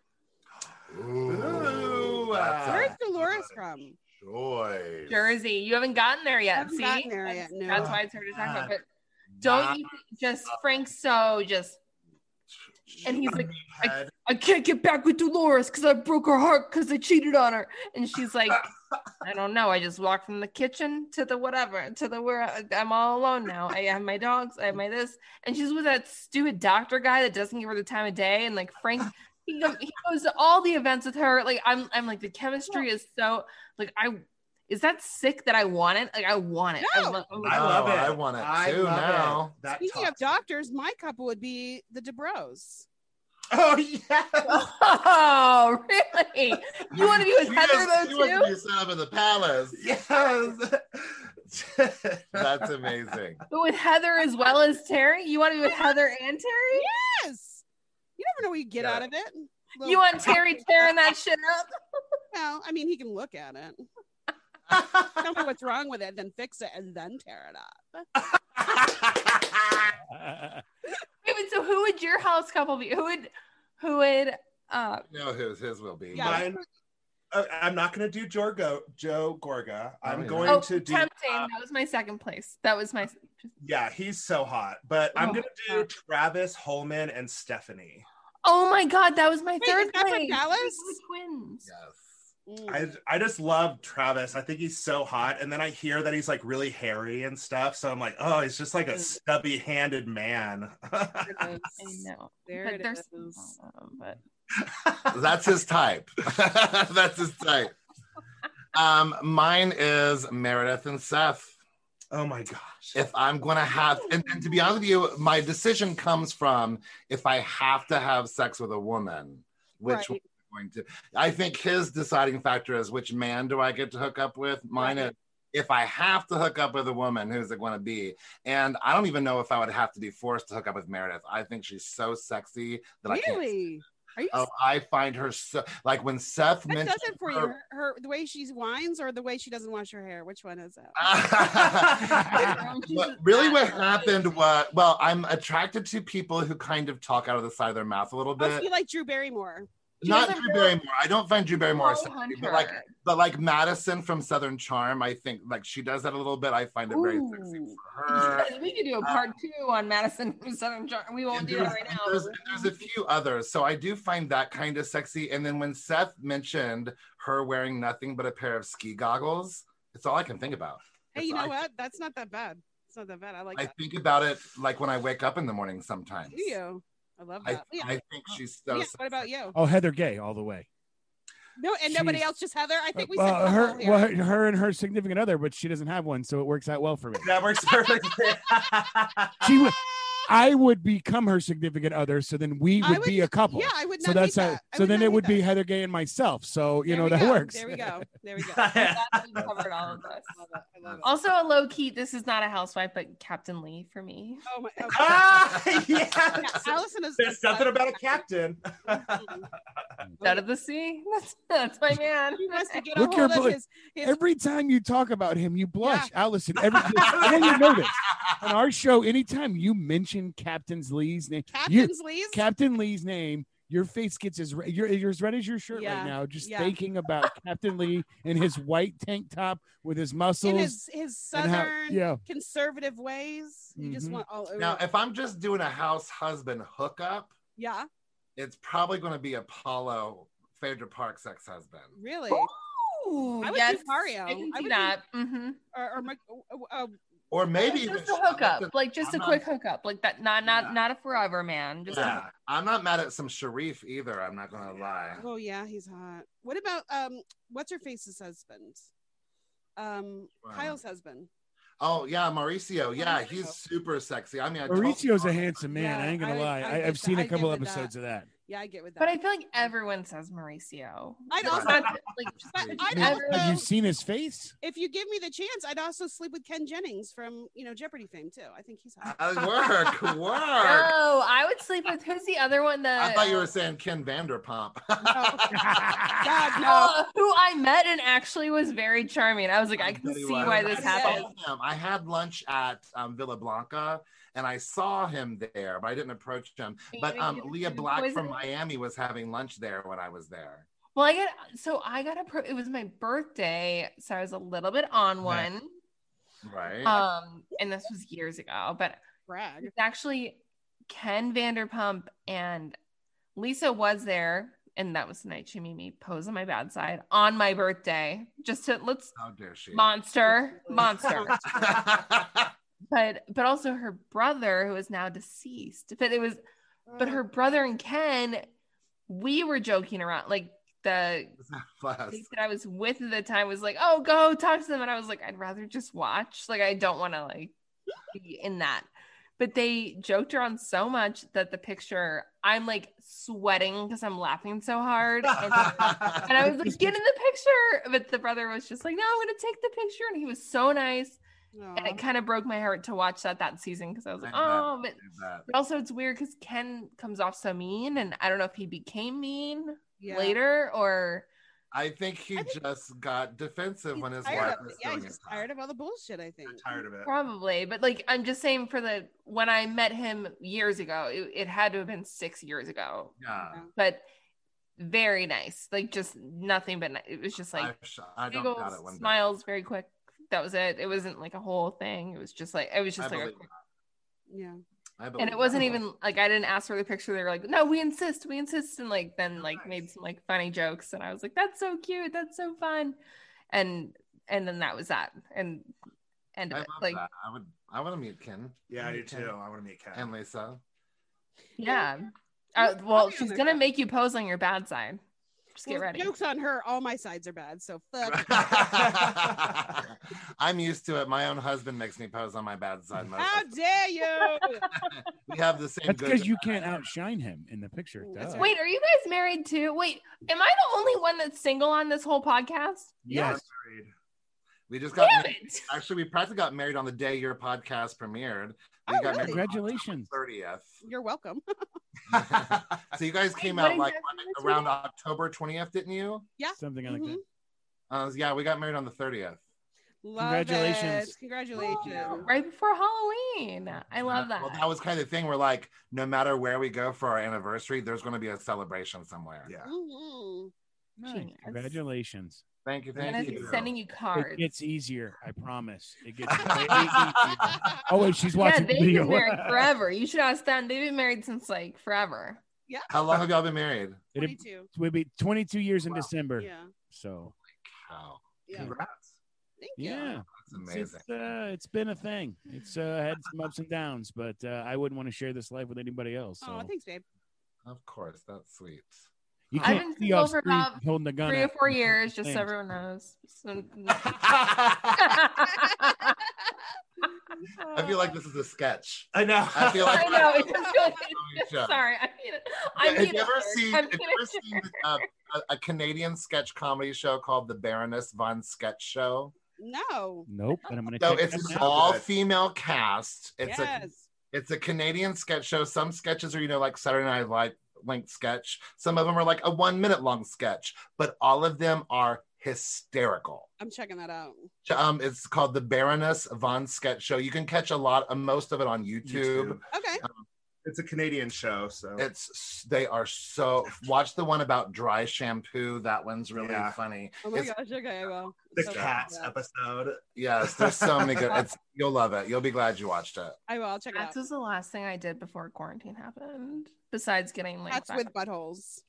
[SPEAKER 1] Ooh,
[SPEAKER 2] Ooh,
[SPEAKER 1] that's
[SPEAKER 2] uh,
[SPEAKER 1] a
[SPEAKER 3] Where's Dolores
[SPEAKER 1] good
[SPEAKER 3] from?
[SPEAKER 1] Choice.
[SPEAKER 4] Jersey. You haven't gotten there yet.
[SPEAKER 3] Haven't
[SPEAKER 4] See,
[SPEAKER 3] gotten there
[SPEAKER 4] that's,
[SPEAKER 3] yet, no.
[SPEAKER 4] that's why it's hard to talk about. But
[SPEAKER 2] Wow.
[SPEAKER 4] don't you think just Frank so just and he's like,
[SPEAKER 2] Head.
[SPEAKER 4] I can't get back with Dolores because I broke her heart because I cheated on her, and she's like, I don't know. I just walked from the kitchen to the whatever to the where I'm all alone now. I have my dogs. I have my this, and she's with that stupid doctor guy that doesn't give her the time of day, and like Frank. He goes, he goes to all the events with her. Like I'm, I'm like the chemistry is so like I, is that sick that I want it? Like I want it.
[SPEAKER 3] No.
[SPEAKER 4] I, lo- I'm like,
[SPEAKER 2] I love
[SPEAKER 1] Oh,
[SPEAKER 2] it.
[SPEAKER 1] I want it too
[SPEAKER 2] love
[SPEAKER 1] now.
[SPEAKER 2] it. That
[SPEAKER 3] Speaking
[SPEAKER 2] talk-
[SPEAKER 3] of doctors, my couple would be the DeBros.
[SPEAKER 2] Oh yeah.
[SPEAKER 4] oh really? You want to be with
[SPEAKER 1] You
[SPEAKER 4] Heather
[SPEAKER 1] just- you
[SPEAKER 4] though
[SPEAKER 1] want to
[SPEAKER 4] too?
[SPEAKER 1] be set up in the palace.
[SPEAKER 2] Yes.
[SPEAKER 1] That's amazing.
[SPEAKER 4] But with Heather as well as Terry? You want to be with Heather and Terry?
[SPEAKER 3] Yes. You never know what you get out of it. Little-
[SPEAKER 4] You want Terry tearing that shit up?
[SPEAKER 3] Well, I mean, he can look at it. Tell me what's wrong with it, then fix it, and then tear it up.
[SPEAKER 4] Wait, but so who would your house couple be? Who would who would uh
[SPEAKER 1] You know who his will be.
[SPEAKER 3] Yeah.
[SPEAKER 2] Mine- uh, I'm not going to do Jorgo, Joe Gorga. I'm
[SPEAKER 1] Oh, yeah.
[SPEAKER 2] going
[SPEAKER 4] oh,
[SPEAKER 2] to
[SPEAKER 4] tempting.
[SPEAKER 2] do.
[SPEAKER 4] that was my second place. That was my
[SPEAKER 2] Yeah, he's so hot. But I'm
[SPEAKER 4] Oh,
[SPEAKER 2] going to do Travis Holman and Stephanie.
[SPEAKER 4] Oh my god, that was my
[SPEAKER 3] Wait,
[SPEAKER 4] third
[SPEAKER 3] is that from
[SPEAKER 4] place.
[SPEAKER 3] Dallas?
[SPEAKER 4] Those were Twins.
[SPEAKER 1] Yes.
[SPEAKER 3] Mm.
[SPEAKER 2] I I just love Travis. I think he's so hot. And then I hear that he's like really hairy and stuff. So I'm like, oh, he's just like a
[SPEAKER 4] Mm.
[SPEAKER 2] stubby-handed man.
[SPEAKER 4] I know.
[SPEAKER 3] there
[SPEAKER 4] But
[SPEAKER 3] it
[SPEAKER 4] there's
[SPEAKER 3] is.
[SPEAKER 4] um, but
[SPEAKER 1] That's his type. That's his type. Um, mine is Meredith and Seth.
[SPEAKER 2] oh my gosh.
[SPEAKER 1] If I'm going to have, and, and to be honest with you, my decision comes from if I have to have sex with a woman, which
[SPEAKER 3] Right.
[SPEAKER 1] one am I going to. I think his deciding factor is which man do I get to hook up with. Mine is if I have to hook up with a woman, who's it going to be? And I don't even know if I would have to be forced to hook up with Meredith. I think she's so sexy that I can't.
[SPEAKER 3] Really? Are you?
[SPEAKER 1] Oh, I find her so like when Seth
[SPEAKER 3] What
[SPEAKER 1] mentioned
[SPEAKER 3] does it for you?
[SPEAKER 1] her-
[SPEAKER 3] Her, her- the way she whines or the way she doesn't wash her hair. Which one is it?
[SPEAKER 1] what, really what happened was well i'm attracted to people who kind of talk out of the side of their mouth a little
[SPEAKER 3] Oh, so
[SPEAKER 1] bit
[SPEAKER 3] you like Drew Barrymore?
[SPEAKER 4] she
[SPEAKER 1] not
[SPEAKER 4] doesn't
[SPEAKER 1] drew
[SPEAKER 4] feel-
[SPEAKER 1] barrymore i don't find drew barrymore
[SPEAKER 4] Paul
[SPEAKER 1] sexy,
[SPEAKER 4] Hunter.
[SPEAKER 1] but like but like madison from southern charm i think like she does that a little bit i find it very sexy
[SPEAKER 4] Ooh.
[SPEAKER 1] for her
[SPEAKER 4] we could do a part two on Madison from Southern Charm. We won't
[SPEAKER 1] uh, And
[SPEAKER 4] do
[SPEAKER 1] there's-
[SPEAKER 4] that right
[SPEAKER 1] and
[SPEAKER 4] now.
[SPEAKER 1] There's, and there's a few others. So I do find that kind of sexy. And then when Seth mentioned her wearing nothing but a pair of ski goggles, it's all I can think about.
[SPEAKER 3] Hey,
[SPEAKER 1] It's
[SPEAKER 3] you
[SPEAKER 1] all
[SPEAKER 3] know
[SPEAKER 1] I-
[SPEAKER 3] what? That's not that bad. It's not that bad. I like
[SPEAKER 1] I
[SPEAKER 3] that.
[SPEAKER 1] think about it like when I wake up in the morning sometimes.
[SPEAKER 3] Do you? I love
[SPEAKER 1] I,
[SPEAKER 3] that. yeah.
[SPEAKER 1] I think she's so
[SPEAKER 3] Yeah,
[SPEAKER 1] sexy.
[SPEAKER 3] What about you?
[SPEAKER 5] oh, Heather Gay all the way.
[SPEAKER 3] No, and nobody
[SPEAKER 5] she's-
[SPEAKER 3] else. Just Heather. I think we said
[SPEAKER 5] Well,
[SPEAKER 3] couple
[SPEAKER 5] her,
[SPEAKER 3] here.
[SPEAKER 5] well, her, her and her significant other, but she doesn't have one, so it works out well for me.
[SPEAKER 2] That works perfectly.
[SPEAKER 5] She would, I would become her significant other, so then we
[SPEAKER 3] I
[SPEAKER 5] would, be a couple.
[SPEAKER 3] Yeah, I would not.
[SPEAKER 5] so that's
[SPEAKER 3] hate
[SPEAKER 5] how,
[SPEAKER 3] that. I
[SPEAKER 5] so then
[SPEAKER 3] not
[SPEAKER 5] it
[SPEAKER 3] hate
[SPEAKER 5] would
[SPEAKER 3] that.
[SPEAKER 5] be Heather Gay and myself. So you
[SPEAKER 3] There
[SPEAKER 5] know
[SPEAKER 3] we
[SPEAKER 5] that
[SPEAKER 3] go.
[SPEAKER 5] works.
[SPEAKER 3] There we go. There we go. I
[SPEAKER 4] That's- we covered all of this.
[SPEAKER 3] love it. I love it.
[SPEAKER 4] Also, a low key. This is not a housewife, but Captain Lee for me.
[SPEAKER 3] Oh my. oh,
[SPEAKER 2] ah,
[SPEAKER 3] yeah,
[SPEAKER 2] yes.
[SPEAKER 3] Allison is.
[SPEAKER 2] There's something about a captain.
[SPEAKER 4] Out of the sea. That's that's my man.
[SPEAKER 3] He wants to get
[SPEAKER 5] Look
[SPEAKER 3] a
[SPEAKER 5] your
[SPEAKER 3] hold of
[SPEAKER 5] boy-
[SPEAKER 3] his, his
[SPEAKER 5] Every time you talk about him, you blush, Allison. Every I know you know this on our show. Anytime you mention Captain's Lee's name, you,
[SPEAKER 3] captain's lease.
[SPEAKER 5] Captain Lee's name, your face gets as re- you're, you're as red as your shirt
[SPEAKER 3] Yeah,
[SPEAKER 5] right now. Just
[SPEAKER 3] yeah.
[SPEAKER 5] thinking about Captain Lee in his white tank top with his
[SPEAKER 3] in
[SPEAKER 5] muscles
[SPEAKER 3] his his
[SPEAKER 5] and
[SPEAKER 3] southern
[SPEAKER 5] how- yeah,
[SPEAKER 3] conservative ways. You just
[SPEAKER 5] Mhm.
[SPEAKER 3] want all over.
[SPEAKER 1] Now, if I'm just doing a house husband hookup,
[SPEAKER 3] yeah,
[SPEAKER 1] it's probably going to be Apollo, Phaedra Park's ex husband.
[SPEAKER 3] really,
[SPEAKER 4] Ooh,
[SPEAKER 3] I would do
[SPEAKER 4] yes.
[SPEAKER 3] Mario. I
[SPEAKER 4] I can see
[SPEAKER 3] would do-
[SPEAKER 4] that. hmm
[SPEAKER 3] or, or Mc- oh, oh, oh,
[SPEAKER 1] Or maybe even
[SPEAKER 4] Just a
[SPEAKER 1] Charlotte.
[SPEAKER 4] hookup, like just
[SPEAKER 1] I'm
[SPEAKER 4] a
[SPEAKER 1] not-
[SPEAKER 4] quick hookup, like that. Not not
[SPEAKER 1] Yeah.
[SPEAKER 4] not a forever man. Just
[SPEAKER 1] Yeah. I'm not mad at some Sharif either. I'm not going to lie.
[SPEAKER 3] oh, yeah, he's hot. What about um, what's her face's husband? Um,
[SPEAKER 1] Wow.
[SPEAKER 3] Kyle's husband.
[SPEAKER 1] Oh, yeah, Mauricio. Yeah, he's super sexy. I mean, I totally-
[SPEAKER 5] Mauricio's a handsome man.
[SPEAKER 3] Yeah,
[SPEAKER 5] I ain't gonna
[SPEAKER 3] I-
[SPEAKER 5] lie.
[SPEAKER 3] I
[SPEAKER 5] I,
[SPEAKER 3] get
[SPEAKER 5] have seen
[SPEAKER 3] that.
[SPEAKER 5] a
[SPEAKER 3] I
[SPEAKER 5] couple
[SPEAKER 3] get that.
[SPEAKER 5] episodes of that.
[SPEAKER 3] Yeah, I get with that.
[SPEAKER 4] But I feel like everyone says Mauricio.
[SPEAKER 3] I'd
[SPEAKER 4] It's
[SPEAKER 3] also-
[SPEAKER 4] not like
[SPEAKER 3] But
[SPEAKER 1] Wait,
[SPEAKER 3] I'd
[SPEAKER 5] I mean,
[SPEAKER 4] also-
[SPEAKER 5] have you seen his face?
[SPEAKER 3] if you give me the chance, I'd also sleep with Ken Jennings from you know Jeopardy fame too. I think he's hot.
[SPEAKER 1] Uh, work, work.
[SPEAKER 4] no, I would sleep with who's the other one that
[SPEAKER 1] I thought you were saying Ken Vanderpump.
[SPEAKER 3] God, no.
[SPEAKER 1] Oh.
[SPEAKER 4] uh, who I met and actually was very charming. I was like, I
[SPEAKER 1] I'll
[SPEAKER 4] can
[SPEAKER 1] tell you
[SPEAKER 4] see
[SPEAKER 1] what,
[SPEAKER 4] why
[SPEAKER 1] I
[SPEAKER 4] this
[SPEAKER 1] saw
[SPEAKER 4] happened.
[SPEAKER 1] him. I had lunch at um, Villa Blanca and I saw him there, but I didn't approach him.
[SPEAKER 4] You
[SPEAKER 1] But
[SPEAKER 4] didn't
[SPEAKER 1] um,
[SPEAKER 4] give him
[SPEAKER 1] Leah
[SPEAKER 4] food
[SPEAKER 1] Black from
[SPEAKER 4] poisoning?
[SPEAKER 1] Miami was having lunch there when I was there.
[SPEAKER 4] Well, I got so I got a pro- it was my birthday, so I was a little bit on
[SPEAKER 5] Right.
[SPEAKER 4] one.
[SPEAKER 1] Right.
[SPEAKER 4] Um, and this was years ago, but
[SPEAKER 3] Brag.
[SPEAKER 4] it's actually Ken Vanderpump and Lisa was there, and that was the night she made me pose on my bad side on my birthday, just to let's
[SPEAKER 1] How dare she?
[SPEAKER 4] monster, monster.
[SPEAKER 1] That's
[SPEAKER 4] but but also her brother who is now deceased but it was but her brother and ken we were joking around like the
[SPEAKER 1] Plus.
[SPEAKER 4] that i was with at the time was like oh go talk to them and i was like i'd rather just watch like i don't want to like be in that but they joked around so much that the picture i'm like sweating because i'm laughing so hard and, and i was like get in the picture but the brother was just like no i'm gonna take the picture and he was so nice and it
[SPEAKER 3] Aw.
[SPEAKER 4] kind of broke my heart to watch that that season because I was like,
[SPEAKER 1] I know.
[SPEAKER 4] oh, but
[SPEAKER 1] That.
[SPEAKER 4] but also it's weird because Ken comes off so mean, and I don't know if he became mean
[SPEAKER 3] Yeah.
[SPEAKER 4] later or
[SPEAKER 1] I think he
[SPEAKER 3] I think-
[SPEAKER 1] just got defensive
[SPEAKER 3] He's
[SPEAKER 1] when his
[SPEAKER 3] tired
[SPEAKER 1] wife
[SPEAKER 3] of,
[SPEAKER 1] was
[SPEAKER 3] yeah,
[SPEAKER 1] doing
[SPEAKER 3] he's
[SPEAKER 1] his
[SPEAKER 3] just tired of all the bullshit. I think.
[SPEAKER 2] I'm tired of it.
[SPEAKER 4] probably, but like I'm just saying for the when I met him years ago, it, it had to have been six years ago,
[SPEAKER 1] Yeah.
[SPEAKER 4] but very nice, like just nothing but ni- it was just like
[SPEAKER 1] I, sh- I don't doubt it
[SPEAKER 4] giggles,
[SPEAKER 1] one day.
[SPEAKER 4] smiles, very quick. That was it. It wasn't like a whole thing. It was just like it was
[SPEAKER 1] I
[SPEAKER 4] just like a
[SPEAKER 1] believe
[SPEAKER 4] quick
[SPEAKER 3] Yeah.
[SPEAKER 1] I believe
[SPEAKER 4] and it wasn't
[SPEAKER 1] that.
[SPEAKER 4] even like I didn't ask for the picture. They were like, "No, we insist, we insist," and like
[SPEAKER 1] Oh,
[SPEAKER 4] then like made some like funny jokes, and I was like, "That's so cute, that's so fun," and and then that was that, and end
[SPEAKER 1] I
[SPEAKER 4] of
[SPEAKER 1] love
[SPEAKER 4] it. Like,
[SPEAKER 1] that. I would. I want to meet Ken
[SPEAKER 2] Yeah, I do
[SPEAKER 1] Okay.
[SPEAKER 2] too. I want to meet Ken.
[SPEAKER 1] and Lisa.
[SPEAKER 4] yeah,
[SPEAKER 3] Yeah,
[SPEAKER 4] Uh, well,
[SPEAKER 3] probably on
[SPEAKER 4] she's
[SPEAKER 3] their
[SPEAKER 4] gonna
[SPEAKER 3] side.
[SPEAKER 4] make you pose on your bad side. Just get
[SPEAKER 3] Well,
[SPEAKER 4] ready.
[SPEAKER 3] Jokes on her. All my sides are bad. So fuck.
[SPEAKER 1] I'm used to it. My own husband makes me pose on my bad side. most
[SPEAKER 3] How
[SPEAKER 1] of the
[SPEAKER 3] dare you?
[SPEAKER 1] time. we have the same.
[SPEAKER 5] That's
[SPEAKER 1] good
[SPEAKER 5] because you
[SPEAKER 1] and
[SPEAKER 5] can't outshine him in the picture.
[SPEAKER 3] That's
[SPEAKER 5] Duh.
[SPEAKER 3] right.
[SPEAKER 4] Wait, are you guys married too? Wait, am I the only one that's single on this whole podcast?
[SPEAKER 5] Yes.
[SPEAKER 2] Agreed.
[SPEAKER 1] bad. We just got.
[SPEAKER 4] Damn
[SPEAKER 1] married.
[SPEAKER 4] it!
[SPEAKER 1] Actually, we practically got married on the day your podcast premiered. We
[SPEAKER 3] Oh,
[SPEAKER 1] got
[SPEAKER 3] really?
[SPEAKER 1] married
[SPEAKER 5] Congratulations.
[SPEAKER 1] thirtieth.
[SPEAKER 3] You're welcome.
[SPEAKER 1] so you guys came
[SPEAKER 4] what
[SPEAKER 1] out like
[SPEAKER 4] exactly did you
[SPEAKER 1] around October twentieth, didn't you?
[SPEAKER 5] Something like
[SPEAKER 3] Mhm.
[SPEAKER 4] Mm-hmm.
[SPEAKER 5] that.
[SPEAKER 1] Uh, yeah, we got married on the thirtieth.
[SPEAKER 3] Love
[SPEAKER 5] Congratulations.
[SPEAKER 3] it. Congratulations.
[SPEAKER 4] Right before Halloween, I love that.
[SPEAKER 1] Well, that was kind of the thing where like no matter where we go for our anniversary, there's going to be a celebration somewhere.
[SPEAKER 2] Yeah.
[SPEAKER 3] Mhm.
[SPEAKER 5] Nice.
[SPEAKER 4] Genius.
[SPEAKER 5] Congratulations.
[SPEAKER 1] Thank you,
[SPEAKER 4] And
[SPEAKER 1] thank
[SPEAKER 4] I'm
[SPEAKER 1] you.
[SPEAKER 4] sending you
[SPEAKER 5] It
[SPEAKER 4] cards.
[SPEAKER 5] gets easier. I promise. It gets. way easier.
[SPEAKER 3] Mm-hmm.
[SPEAKER 5] oh wait, she's
[SPEAKER 4] Yeah,
[SPEAKER 5] watching
[SPEAKER 4] they've
[SPEAKER 5] video.
[SPEAKER 4] been married forever. You should ask them. They've been married since like forever.
[SPEAKER 1] How long have y'all been married?
[SPEAKER 5] It'll-
[SPEAKER 3] 22.
[SPEAKER 5] It would be 22 years in December.
[SPEAKER 3] Yeah.
[SPEAKER 5] So
[SPEAKER 1] Wow,
[SPEAKER 3] Yeah.
[SPEAKER 2] Congrats.
[SPEAKER 3] Thank you.
[SPEAKER 5] yeah,
[SPEAKER 1] that's
[SPEAKER 5] It's-
[SPEAKER 1] amazing.
[SPEAKER 5] It's, uh, it's been a thing. It's uh, had some ups and downs, but uh, I wouldn't want to share this life with anybody else. So
[SPEAKER 3] Oh, thanks, babe.
[SPEAKER 1] Of course, that's sweet.
[SPEAKER 5] you
[SPEAKER 4] I've
[SPEAKER 5] can't
[SPEAKER 4] been
[SPEAKER 5] be off
[SPEAKER 4] single for
[SPEAKER 5] screen
[SPEAKER 4] about
[SPEAKER 5] holding a gun.
[SPEAKER 4] Three or
[SPEAKER 5] at-
[SPEAKER 4] four years, just
[SPEAKER 5] Thanks.
[SPEAKER 4] so everyone knows. So-
[SPEAKER 1] I feel
[SPEAKER 3] Uh,
[SPEAKER 1] like this is a sketch.
[SPEAKER 2] I know.
[SPEAKER 1] I feel like
[SPEAKER 4] I know. It does feel like
[SPEAKER 1] Each other.
[SPEAKER 4] sorry. I mean, I
[SPEAKER 1] Have
[SPEAKER 4] mean,
[SPEAKER 1] you ever seen,
[SPEAKER 4] I
[SPEAKER 1] have you ever seen uh, a, a Canadian sketch comedy show called The Baroness Von Sketch Show?
[SPEAKER 3] No.
[SPEAKER 5] Nope. And I'm gonna.
[SPEAKER 1] So
[SPEAKER 5] check
[SPEAKER 1] it's
[SPEAKER 5] that
[SPEAKER 1] an
[SPEAKER 5] out.
[SPEAKER 1] all female cast. It's a
[SPEAKER 3] yes.
[SPEAKER 1] It's a Canadian sketch show. Some sketches are, you know, like Saturday Night Live length sketch. Some of them are like a one minute long sketch, but all of them are hysterical.
[SPEAKER 3] I'm checking that out.
[SPEAKER 1] Um, it's called the Baroness Von Sketch Show. You can catch a lot of most of it on YouTube.
[SPEAKER 2] YouTube.
[SPEAKER 3] Okay.
[SPEAKER 2] It's a Canadian show, so
[SPEAKER 1] It's they are so watch the one about dry shampoo. That one's really
[SPEAKER 2] Yeah.
[SPEAKER 1] funny.
[SPEAKER 3] Oh my
[SPEAKER 1] It's-
[SPEAKER 3] gosh. Okay. Well,
[SPEAKER 2] the
[SPEAKER 3] so-
[SPEAKER 2] cats episode.
[SPEAKER 1] Yes, there's so many good. It's you'll love it. You'll be glad you watched it.
[SPEAKER 3] I will. I'll check it out.
[SPEAKER 4] That was the last thing I did before quarantine happened. Besides getting like
[SPEAKER 3] Cats
[SPEAKER 4] that-
[SPEAKER 3] with buttholes.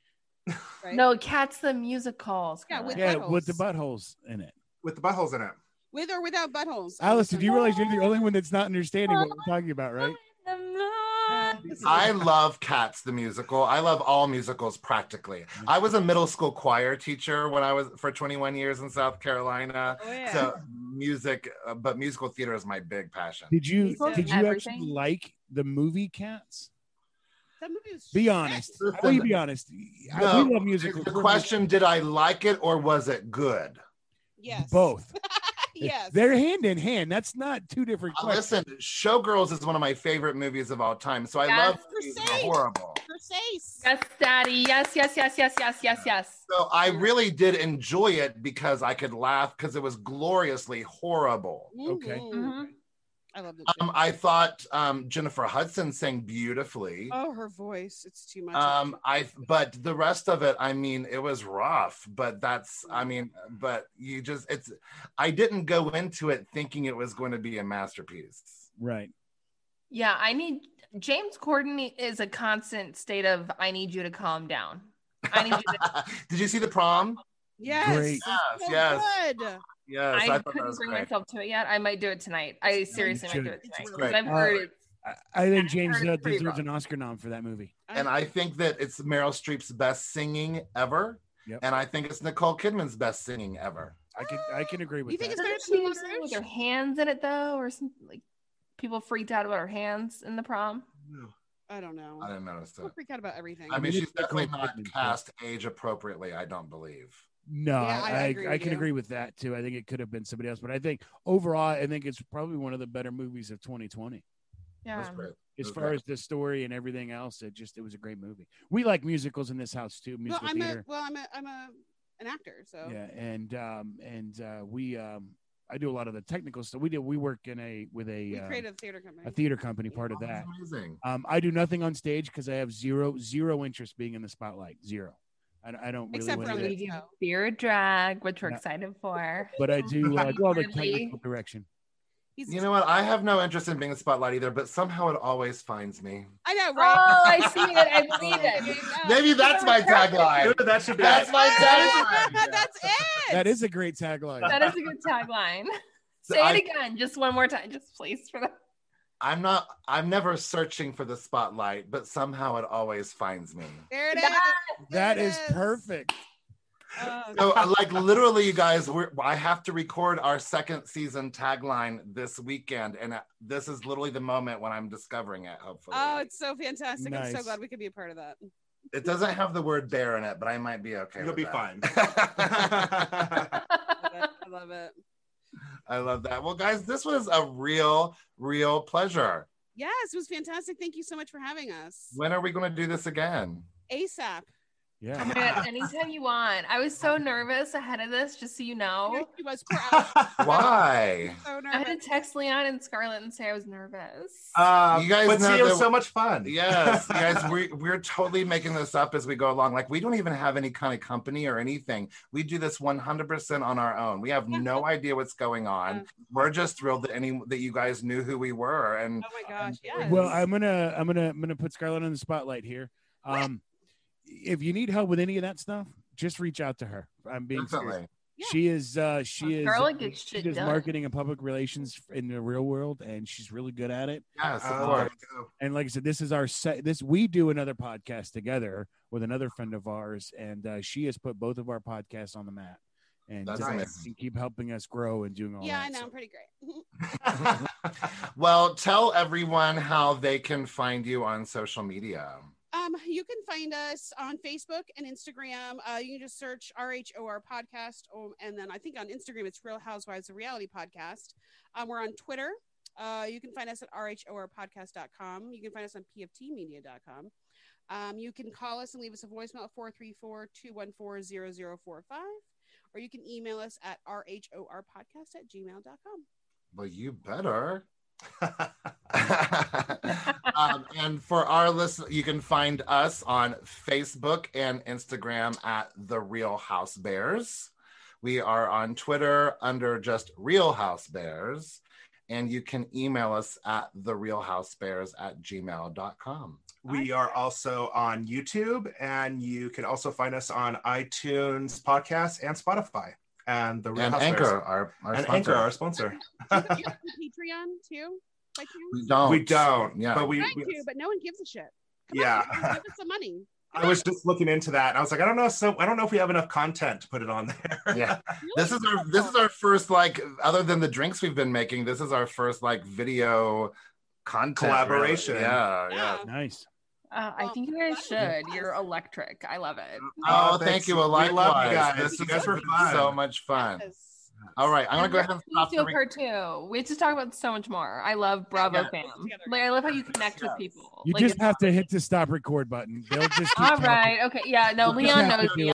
[SPEAKER 3] Right?
[SPEAKER 4] no cats, the musicals.
[SPEAKER 3] Yeah, with
[SPEAKER 5] Yeah, with the
[SPEAKER 3] buttholes.
[SPEAKER 5] buttholes in it.
[SPEAKER 2] With the buttholes in it.
[SPEAKER 3] With or without buttholes. Oh, I
[SPEAKER 5] Alice,
[SPEAKER 3] don't
[SPEAKER 5] did you
[SPEAKER 3] know.
[SPEAKER 5] realize you're the only one that's not understanding what
[SPEAKER 3] Oh,
[SPEAKER 5] we're talking about, right?
[SPEAKER 4] The moon.
[SPEAKER 1] I love Cats the musical. I love all musicals practically. I was a middle school choir teacher when I was for 21 years in South Carolina.
[SPEAKER 3] Oh, yeah.
[SPEAKER 1] So music, uh, but musical theater is my big passion.
[SPEAKER 5] Did you
[SPEAKER 3] He's
[SPEAKER 5] did you
[SPEAKER 4] everything.
[SPEAKER 5] actually like the movie Cats?
[SPEAKER 3] That movie was
[SPEAKER 5] Be
[SPEAKER 3] shit.
[SPEAKER 5] honest.
[SPEAKER 1] Listen.
[SPEAKER 5] Will you be honest? I-
[SPEAKER 1] No,
[SPEAKER 5] we love musicals.
[SPEAKER 1] The question: Did I like it or was it good?
[SPEAKER 3] Yes.
[SPEAKER 5] Both.
[SPEAKER 3] yes.
[SPEAKER 5] They're hand in hand. That's not two different
[SPEAKER 1] Uh,
[SPEAKER 5] questions.
[SPEAKER 1] Listen, Showgirls is one of my favorite movies of all time, so I
[SPEAKER 6] Yes,
[SPEAKER 1] love movies that are
[SPEAKER 3] Crusade.
[SPEAKER 1] horrible.
[SPEAKER 3] Precise.
[SPEAKER 6] Yes, daddy. Yes, yes, yes, yes, yes, yes, yes.
[SPEAKER 1] So I really did enjoy it because I could laugh because it was gloriously horrible.
[SPEAKER 5] Okay.
[SPEAKER 3] Mhm.
[SPEAKER 6] Mhm.
[SPEAKER 3] I love it.
[SPEAKER 1] Um, I thought um, Jennifer Hudson sang beautifully.
[SPEAKER 3] oh, her voice. It's too much.
[SPEAKER 1] Um, I but the rest of it, I mean, it was rough. But that's, I mean, but you just it's. I didn't go into it thinking it was going to be a masterpiece.
[SPEAKER 5] Right.
[SPEAKER 6] Yeah, I need James Corden is a constant state of I need you to calm down. I need you to
[SPEAKER 1] Did you see the prom?
[SPEAKER 3] yes.
[SPEAKER 5] Great.
[SPEAKER 3] it's
[SPEAKER 1] Yes,
[SPEAKER 3] so
[SPEAKER 1] yes.
[SPEAKER 3] good.
[SPEAKER 1] Yes,
[SPEAKER 6] I,
[SPEAKER 1] I, thought that
[SPEAKER 6] couldn't
[SPEAKER 1] was
[SPEAKER 6] bring
[SPEAKER 1] great.
[SPEAKER 6] myself to it yet. I might do it tonight. I seriously might do it
[SPEAKER 5] should.
[SPEAKER 6] tonight.
[SPEAKER 3] It's really
[SPEAKER 1] great.
[SPEAKER 6] I've heard it.
[SPEAKER 5] I, I think James
[SPEAKER 6] heard
[SPEAKER 5] uh,
[SPEAKER 6] it's pretty
[SPEAKER 5] deserves
[SPEAKER 6] rough.
[SPEAKER 5] an Oscar nom for that movie.
[SPEAKER 1] And I think that it's Meryl Streep's best singing ever,
[SPEAKER 5] Yep.
[SPEAKER 1] and I think it's Nicole Kidman's best singing ever.
[SPEAKER 5] I can I can agree with
[SPEAKER 3] You
[SPEAKER 5] that.
[SPEAKER 3] think
[SPEAKER 6] Doesn't
[SPEAKER 3] Is
[SPEAKER 6] she
[SPEAKER 3] there
[SPEAKER 6] do
[SPEAKER 3] a
[SPEAKER 6] something with
[SPEAKER 3] teenager?
[SPEAKER 6] her hands in it though, or something like people freaked out about her hands in the prom?
[SPEAKER 3] I don't know.
[SPEAKER 1] I didn't notice
[SPEAKER 3] People
[SPEAKER 1] it.
[SPEAKER 3] freak out about everything.
[SPEAKER 1] I mean,
[SPEAKER 5] Maybe
[SPEAKER 1] she's
[SPEAKER 5] it's Nicole
[SPEAKER 1] definitely not
[SPEAKER 5] Kidman, so-
[SPEAKER 1] cast age appropriately. I don't believe.
[SPEAKER 5] no,
[SPEAKER 3] Yeah, I
[SPEAKER 5] I, I,
[SPEAKER 3] agree
[SPEAKER 5] I,
[SPEAKER 3] with
[SPEAKER 5] can
[SPEAKER 3] you.
[SPEAKER 5] agree with that too. I think it could have been somebody else, but I think overall, I think it's probably one of the better movies of 2020.
[SPEAKER 1] That's
[SPEAKER 6] Yeah.
[SPEAKER 1] great.
[SPEAKER 5] As
[SPEAKER 1] Okay.
[SPEAKER 5] far as the story and everything else, it just it was a great movie. We like musicals in this house too,
[SPEAKER 3] well,
[SPEAKER 5] musical
[SPEAKER 3] I'm a,
[SPEAKER 5] theater.
[SPEAKER 3] well, I'm a, I'm a, an actor. So
[SPEAKER 5] yeah and um and uh we um i do a lot of the technical stuff we do we work in a with
[SPEAKER 3] we
[SPEAKER 5] a um,
[SPEAKER 3] created a theater company.
[SPEAKER 5] a theater company part
[SPEAKER 1] Oh,
[SPEAKER 5] of that
[SPEAKER 1] that's amazing.
[SPEAKER 5] um i do nothing on stage because i have zero zero interest being in the spotlight zero i, don't- I don't really
[SPEAKER 3] Except
[SPEAKER 5] want
[SPEAKER 3] for
[SPEAKER 5] to
[SPEAKER 3] on
[SPEAKER 5] do
[SPEAKER 3] the
[SPEAKER 5] it,
[SPEAKER 6] We do
[SPEAKER 3] show.
[SPEAKER 6] Fear of drag, which we're
[SPEAKER 5] Yeah.
[SPEAKER 6] excited for.
[SPEAKER 5] but i do uh, do all the
[SPEAKER 6] Really?
[SPEAKER 5] technical direction
[SPEAKER 3] He's,
[SPEAKER 1] You know what? I have no interest in being a spotlight either, but somehow it always finds me.
[SPEAKER 3] I know,
[SPEAKER 6] Oh,
[SPEAKER 3] right?
[SPEAKER 6] I see it. I believe it.
[SPEAKER 1] Maybe that's my tagline.
[SPEAKER 2] Dude, that should be
[SPEAKER 1] That's
[SPEAKER 2] it.
[SPEAKER 1] my
[SPEAKER 3] Ah,
[SPEAKER 1] tagline.
[SPEAKER 3] That's it.
[SPEAKER 5] that is a great tagline
[SPEAKER 6] That is a good tagline. Say
[SPEAKER 1] I-
[SPEAKER 6] it again, just one more time, just please for the
[SPEAKER 1] I'm not. I'm never searching for the spotlight, but somehow it always finds me.
[SPEAKER 3] There it is.
[SPEAKER 6] That-
[SPEAKER 5] that
[SPEAKER 3] There it
[SPEAKER 5] is perfect
[SPEAKER 3] Oh,
[SPEAKER 1] So, uh, like literally, you guys, we're, I have to record our second season tagline this weekend, and uh, this is literally the moment when I'm discovering it. Hopefully,
[SPEAKER 3] oh, it's so fantastic. I'm so
[SPEAKER 5] Nice.
[SPEAKER 3] glad we could be a part of that.
[SPEAKER 1] it doesn't have the word "bear" in it, but I might be okay.
[SPEAKER 2] You'll
[SPEAKER 1] with
[SPEAKER 2] be
[SPEAKER 1] that.
[SPEAKER 2] fine.
[SPEAKER 3] I love it. I love it.
[SPEAKER 1] I love that. Well, guys, this was a real, real pleasure.
[SPEAKER 3] Yes, it was fantastic. Thank you so much for having us.
[SPEAKER 1] When are we going to do this again?
[SPEAKER 3] ASAP.
[SPEAKER 5] yeah
[SPEAKER 6] Oh my God, anytime you want. I was so nervous ahead of this, just so you know.
[SPEAKER 3] She was poor Alex.
[SPEAKER 1] Why?
[SPEAKER 3] so
[SPEAKER 6] Oh. I had
[SPEAKER 3] nervous.
[SPEAKER 6] to text Leon and Scarlett and say I was nervous.
[SPEAKER 5] Oh,
[SPEAKER 2] Uh,
[SPEAKER 1] You guys
[SPEAKER 2] but
[SPEAKER 1] know
[SPEAKER 2] see, it was
[SPEAKER 1] that-
[SPEAKER 2] so much fun.
[SPEAKER 1] Yes, you guys, we, we're totally making this up as we go along. Like, we don't even have any kind of company or anything. We do this 100% on our own. We have no idea what's going on.
[SPEAKER 3] Yeah.
[SPEAKER 1] We're just thrilled that any that you guys knew who we were. And
[SPEAKER 3] Oh my gosh. Yes.
[SPEAKER 5] Well, I'm gonna I'm gonna I'm gonna put Scarlett on the spotlight here. Um, if you need help with any of that stuff, just reach out to her. I'm being serious.
[SPEAKER 1] definitely,
[SPEAKER 3] Yeah.
[SPEAKER 5] She is uh she is
[SPEAKER 6] Scarlett gets
[SPEAKER 5] she
[SPEAKER 6] shit
[SPEAKER 5] does
[SPEAKER 6] done.
[SPEAKER 5] marketing and public relations in the real world and she's really good at it.
[SPEAKER 1] yes, of
[SPEAKER 2] Oh,
[SPEAKER 1] course.
[SPEAKER 5] And like I said, this is our set this we do another podcast together with another friend of ours, and uh, she has put both of our podcasts on the map and,
[SPEAKER 1] That's
[SPEAKER 5] uh,
[SPEAKER 1] amazing.
[SPEAKER 5] and keep helping us grow and doing all
[SPEAKER 3] yeah, I
[SPEAKER 5] that.
[SPEAKER 3] know.
[SPEAKER 5] So-
[SPEAKER 3] I'm pretty great.
[SPEAKER 1] well, tell everyone how they can find you on social media.
[SPEAKER 3] Um, you can find us on Facebook and Instagram. Uh, you can just search RHOR podcast. Um, and then I think on Instagram, it's Real Housewives of Reality Podcast. Um, we're on Twitter. Uh, you can find us at rhorpodcast.com. You can find us on pftmedia.com. Um, you can call us and leave us a voicemail at 434 214 0045. Or you can email us at rhorpodcast at gmail.com.
[SPEAKER 1] Well, you better. um, and for our listen, you can find us on Facebook and Instagram at The Real House Bears. We are on Twitter under just Real House Bears. And you can email us at The Real House Bears at gmail.com.
[SPEAKER 2] We are also on YouTube, and you can also find us on iTunes podcasts and Spotify. And the Real
[SPEAKER 1] And
[SPEAKER 2] Housewares.
[SPEAKER 1] Anchor, our, our
[SPEAKER 2] and
[SPEAKER 1] sponsor.
[SPEAKER 2] Anchor, our sponsor.
[SPEAKER 3] Do you have a Patreon too? by chance?
[SPEAKER 1] we don't.
[SPEAKER 2] we don't,
[SPEAKER 1] Oh, Yeah.
[SPEAKER 2] but we.
[SPEAKER 3] Trying
[SPEAKER 2] we-
[SPEAKER 3] to, but no one gives a shit. Come
[SPEAKER 2] Yeah.
[SPEAKER 3] on, give us some money.
[SPEAKER 2] I was just looking into that, and I was like, I don't know, so I don't know if we have enough content to put it on there.
[SPEAKER 1] Yeah. This is our this is our first like other than the drinks we've been making, this is our first like video content really.
[SPEAKER 2] Collaboration.
[SPEAKER 1] Yeah, yeah.
[SPEAKER 3] Yeah.
[SPEAKER 5] Nice.
[SPEAKER 4] Uh, I
[SPEAKER 3] Well,
[SPEAKER 4] think you guys
[SPEAKER 3] that
[SPEAKER 4] should. You're electric. I love it.
[SPEAKER 1] Oh,
[SPEAKER 2] that's-
[SPEAKER 1] thank you. Well,
[SPEAKER 2] we love
[SPEAKER 1] likewise.
[SPEAKER 2] you guys.
[SPEAKER 1] This
[SPEAKER 2] You
[SPEAKER 1] is
[SPEAKER 2] guys were fun.
[SPEAKER 1] so much fun.
[SPEAKER 3] Yes.
[SPEAKER 1] All right, I'm gonna
[SPEAKER 4] And
[SPEAKER 1] go ahead and stop
[SPEAKER 4] Let's do
[SPEAKER 1] the
[SPEAKER 4] a part two. We have to talk about so much more. I love Bravo
[SPEAKER 1] Yeah.
[SPEAKER 4] Fam.
[SPEAKER 3] Together.
[SPEAKER 4] Like I love how you connect with people.
[SPEAKER 5] You
[SPEAKER 4] Like,
[SPEAKER 5] just
[SPEAKER 4] it's-
[SPEAKER 5] have to hit the stop record button. They'll just keep
[SPEAKER 4] all
[SPEAKER 5] talking.
[SPEAKER 4] right. Okay. Yeah. No,
[SPEAKER 5] You just
[SPEAKER 4] Leon
[SPEAKER 5] have to
[SPEAKER 4] knows
[SPEAKER 5] do
[SPEAKER 4] me.